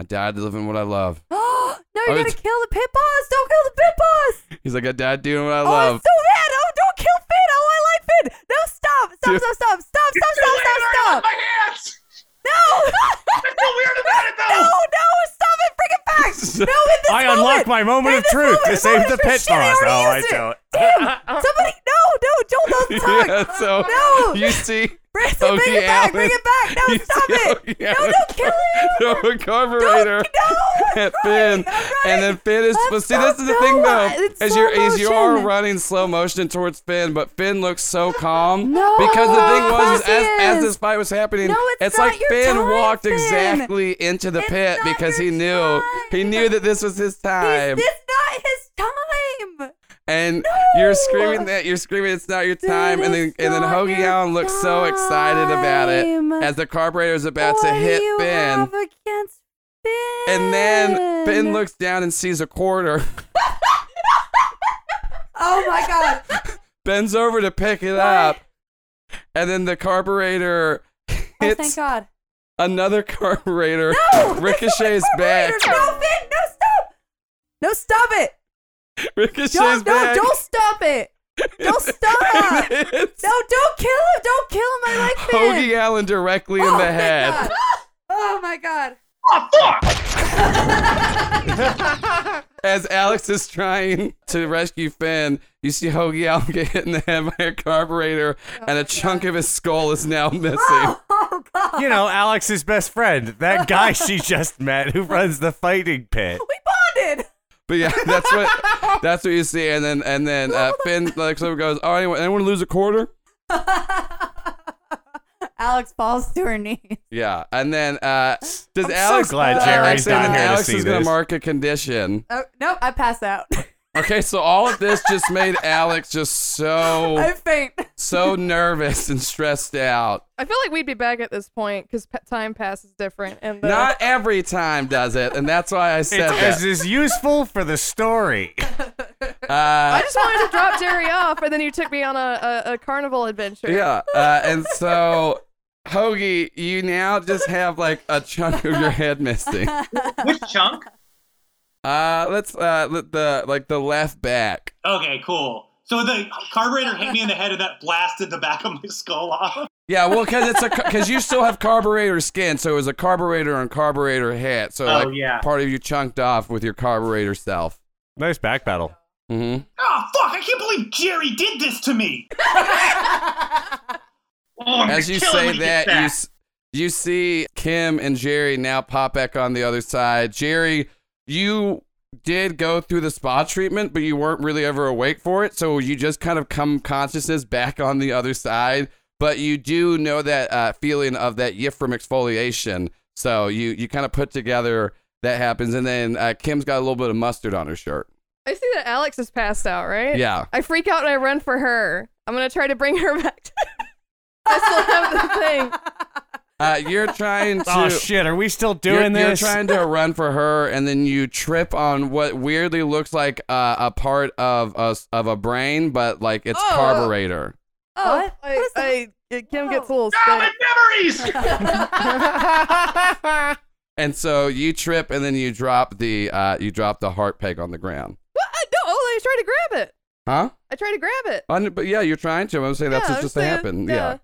Speaker 3: I died living what I love.
Speaker 7: *gasps* no, you're gonna
Speaker 3: Oh, it's-
Speaker 7: kill the pit boss. Don't kill the pit boss.
Speaker 3: He's like, I died doing what I
Speaker 7: Oh, I'm so
Speaker 3: love.
Speaker 7: mad. Oh, don't kill Finn. Oh, I like Finn. No, stop, stop, stop, stop, stop, stop,
Speaker 5: Still
Speaker 7: stop,
Speaker 5: weird
Speaker 7: stop,
Speaker 5: about it,
Speaker 7: stop.
Speaker 5: My hands. *laughs*
Speaker 7: No,
Speaker 5: I'm still weird about it
Speaker 7: no,
Speaker 5: though.
Speaker 7: no, stop it. Bring it
Speaker 3: *laughs*
Speaker 7: back. No, in this
Speaker 4: I
Speaker 7: moment.
Speaker 4: unlocked my moment
Speaker 7: In
Speaker 4: of
Speaker 7: this
Speaker 4: truth
Speaker 7: moment,
Speaker 4: to save
Speaker 7: moment
Speaker 4: the
Speaker 7: of truth.
Speaker 4: pit boss.
Speaker 7: Shit, I already
Speaker 4: oh, I
Speaker 7: used it.
Speaker 4: don't.
Speaker 3: *laughs*
Speaker 7: Damn! Somebody, no, no, Joel, don't talk.
Speaker 3: yeah, so
Speaker 7: no,
Speaker 3: you see.
Speaker 7: bring, it-
Speaker 3: Ogie
Speaker 7: bring it back,
Speaker 3: Allen.
Speaker 7: bring it back.
Speaker 3: *laughs*
Speaker 7: No,
Speaker 3: you
Speaker 7: stop
Speaker 3: see
Speaker 7: it.
Speaker 3: Ogie
Speaker 7: No,
Speaker 3: Allen
Speaker 7: don't kill him.
Speaker 3: *laughs*
Speaker 7: *laughs*
Speaker 3: throw a carburetor
Speaker 7: No, *laughs*
Speaker 3: at
Speaker 7: I'm
Speaker 3: *laughs* Finn,
Speaker 7: running, I'm
Speaker 3: and then
Speaker 7: running.
Speaker 3: Finn is.
Speaker 7: I'm
Speaker 3: But see, this is the
Speaker 7: so-
Speaker 3: thing
Speaker 7: no,
Speaker 3: though,
Speaker 7: it's
Speaker 3: as
Speaker 7: slow
Speaker 3: you're as you are
Speaker 7: motion.
Speaker 3: running slow motion towards Finn, but Finn looks so calm
Speaker 7: No,
Speaker 3: because the thing
Speaker 7: of
Speaker 3: was is
Speaker 7: course
Speaker 3: as,
Speaker 7: he
Speaker 3: as
Speaker 7: is.
Speaker 3: this fight was happening,
Speaker 7: No, it's
Speaker 3: like
Speaker 7: not your
Speaker 3: Finn
Speaker 7: time,
Speaker 3: walked
Speaker 7: Finn.
Speaker 3: exactly into the
Speaker 7: It's
Speaker 3: pit
Speaker 7: not
Speaker 3: because he
Speaker 7: your
Speaker 3: knew he
Speaker 7: time.
Speaker 3: knew that this was his time,
Speaker 7: He's, it's not his time.
Speaker 3: and
Speaker 7: No.
Speaker 3: you're screaming that you're screaming it's not your time, and then
Speaker 7: it's
Speaker 3: and then
Speaker 7: not
Speaker 3: Hoagie
Speaker 7: your
Speaker 3: Allen looks so excited about
Speaker 7: time.
Speaker 3: it as the carburetor's about
Speaker 7: what
Speaker 3: to hit
Speaker 7: do you
Speaker 3: Finn.
Speaker 7: Have against Finn?
Speaker 3: And then Finn looks down and sees a quarter,
Speaker 7: Oh my
Speaker 3: *laughs*
Speaker 7: god!
Speaker 3: bends over to pick it up, and then the carburetor
Speaker 7: Oh,
Speaker 3: hits
Speaker 7: thank God.
Speaker 3: another carburetor, *laughs*
Speaker 7: No,
Speaker 3: ricochets back,
Speaker 7: Carburetor, No, Finn, no, stop! No, stop it!
Speaker 3: ricochets
Speaker 7: Don't, no,
Speaker 3: back.
Speaker 7: don't stop it!
Speaker 3: *laughs*
Speaker 7: Don't stop!
Speaker 3: and hits
Speaker 7: No, don't kill him! Don't kill him! I like Finn.
Speaker 3: Hoagie Allen directly in
Speaker 7: oh,
Speaker 3: the
Speaker 7: thank
Speaker 3: head. *laughs*
Speaker 7: God. Oh my God!
Speaker 5: Oh fuck!
Speaker 3: As Alex is trying to rescue Finn, you see Hoagie Allen get hit in the head by a carburetor, and a chunk of his skull is
Speaker 7: *laughs*
Speaker 3: now missing.
Speaker 7: Oh, oh God!
Speaker 4: *laughs* You know, Alex's best friend, that
Speaker 7: *laughs*
Speaker 4: guy she just met who runs the fighting pit.
Speaker 7: We bonded.
Speaker 3: But yeah, that's
Speaker 7: *laughs*
Speaker 3: what that's what you see, and then and then uh, Finn looks over and goes, "Oh, anyone, anyone lose a quarter?"
Speaker 7: *laughs* Alex falls to her knees.
Speaker 3: Yeah, and then uh, does
Speaker 4: *gasps* I'm
Speaker 3: Alex?
Speaker 4: so glad
Speaker 7: uh,
Speaker 3: Alex,
Speaker 4: Jerry's not
Speaker 3: is-
Speaker 4: here
Speaker 3: Alex
Speaker 4: to see
Speaker 3: is gonna
Speaker 4: this.
Speaker 3: mark a condition.
Speaker 7: Oh nope! I pass out.
Speaker 4: Oh.
Speaker 3: Okay, so all of this just
Speaker 4: *laughs*
Speaker 3: made Alex just so
Speaker 7: *laughs* I faint.
Speaker 3: so nervous and stressed out.
Speaker 6: I feel like we'd be back at this point because time passes different, and the,
Speaker 3: Not every time does it, and that's why I said
Speaker 4: it's,
Speaker 3: that.
Speaker 4: it's useful for the story.
Speaker 6: I
Speaker 3: Uh,
Speaker 6: just wanted to drop Jerry off, and then you took me on a, a, a carnival adventure.
Speaker 3: yeah, uh, and so. Hoagie, you now just have like a chunk of your head
Speaker 4: *laughs*
Speaker 3: missing.
Speaker 5: Which chunk?
Speaker 3: Uh, let's uh, let the like the left back.
Speaker 2: *laughs* Okay, cool. So the carburetor hit me in the head, and that blasted the back of my skull off.
Speaker 3: Yeah, well, because it's a because you still have carburetor skin, so it was a carburetor and carburetor hit. So
Speaker 2: Oh,
Speaker 3: like
Speaker 2: yeah.
Speaker 5: *laughs*
Speaker 3: part of you chunked off with your carburetor self.
Speaker 4: Nice back battle.
Speaker 3: hmm
Speaker 2: Oh fuck! I can't believe Jerry did this
Speaker 5: *laughs*
Speaker 2: to me.
Speaker 5: Oh, I'm
Speaker 3: As you
Speaker 5: gonna kill him when he
Speaker 3: say that,
Speaker 5: gets
Speaker 3: you
Speaker 5: back.
Speaker 3: s- you see Kim and Jerry now pop back on the other side. Jerry, you did go through the spa treatment, but you weren't really ever awake for it, so you just kind of come consciousness back on the other side. But you do know that uh, feeling of that yiff from exfoliation, so you you kind of put together that happens, and then uh, Kim's got a little bit of mustard on her shirt.
Speaker 6: I see that Alex is passed out, right?
Speaker 3: Yeah.
Speaker 6: I freak out and I run for her. I'm gonna try to bring her back. To- *laughs* I still have the thing.
Speaker 3: Uh, you're trying to.
Speaker 4: Oh shit, are we still doing
Speaker 3: you're,
Speaker 4: this?
Speaker 3: You're trying to run for her, and then you trip on what weirdly looks like uh, a part of a of a brain, but like it's
Speaker 6: Oh.
Speaker 3: carburetor.
Speaker 6: Oh,
Speaker 7: What?
Speaker 6: I,
Speaker 7: What is that?
Speaker 6: I, it- Kim
Speaker 7: No.
Speaker 6: gets a little
Speaker 5: Damn
Speaker 6: sick.
Speaker 5: it,
Speaker 3: *laughs*
Speaker 5: memories.
Speaker 3: And so you trip, and then you drop the uh, you drop the heart peg on the ground.
Speaker 6: What? I- No, oh, I tried to grab it.
Speaker 3: Huh?
Speaker 6: I tried to grab it.
Speaker 3: On- but yeah, you're trying to. I'm saying that's
Speaker 6: Yeah,
Speaker 3: what's
Speaker 6: I'm
Speaker 3: just
Speaker 6: saying,
Speaker 3: happened. Yeah.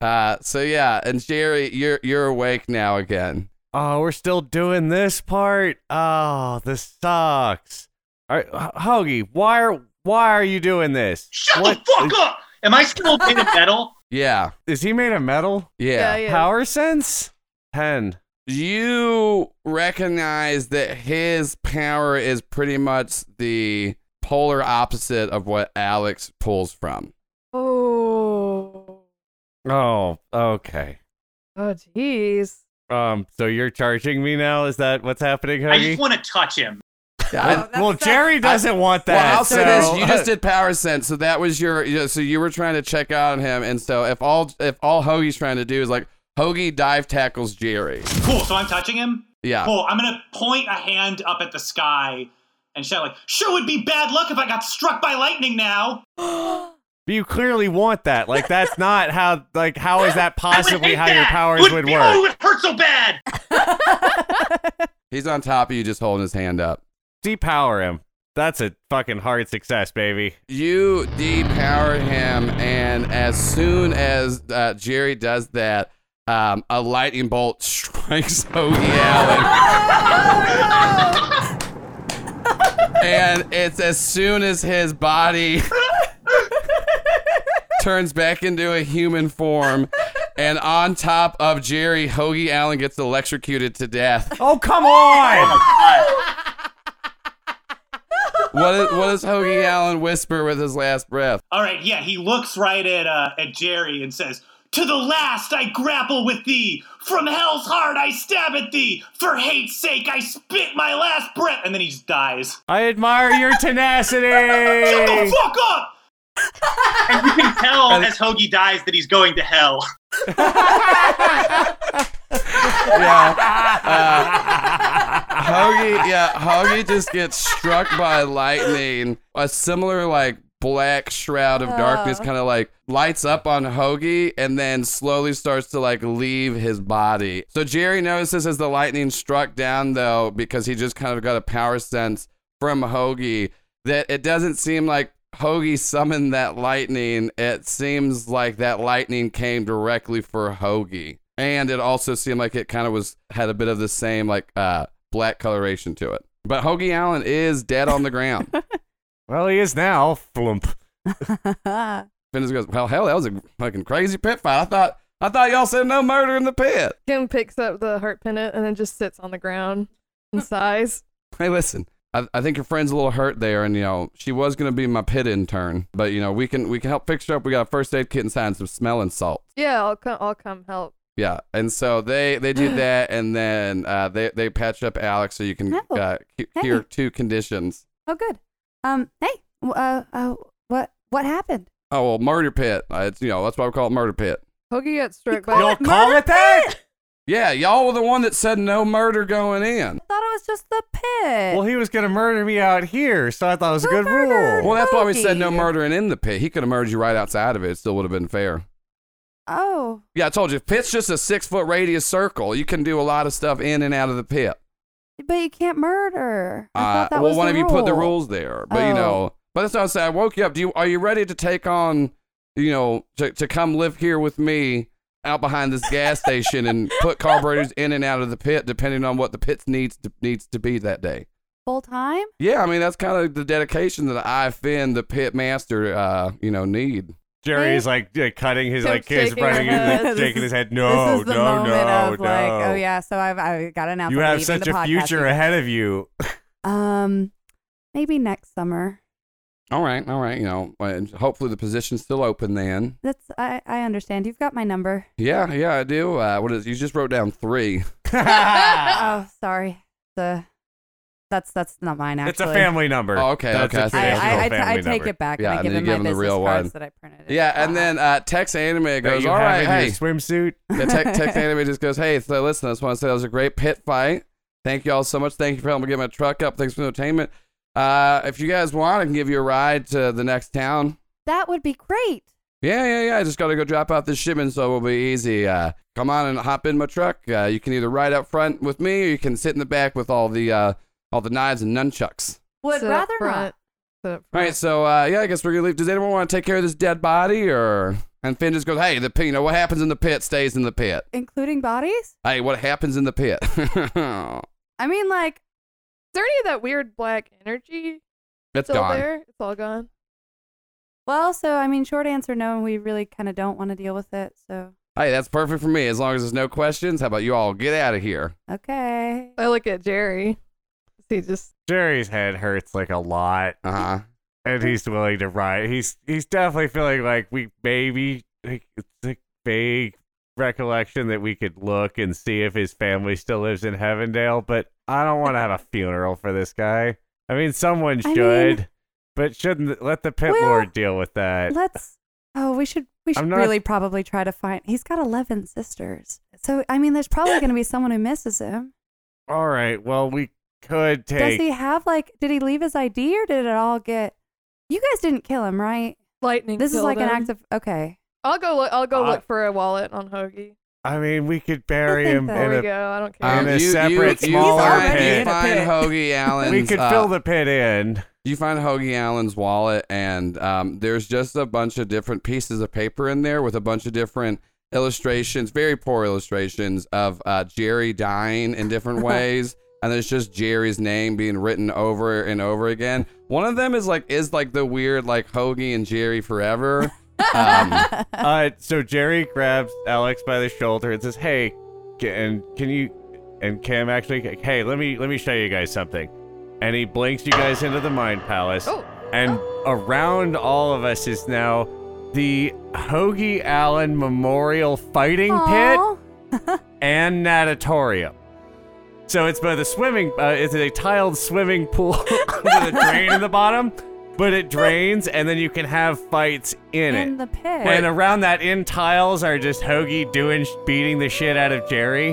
Speaker 3: Uh, so yeah, and Jerry, you're you're awake now again.
Speaker 4: *laughs* oh, we're still doing this part. Oh, this sucks. All right, H- Hoagie, why are why are you doing this?
Speaker 5: Shut
Speaker 4: What-
Speaker 5: the fuck up! Am I still made of metal?
Speaker 3: Yeah.
Speaker 4: Is he made of metal?
Speaker 3: Yeah.
Speaker 6: yeah.
Speaker 4: Power sense? 10.
Speaker 3: You recognize that his power is pretty much the polar opposite of what Alex pulls from.
Speaker 6: Oh.
Speaker 4: Oh, okay.
Speaker 6: Oh, jeez.
Speaker 4: Um, so you're charging me now? Is that what's happening,
Speaker 5: I just
Speaker 4: Huggy?
Speaker 5: want to touch him.
Speaker 3: I-
Speaker 7: that's-
Speaker 4: well,
Speaker 7: that's-
Speaker 4: Jerry doesn't want
Speaker 3: Oh,
Speaker 4: that.
Speaker 3: well, I'll say
Speaker 4: so-
Speaker 3: this:
Speaker 4: *laughs*
Speaker 3: you just did power sense, so that was your. yeah, So you were trying to check out on him, and so if all if all Hoagie's trying to do is like Hoagie dive tackles Jerry,
Speaker 2: Cool. So I'm touching him.
Speaker 3: yeah,
Speaker 2: Cool. I'm gonna point a hand up at the sky and shout like, "Sure would be bad luck if I got struck by lightning now."
Speaker 4: But you clearly want that. Like that's not how. Like how is
Speaker 7: *laughs*
Speaker 4: that
Speaker 5: I would
Speaker 4: possibly
Speaker 5: hate
Speaker 4: how
Speaker 5: that.
Speaker 4: your powers
Speaker 5: Wouldn't
Speaker 4: would
Speaker 5: be- Oh,
Speaker 4: work?
Speaker 5: it would hurt so bad.
Speaker 3: he's on top of you, just holding his hand up.
Speaker 4: Depower him. That's a fucking hard success, baby.
Speaker 3: You depower him, and as soon as uh, Jerry does that, um, a lightning bolt *laughs* strikes Hoagie Allen. and it's as soon as his body turns back into a human form, and on top of Jerry, Hoagie Allen gets electrocuted to death.
Speaker 4: Oh come on!
Speaker 3: What, is, what does Hoagie Allen whisper with his last breath?
Speaker 2: All right. Yeah. He looks right at uh, at Jerry and says. To the last I grapple with thee. From hell's heart I stab at thee. For hate's sake I spit my last breath. And then he just dies.
Speaker 4: I admire
Speaker 7: *laughs*
Speaker 4: your
Speaker 2: Shut the
Speaker 4: tenacity.
Speaker 2: fuck up!
Speaker 5: And you can tell
Speaker 4: *laughs*
Speaker 5: as Hoagie dies that he's going to hell.
Speaker 4: Uh,
Speaker 3: Hoagie, yeah, Hoagie just gets struck by lightning. A similar like black shroud of darkness
Speaker 7: Oh.
Speaker 3: kind of like lights up on Hoagie and then slowly starts to like leave his body. So Jerry notices as the lightning struck down though, because he just kind of got a power sense from Hoagie, that it doesn't seem like Hoagie summoned that lightning. It seems like that lightning came directly for Hoagie. And it also seemed like it kind of was had a bit of the same like uh black coloration to it. But Hoagie Allen is dead on the ground.
Speaker 4: well, he is now. Flump.
Speaker 3: Finn goes, Well hell, that was a fucking crazy pit fight. I thought I thought y'all said no murder in the pit.
Speaker 6: Kim picks up the heart pendant and then just sits on the ground and sighs.
Speaker 3: Hey listen. I, I think your friend's a little hurt there, and you know she was gonna be my pit intern, but you know we can we can help fix her up. We got a first aid kit inside and some smelling salts.
Speaker 6: Yeah, I'll come. I'll come help.
Speaker 3: Yeah, and so they they
Speaker 7: *gasps*
Speaker 3: do that, and then uh, they they patch up Alex so you can
Speaker 7: Oh,
Speaker 3: uh, cu-
Speaker 7: hey.
Speaker 3: cure two conditions.
Speaker 7: *laughs* oh, good. Um, hey, w- uh, uh, what what happened?
Speaker 3: Oh well, murder pit. Uh, it's you know that's why we call it murder pit.
Speaker 6: Hoagie got struck by.
Speaker 7: called
Speaker 4: Y'all call it that?
Speaker 3: Yeah, y'all were the one that said no murder going in.
Speaker 7: I thought it was just the pit.
Speaker 4: Well, he was gonna murder me out here, so I thought it was a good
Speaker 7: Murder.
Speaker 4: rule.
Speaker 3: Well, that's why we said no
Speaker 7: Hoagie.
Speaker 3: murdering in the pit. He could have murdered you right outside of it. It still would have been fair.
Speaker 7: oh,
Speaker 3: Yeah, I told you, pit's just a six foot radius circle. You can do a lot of stuff in and out of the pit.
Speaker 7: but you can't murder. I
Speaker 3: Uh,
Speaker 7: thought that
Speaker 3: well,
Speaker 7: was
Speaker 3: one
Speaker 7: the
Speaker 3: of you put the
Speaker 7: rule.
Speaker 3: rules there, but you
Speaker 7: Oh.
Speaker 3: know, but that's not saying I woke you up. Do you are you ready to take on, you know, to, to come live here with me out behind this gas station
Speaker 7: *laughs*
Speaker 3: and put carburetors in and out of the pit depending on what the pit needs to, needs to be that day.
Speaker 7: full time.
Speaker 3: Yeah, I mean that's kind of the dedication that I Finn, the pit master, uh, you know, need.
Speaker 4: Jerry is like uh, cutting his like kids,
Speaker 6: Kim's shaking her
Speaker 4: running
Speaker 7: head.
Speaker 4: his,
Speaker 7: This
Speaker 4: shaking
Speaker 7: is-
Speaker 4: his head. No,
Speaker 7: this is the
Speaker 4: no,
Speaker 7: moment
Speaker 4: no,
Speaker 7: of
Speaker 4: no.
Speaker 7: like, oh yeah, so I've I got to announce.
Speaker 4: You
Speaker 7: I'm
Speaker 4: have
Speaker 7: leaving
Speaker 4: such
Speaker 7: the
Speaker 4: a
Speaker 7: podcast
Speaker 4: future
Speaker 7: unit.
Speaker 4: ahead of
Speaker 7: *laughs*
Speaker 4: you. *laughs*
Speaker 7: Um, maybe next summer.
Speaker 3: All right, all right, you know, and hopefully the position's still open then.
Speaker 7: That's I I understand. You've got my number.
Speaker 3: Yeah, yeah, I do. Uh, what is? You just wrote down three.
Speaker 4: *laughs*
Speaker 7: oh, sorry. The that's that's not mine
Speaker 4: It's
Speaker 7: actually.
Speaker 4: a family number.
Speaker 3: Oh, okay,
Speaker 4: That's
Speaker 3: okay,
Speaker 4: a
Speaker 3: I see.
Speaker 7: I,
Speaker 4: traditional
Speaker 7: I, I, t- I
Speaker 4: family
Speaker 7: take
Speaker 4: number.
Speaker 7: it back.
Speaker 3: Yeah,
Speaker 7: and I
Speaker 3: and
Speaker 7: give
Speaker 3: then
Speaker 7: him
Speaker 3: you give
Speaker 7: my
Speaker 3: him the
Speaker 7: business
Speaker 3: real
Speaker 7: cards
Speaker 3: one.
Speaker 7: that I printed.
Speaker 3: Yeah, and then uh, Tex Anime
Speaker 4: That
Speaker 3: goes,
Speaker 4: you
Speaker 3: "All
Speaker 4: have
Speaker 3: right,
Speaker 4: in
Speaker 3: hey,
Speaker 4: your swimsuit.
Speaker 3: The tech, tech anime just goes, hey, so listen, I just want to say that was a great pit fight. Thank you all so much. Thank you for helping me get my truck up. Thanks for the entertainment. Uh, if you guys want, I can give you a ride to the next town.
Speaker 7: that would be great.
Speaker 3: Yeah, yeah, yeah. I just got to go drop out this shipment, so it will be easy. Uh, come on and hop in my truck. Uh, you can either ride up front with me, or you can sit in the back with all the uh, all the knives and nunchucks.
Speaker 7: Would
Speaker 6: Sit up
Speaker 7: rather
Speaker 6: front. Sit up
Speaker 3: All right,
Speaker 6: front.
Speaker 3: so uh, yeah, I guess we're gonna leave. Does anyone want to take care of this dead body, or and Finn just goes, hey, the pit, you know what happens in the pit stays in the pit.
Speaker 7: not, including bodies.
Speaker 3: Hey, what happens in the *laughs* Oh. pit?
Speaker 7: I mean, like
Speaker 6: Is there any of that weird black energy
Speaker 3: It's
Speaker 6: still
Speaker 3: gone.
Speaker 6: there? It's all gone.
Speaker 7: Well, so I mean, short answer, no. We really kind of don't want to deal with it. So
Speaker 3: Hey, that's perfect for me. As long as there's no questions, how about you all get out of here?
Speaker 7: okay.
Speaker 6: I look at Jerry. He just
Speaker 4: Jerry's head hurts like a lot,
Speaker 3: Uh huh.
Speaker 4: and he's willing to ride. He's he's definitely feeling like we maybe like, it's a vague recollection that we could look and see if his family still lives in Heavendale. But I don't want to have a funeral for this guy. I mean, someone
Speaker 7: I mean-
Speaker 4: should, but shouldn't let the pit
Speaker 7: Well,
Speaker 4: lord deal with that.
Speaker 7: Let's. Oh, we should. We should
Speaker 4: I'm not-
Speaker 7: really probably try to find. He's got eleven sisters. So I mean,
Speaker 4: *coughs*
Speaker 7: there's probably going to be someone who misses him.
Speaker 4: All right. Well, we could take.
Speaker 7: Does he have like? Did he leave his ID or did it all get? You guys didn't kill him, right?
Speaker 6: lightning.
Speaker 7: This is
Speaker 6: killed
Speaker 7: like an
Speaker 6: him.
Speaker 7: act of okay.
Speaker 6: I'll go. Look, I'll go
Speaker 4: Uh,
Speaker 6: look for a wallet on Hoagie.
Speaker 4: I mean, we could bury
Speaker 7: think
Speaker 4: him
Speaker 7: that-
Speaker 6: There
Speaker 4: in
Speaker 6: we
Speaker 4: a
Speaker 6: go. I don't care.
Speaker 4: Um, In a separate,
Speaker 3: you,
Speaker 7: smaller
Speaker 3: you find,
Speaker 7: pit.
Speaker 3: you find Hoagie Allen's.
Speaker 4: *laughs* we could
Speaker 3: uh,
Speaker 4: fill the pit in.
Speaker 3: You find Hoagie Allen's wallet, and um, there's just a bunch of different pieces of paper in there with a bunch of different illustrations, very poor illustrations of uh, Jerry dying in
Speaker 4: *laughs*
Speaker 3: different ways. And there's just Jerry's name being written over and over again. One of them is like is like the weird like Hoagie and Jerry
Speaker 4: *laughs*
Speaker 3: forever. Um,
Speaker 4: Uh, so Jerry grabs Alex by the shoulder and says, "Hey, ca- and can you?" And Cam actually, "Hey, let me let me show you guys something." And he blinks you guys into the mind palace.
Speaker 6: Oh.
Speaker 4: And around all of us is now the Hoagie Allen Memorial Fighting Pit.
Speaker 7: Aw.
Speaker 4: and natatorium. So it's both a swimming, uh, it's a tiled swimming pool *laughs* with a drain in the bottom, but it drains, and then you can have fights in,
Speaker 7: in
Speaker 4: it.
Speaker 7: the pit.
Speaker 4: and around that in tiles are just Hoagie doing sh- beating the shit out of Jerry,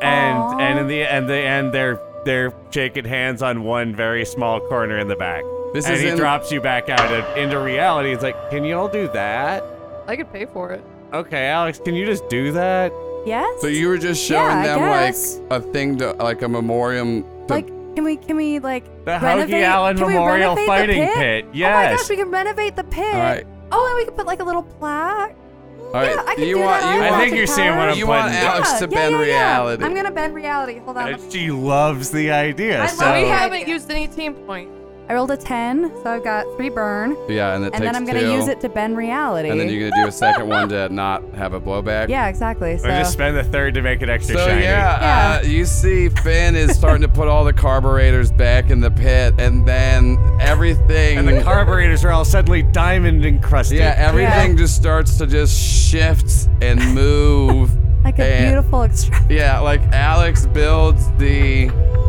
Speaker 4: and
Speaker 7: Aw.
Speaker 4: and in the and the end they're they're shaking hands on one very small corner in the back.
Speaker 3: This
Speaker 4: and
Speaker 3: is
Speaker 4: he
Speaker 3: in-
Speaker 4: drops you back out of, into reality. It's like, can you all do that?
Speaker 6: I could pay for it.
Speaker 4: Okay, Alex, can you just do that?
Speaker 7: yes.
Speaker 3: so you were just showing
Speaker 7: Yeah, I
Speaker 3: them
Speaker 7: guess.
Speaker 3: like a thing to like a memorium. To,
Speaker 7: like, can we? Can we like
Speaker 4: The Hoagie
Speaker 7: renovate?
Speaker 4: Allen
Speaker 7: can we
Speaker 4: Memorial
Speaker 7: renovate the
Speaker 4: Fighting
Speaker 7: pit?
Speaker 4: Pit.
Speaker 7: Oh my
Speaker 4: Yes.
Speaker 7: gosh, we can renovate the pit.
Speaker 3: all right,
Speaker 7: Oh, and we could put like a little plaque.
Speaker 3: all right.
Speaker 7: Yeah, I can
Speaker 3: you
Speaker 7: do
Speaker 3: want
Speaker 7: that.
Speaker 3: you
Speaker 4: I
Speaker 3: want
Speaker 4: think you're seeing what I'm
Speaker 3: you want
Speaker 4: putting-
Speaker 3: Alex
Speaker 7: yeah,
Speaker 3: to
Speaker 7: yeah,
Speaker 3: bend
Speaker 7: yeah, yeah.
Speaker 3: reality.
Speaker 7: I'm gonna bend reality. Hold on. let me-
Speaker 4: And she loves the idea.
Speaker 7: I
Speaker 4: so
Speaker 7: love
Speaker 6: we
Speaker 7: it.
Speaker 6: haven't
Speaker 7: idea.
Speaker 6: used any team point.
Speaker 7: I rolled a ten, so I've got three burn,
Speaker 3: Yeah, and it
Speaker 7: and
Speaker 3: takes
Speaker 7: then I'm gonna
Speaker 3: two.
Speaker 7: use it to bend reality.
Speaker 3: And then you're gonna do a second one
Speaker 7: *laughs*
Speaker 3: to not have a blowback.
Speaker 7: Yeah, exactly. So
Speaker 4: or just spend the third to make it extra
Speaker 3: So
Speaker 4: shiny.
Speaker 3: yeah, Uh, you see Finn is starting to put all the carburetors back in the pit, and then everything.
Speaker 4: And the carburetors are all suddenly diamond encrusted.
Speaker 3: yeah, everything just starts to just shift and move.
Speaker 7: *laughs* like a
Speaker 3: and-
Speaker 7: beautiful extra. *laughs*
Speaker 3: Yeah, like Alex builds the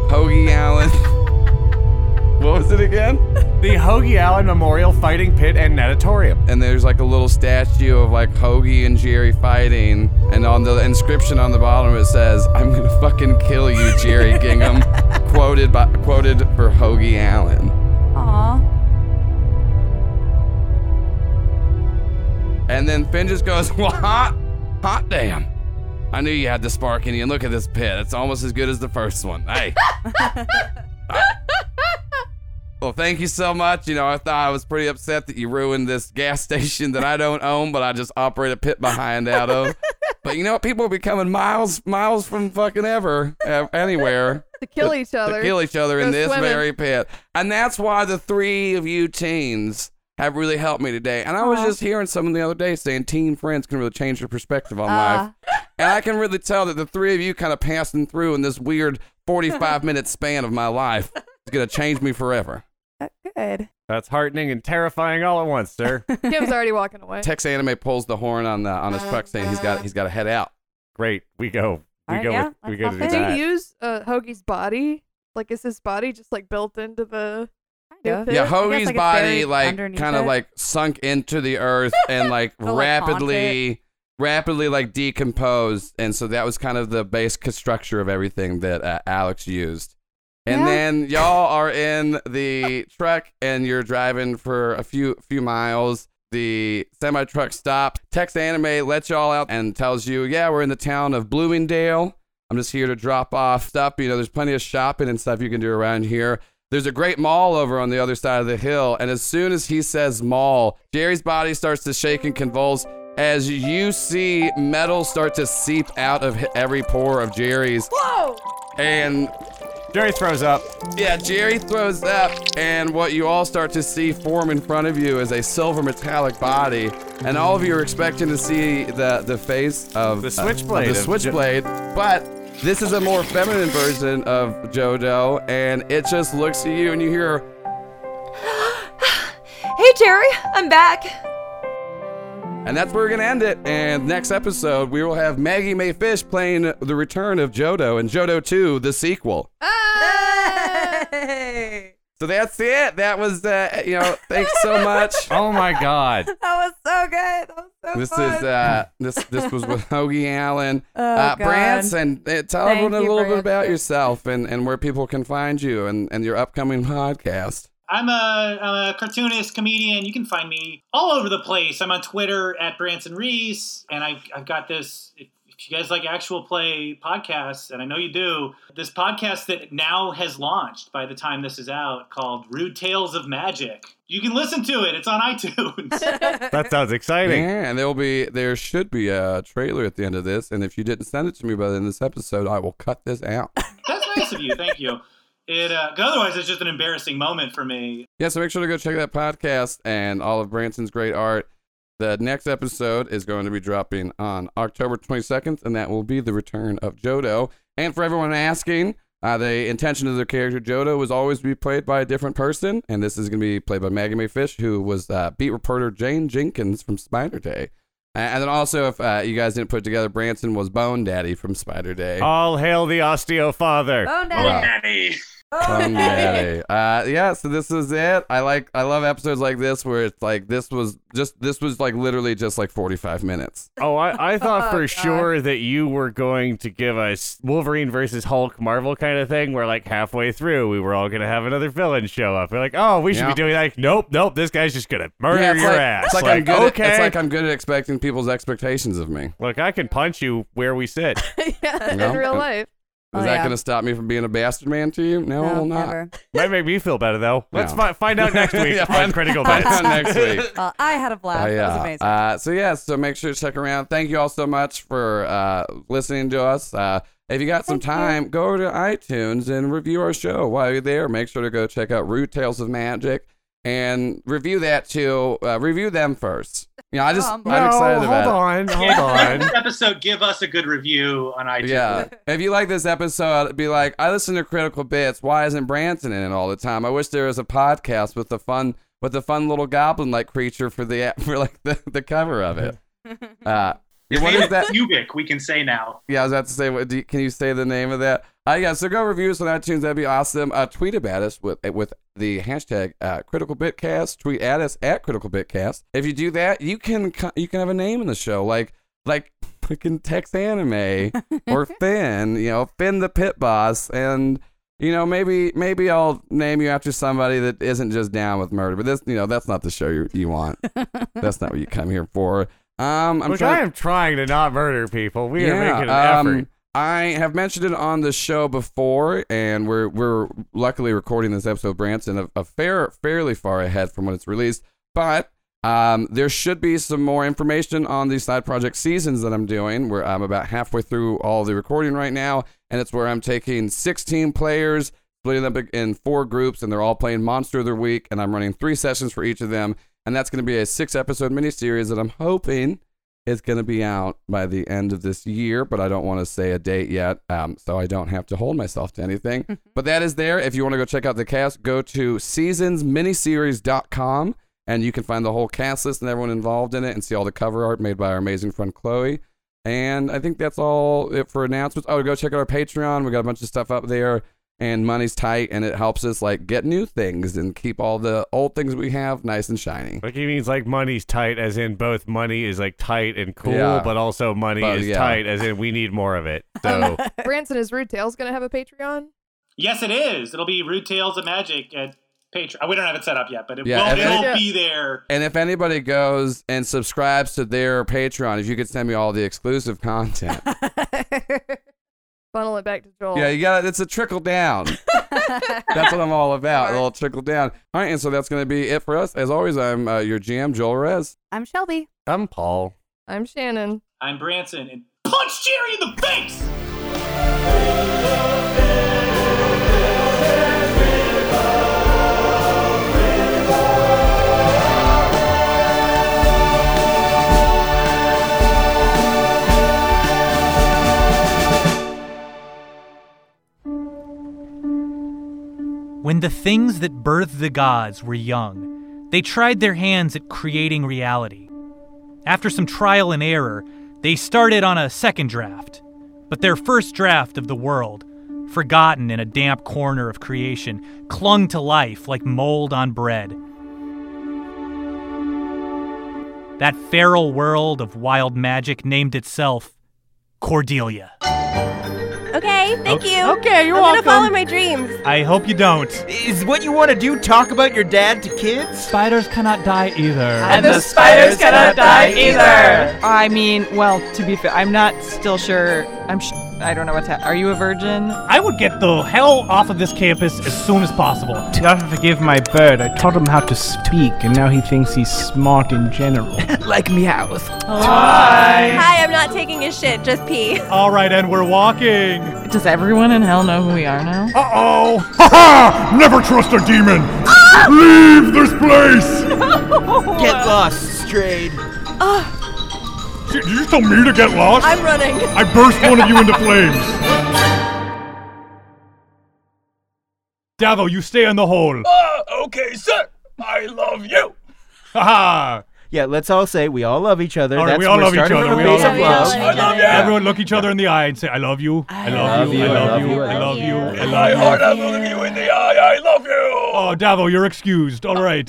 Speaker 3: Hoagie Allen. *laughs* what was it again?
Speaker 4: the Hoagie Allen Memorial Fighting Pit and Natatorium.
Speaker 3: and there's like a little statue of like Hoagie and Jerry fighting, and on the inscription on the bottom it says, "I'm gonna fucking kill you, Jerry Gingham," quoted by quoted for Hoagie Allen.
Speaker 7: Aw.
Speaker 3: And then Finn just goes, *laughs* "Well, hot, hot damn! I knew you had the spark in you. And look at this pit; it's almost as good as the first one." Hey. Well, thank you so much. You know, I thought I was pretty upset that you ruined this gas *laughs* station that I don't own, but I just operate a pit behind out of. But you know what? People will be coming miles, miles from fucking ever, ev- anywhere,
Speaker 6: To kill each other.
Speaker 3: to kill each other in
Speaker 6: Go
Speaker 3: this
Speaker 6: swimming.
Speaker 3: very pit. And that's why the three of you teens have really helped me today. And I was
Speaker 7: Aw.
Speaker 3: just hearing someone the other day saying teen friends can really change your perspective on life.
Speaker 7: Uh,
Speaker 3: And I can really tell that the three of you kind of passing through in this weird
Speaker 6: *laughs*
Speaker 3: 45 minute span of my life is going to change me forever.
Speaker 7: uh, good.
Speaker 4: That's heartening and terrifying all at once,
Speaker 7: *laughs*
Speaker 4: sir.
Speaker 6: *laughs* Kim's already walking away.
Speaker 3: Tex Anime pulls the horn on the on his truck, saying he's
Speaker 6: Uh-huh.
Speaker 3: got he's got to head out.
Speaker 4: Great. We go. We
Speaker 7: Alright,
Speaker 4: go.
Speaker 7: yeah,
Speaker 4: with, we go to
Speaker 7: let's hop
Speaker 4: do
Speaker 7: in.
Speaker 6: Did you
Speaker 4: that.
Speaker 6: use uh, Hoagie's body? Like, is his body just like built into *laughs* the?
Speaker 7: Kind
Speaker 6: Yeah,
Speaker 7: of.
Speaker 3: Yeah,
Speaker 6: I guess,
Speaker 3: Hoagie's
Speaker 7: like, it's
Speaker 3: body
Speaker 7: buried
Speaker 3: like
Speaker 7: underneath
Speaker 3: kind of
Speaker 7: it.
Speaker 3: like sunk into the
Speaker 7: *laughs*
Speaker 3: earth and like
Speaker 7: Oh, like, haunt
Speaker 3: rapidly rapidly like decomposed, and so that was kind of the base c- structure of everything that uh, Alex used. And
Speaker 7: Yeah.
Speaker 3: then y'all are in the truck and you're driving for a few few miles. The semi truck stops. Tex Anime lets y'all out and tells you, "Yeah, we're in the town of Bloomingdale. I'm just here to drop off stuff. You know, there's plenty of shopping and stuff you can do around here. There's a great mall over on the other side of the hill. And as soon as he says mall, Jerry's body starts to shake and convulse as you see metal start to seep out of h- every pore of Jerry's. Whoa! And
Speaker 4: Jerry throws up.
Speaker 3: Yeah, Jerry throws up, and what you all start to see form in front of you is a silver metallic body, and all of you are expecting to see the the face of
Speaker 4: The
Speaker 3: uh,
Speaker 4: switchblade
Speaker 3: of
Speaker 4: of
Speaker 3: the
Speaker 4: Jo-
Speaker 3: switchblade, but this is a more feminine version of Jodo, and it just looks at you and you hear,
Speaker 9: Hey, Jerry, I'm
Speaker 7: *laughs*
Speaker 9: back.
Speaker 3: and that's where we're gonna end it. And next episode, we will have Maggie May Fish playing the return of Jodo and Jodo 2, the sequel.
Speaker 7: Hey,
Speaker 3: So that's it. That was uh, you know, thanks so much.
Speaker 4: Oh
Speaker 7: *laughs*
Speaker 4: my god.
Speaker 7: that was so good. That was so
Speaker 3: This is
Speaker 7: fun.
Speaker 3: uh this this was
Speaker 7: *laughs*
Speaker 3: with Hoagie Allen.
Speaker 7: Oh,
Speaker 3: uh,
Speaker 7: God.
Speaker 3: Branson, uh, tell
Speaker 7: Thank
Speaker 3: everyone a
Speaker 7: you,
Speaker 3: little bit about
Speaker 7: Branson.
Speaker 3: yourself and, and where people can find you and, and your upcoming podcast.
Speaker 2: I'm a, I'm a cartoonist, comedian. You can find me all over the place. I'm on Twitter at Branson Reese, and I've, I've got this. If if you guys like actual play podcasts, and I know you do, this podcast that now has launched by the time this is out called Rude Tales of Magic. You can listen to it, it's on iTunes.
Speaker 4: That sounds exciting.
Speaker 3: Yeah, and there'll be there should be a trailer at the end of this. And if you didn't send it to me by the end of this episode, I will cut this out.
Speaker 2: That's nice of you. Thank you. It, uh, 'cause otherwise, it's just an embarrassing moment for me.
Speaker 3: Yeah, so make sure to go check that podcast and all of Branson's great art. The next episode is going to be dropping on October 22nd, and that will be the return of Jodo. And for everyone asking, uh, the intention of the character Jodo was always to be played by a different person, and this is going to be played by Maggie May Fish, who was uh, beat reporter Jane Jenkins from Spider Day. Uh, and then also, if uh, you guys didn't put it together, Branson was Bone Daddy from Spider Day.
Speaker 4: All hail the osteo father.
Speaker 7: Oh, no.
Speaker 3: Wow.
Speaker 5: Daddy.
Speaker 3: *laughs* Come daddy. Uh, yeah, so this is it. I like I love episodes like this where it's like this was just this was like literally just like 45 minutes. *laughs*
Speaker 4: Oh, I, I thought for
Speaker 7: God.
Speaker 4: sure that you were going to give us Wolverine versus Hulk Marvel kind of thing where like halfway through we were all gonna have another villain show up. We're like, oh, we should
Speaker 3: Yeah.
Speaker 4: be doing that. Like, nope, nope, this guy's just gonna murder
Speaker 3: yeah, it's
Speaker 4: your
Speaker 3: like,
Speaker 4: ass.
Speaker 3: It's like, I'm
Speaker 4: like,
Speaker 3: good
Speaker 4: okay.
Speaker 3: at, it's like I'm good at expecting people's expectations of me.
Speaker 4: Look, I can punch you where we sit.
Speaker 6: yeah,
Speaker 3: No.
Speaker 6: in real life.
Speaker 3: Is
Speaker 7: Oh,
Speaker 3: that
Speaker 7: yeah.
Speaker 3: going to stop me from being a bastard man to you? No, it
Speaker 7: No,
Speaker 3: will not.
Speaker 7: never.
Speaker 4: Might make me feel better though. Let's
Speaker 3: No.
Speaker 4: fi- find
Speaker 3: *laughs*
Speaker 4: out next week
Speaker 3: Yeah,
Speaker 4: on
Speaker 3: find-
Speaker 4: Critical
Speaker 3: Find
Speaker 4: Bits.
Speaker 3: out *laughs* next week.
Speaker 7: Well, I had a blast.
Speaker 3: Oh,
Speaker 7: That was
Speaker 3: yeah.
Speaker 7: amazing.
Speaker 3: Uh, so yeah, so make sure to check around. Thank you all so much for uh, listening to us. Uh, if you got some time, go over to iTunes and review our show while you're there. Make sure to go check out Root Tales of Magic and review that too. Uh, review them first. Yeah, I just
Speaker 7: Um,
Speaker 3: I'm excited
Speaker 4: hold
Speaker 3: about it.
Speaker 4: on,
Speaker 2: Yeah,
Speaker 4: hold on.
Speaker 2: next episode, give us a good review on iTunes.
Speaker 3: Yeah. If you like this episode, be like, I listen to Critical Bits. Why isn't Branson in it all the time? I wish there was a podcast with the fun with the fun little goblin like creature for the *laughs* for like the, the cover of it. Uh,
Speaker 5: His
Speaker 3: what
Speaker 5: name
Speaker 3: is that?
Speaker 5: Cubic, we can say now.
Speaker 3: Yeah, I was about to say, what, do you, can you say the name of that? Uh, yeah, so go review us on iTunes. That'd be awesome. Uh, tweet about us with with the hashtag uh, CriticalBitCast. Tweet at us at CriticalBitCast. If you do that, you can co- you can have a name in the show, like like *laughs* fucking Tex Anime or Finn. You know, Finn the Pit Boss, and you know maybe maybe I'll name you after somebody that isn't just down with murder. But this, you know, that's not the show you, you want. that's not what you come here for. Um, *laughs* I'm
Speaker 4: Look,
Speaker 3: trying.
Speaker 4: I am trying to not murder people. We are making an
Speaker 3: um,
Speaker 4: effort.
Speaker 3: I have mentioned it on the show before, and we're we're luckily recording this episode, of Branson, a, a fair fairly far ahead from when it's released. But um, there should be some more information on the side project seasons that I'm doing. Where I'm about halfway through all the recording right now, and it's where I'm taking 16 players, splitting them up in four groups, and they're all playing Monster of the Week, and I'm running three sessions for each of them, and that's going to be a six episode miniseries that I'm hoping it's going to be out by the end of this year, but I don't want to say a date yet, um, so I don't have to hold myself to anything. but that is there. If you want to go check out the cast, go to seasonsminiseries.com and you can find the whole cast list and everyone involved in it and see all the cover art made by our amazing friend Chloe. And I think that's all it for announcements. Oh, go check out our Patreon. We got a bunch of stuff up there, and money's tight, and it helps us like get new things and keep all the old things we have nice and shiny.
Speaker 4: Like he means like money's tight, as in both money is like tight and cool,
Speaker 3: Yeah.
Speaker 4: but also money
Speaker 3: But,
Speaker 4: is
Speaker 3: yeah.
Speaker 4: tight, as in we need more of it. So
Speaker 6: Branson is Rude Tales going to have a Patreon?
Speaker 2: Yes, it is. It'll be Rude Tales of Magic at Patreon. Oh, We don't have it set up yet, but it
Speaker 3: Yeah,
Speaker 2: will,
Speaker 3: and-
Speaker 2: it'll
Speaker 6: Yeah.
Speaker 2: be there.
Speaker 3: And if anybody goes and subscribes to their Patreon, if you could send me all the exclusive content.
Speaker 6: Funnel it back to Joel.
Speaker 3: yeah, you got it's a trickle down. That's what I'm all about. A little trickle down. All right, and so that's going to be it for us. As always, I'm uh, your GM, Joel Rez.
Speaker 7: I'm Shelby.
Speaker 4: *laughs* I'm Paul.
Speaker 6: I'm Shannon.
Speaker 2: I'm Branson, and punch Jerry in the face!
Speaker 10: When the things that birthed the gods were young, they tried their hands at creating reality. After some trial and error, they started on a second draft. But their first draft of the world, forgotten in a damp corner of creation, clung to life like mold on bread. That feral world of wild magic named itself Cordelia.
Speaker 7: Okay, thank
Speaker 4: Okay.
Speaker 7: you.
Speaker 4: Okay, you're
Speaker 7: I'm
Speaker 4: welcome.
Speaker 7: gonna follow my dreams.
Speaker 10: I hope you don't.
Speaker 4: Is what you want to do talk about your dad to kids?
Speaker 10: Spiders cannot die either.
Speaker 11: And the spiders cannot die either. I mean, well, to be fair, I'm not still sure. I'm. Sh- I don't know what's happening. Are you a virgin?
Speaker 2: I would get the hell off of this campus as soon as possible. You have to forgive my bird. I taught him how to speak, and now he thinks he's smart in *laughs* general.
Speaker 4: like meows.
Speaker 7: Hi, I'm not taking his shit. Just pee.
Speaker 10: All right, and we're walking.
Speaker 11: Does everyone in hell know who we are now?
Speaker 6: Uh oh! Ha ha! Never trust a demon!
Speaker 11: Ah!
Speaker 6: Leave this
Speaker 11: *laughs*
Speaker 6: place!
Speaker 4: Get lost, strayed.
Speaker 6: Sh- Did you tell me to get lost?
Speaker 4: I'm running.
Speaker 6: I burst one of you into flames.
Speaker 2: Davo, you stay in the hole.
Speaker 8: Uh, okay, sir. I love you.
Speaker 2: Ha
Speaker 4: Yeah, let's all say we all love each other.
Speaker 2: All right,
Speaker 4: That's
Speaker 2: we all
Speaker 4: we're
Speaker 2: love each
Speaker 4: starting
Speaker 2: other.
Speaker 4: from a
Speaker 2: We all
Speaker 4: base of
Speaker 2: love
Speaker 4: love.
Speaker 2: each other. Everyone look each other in the eye and say, I love you. I love you. I love you. I love you. I love you.
Speaker 8: I look you in the eye. I love you.
Speaker 2: Oh, Davo, you're excused. All right.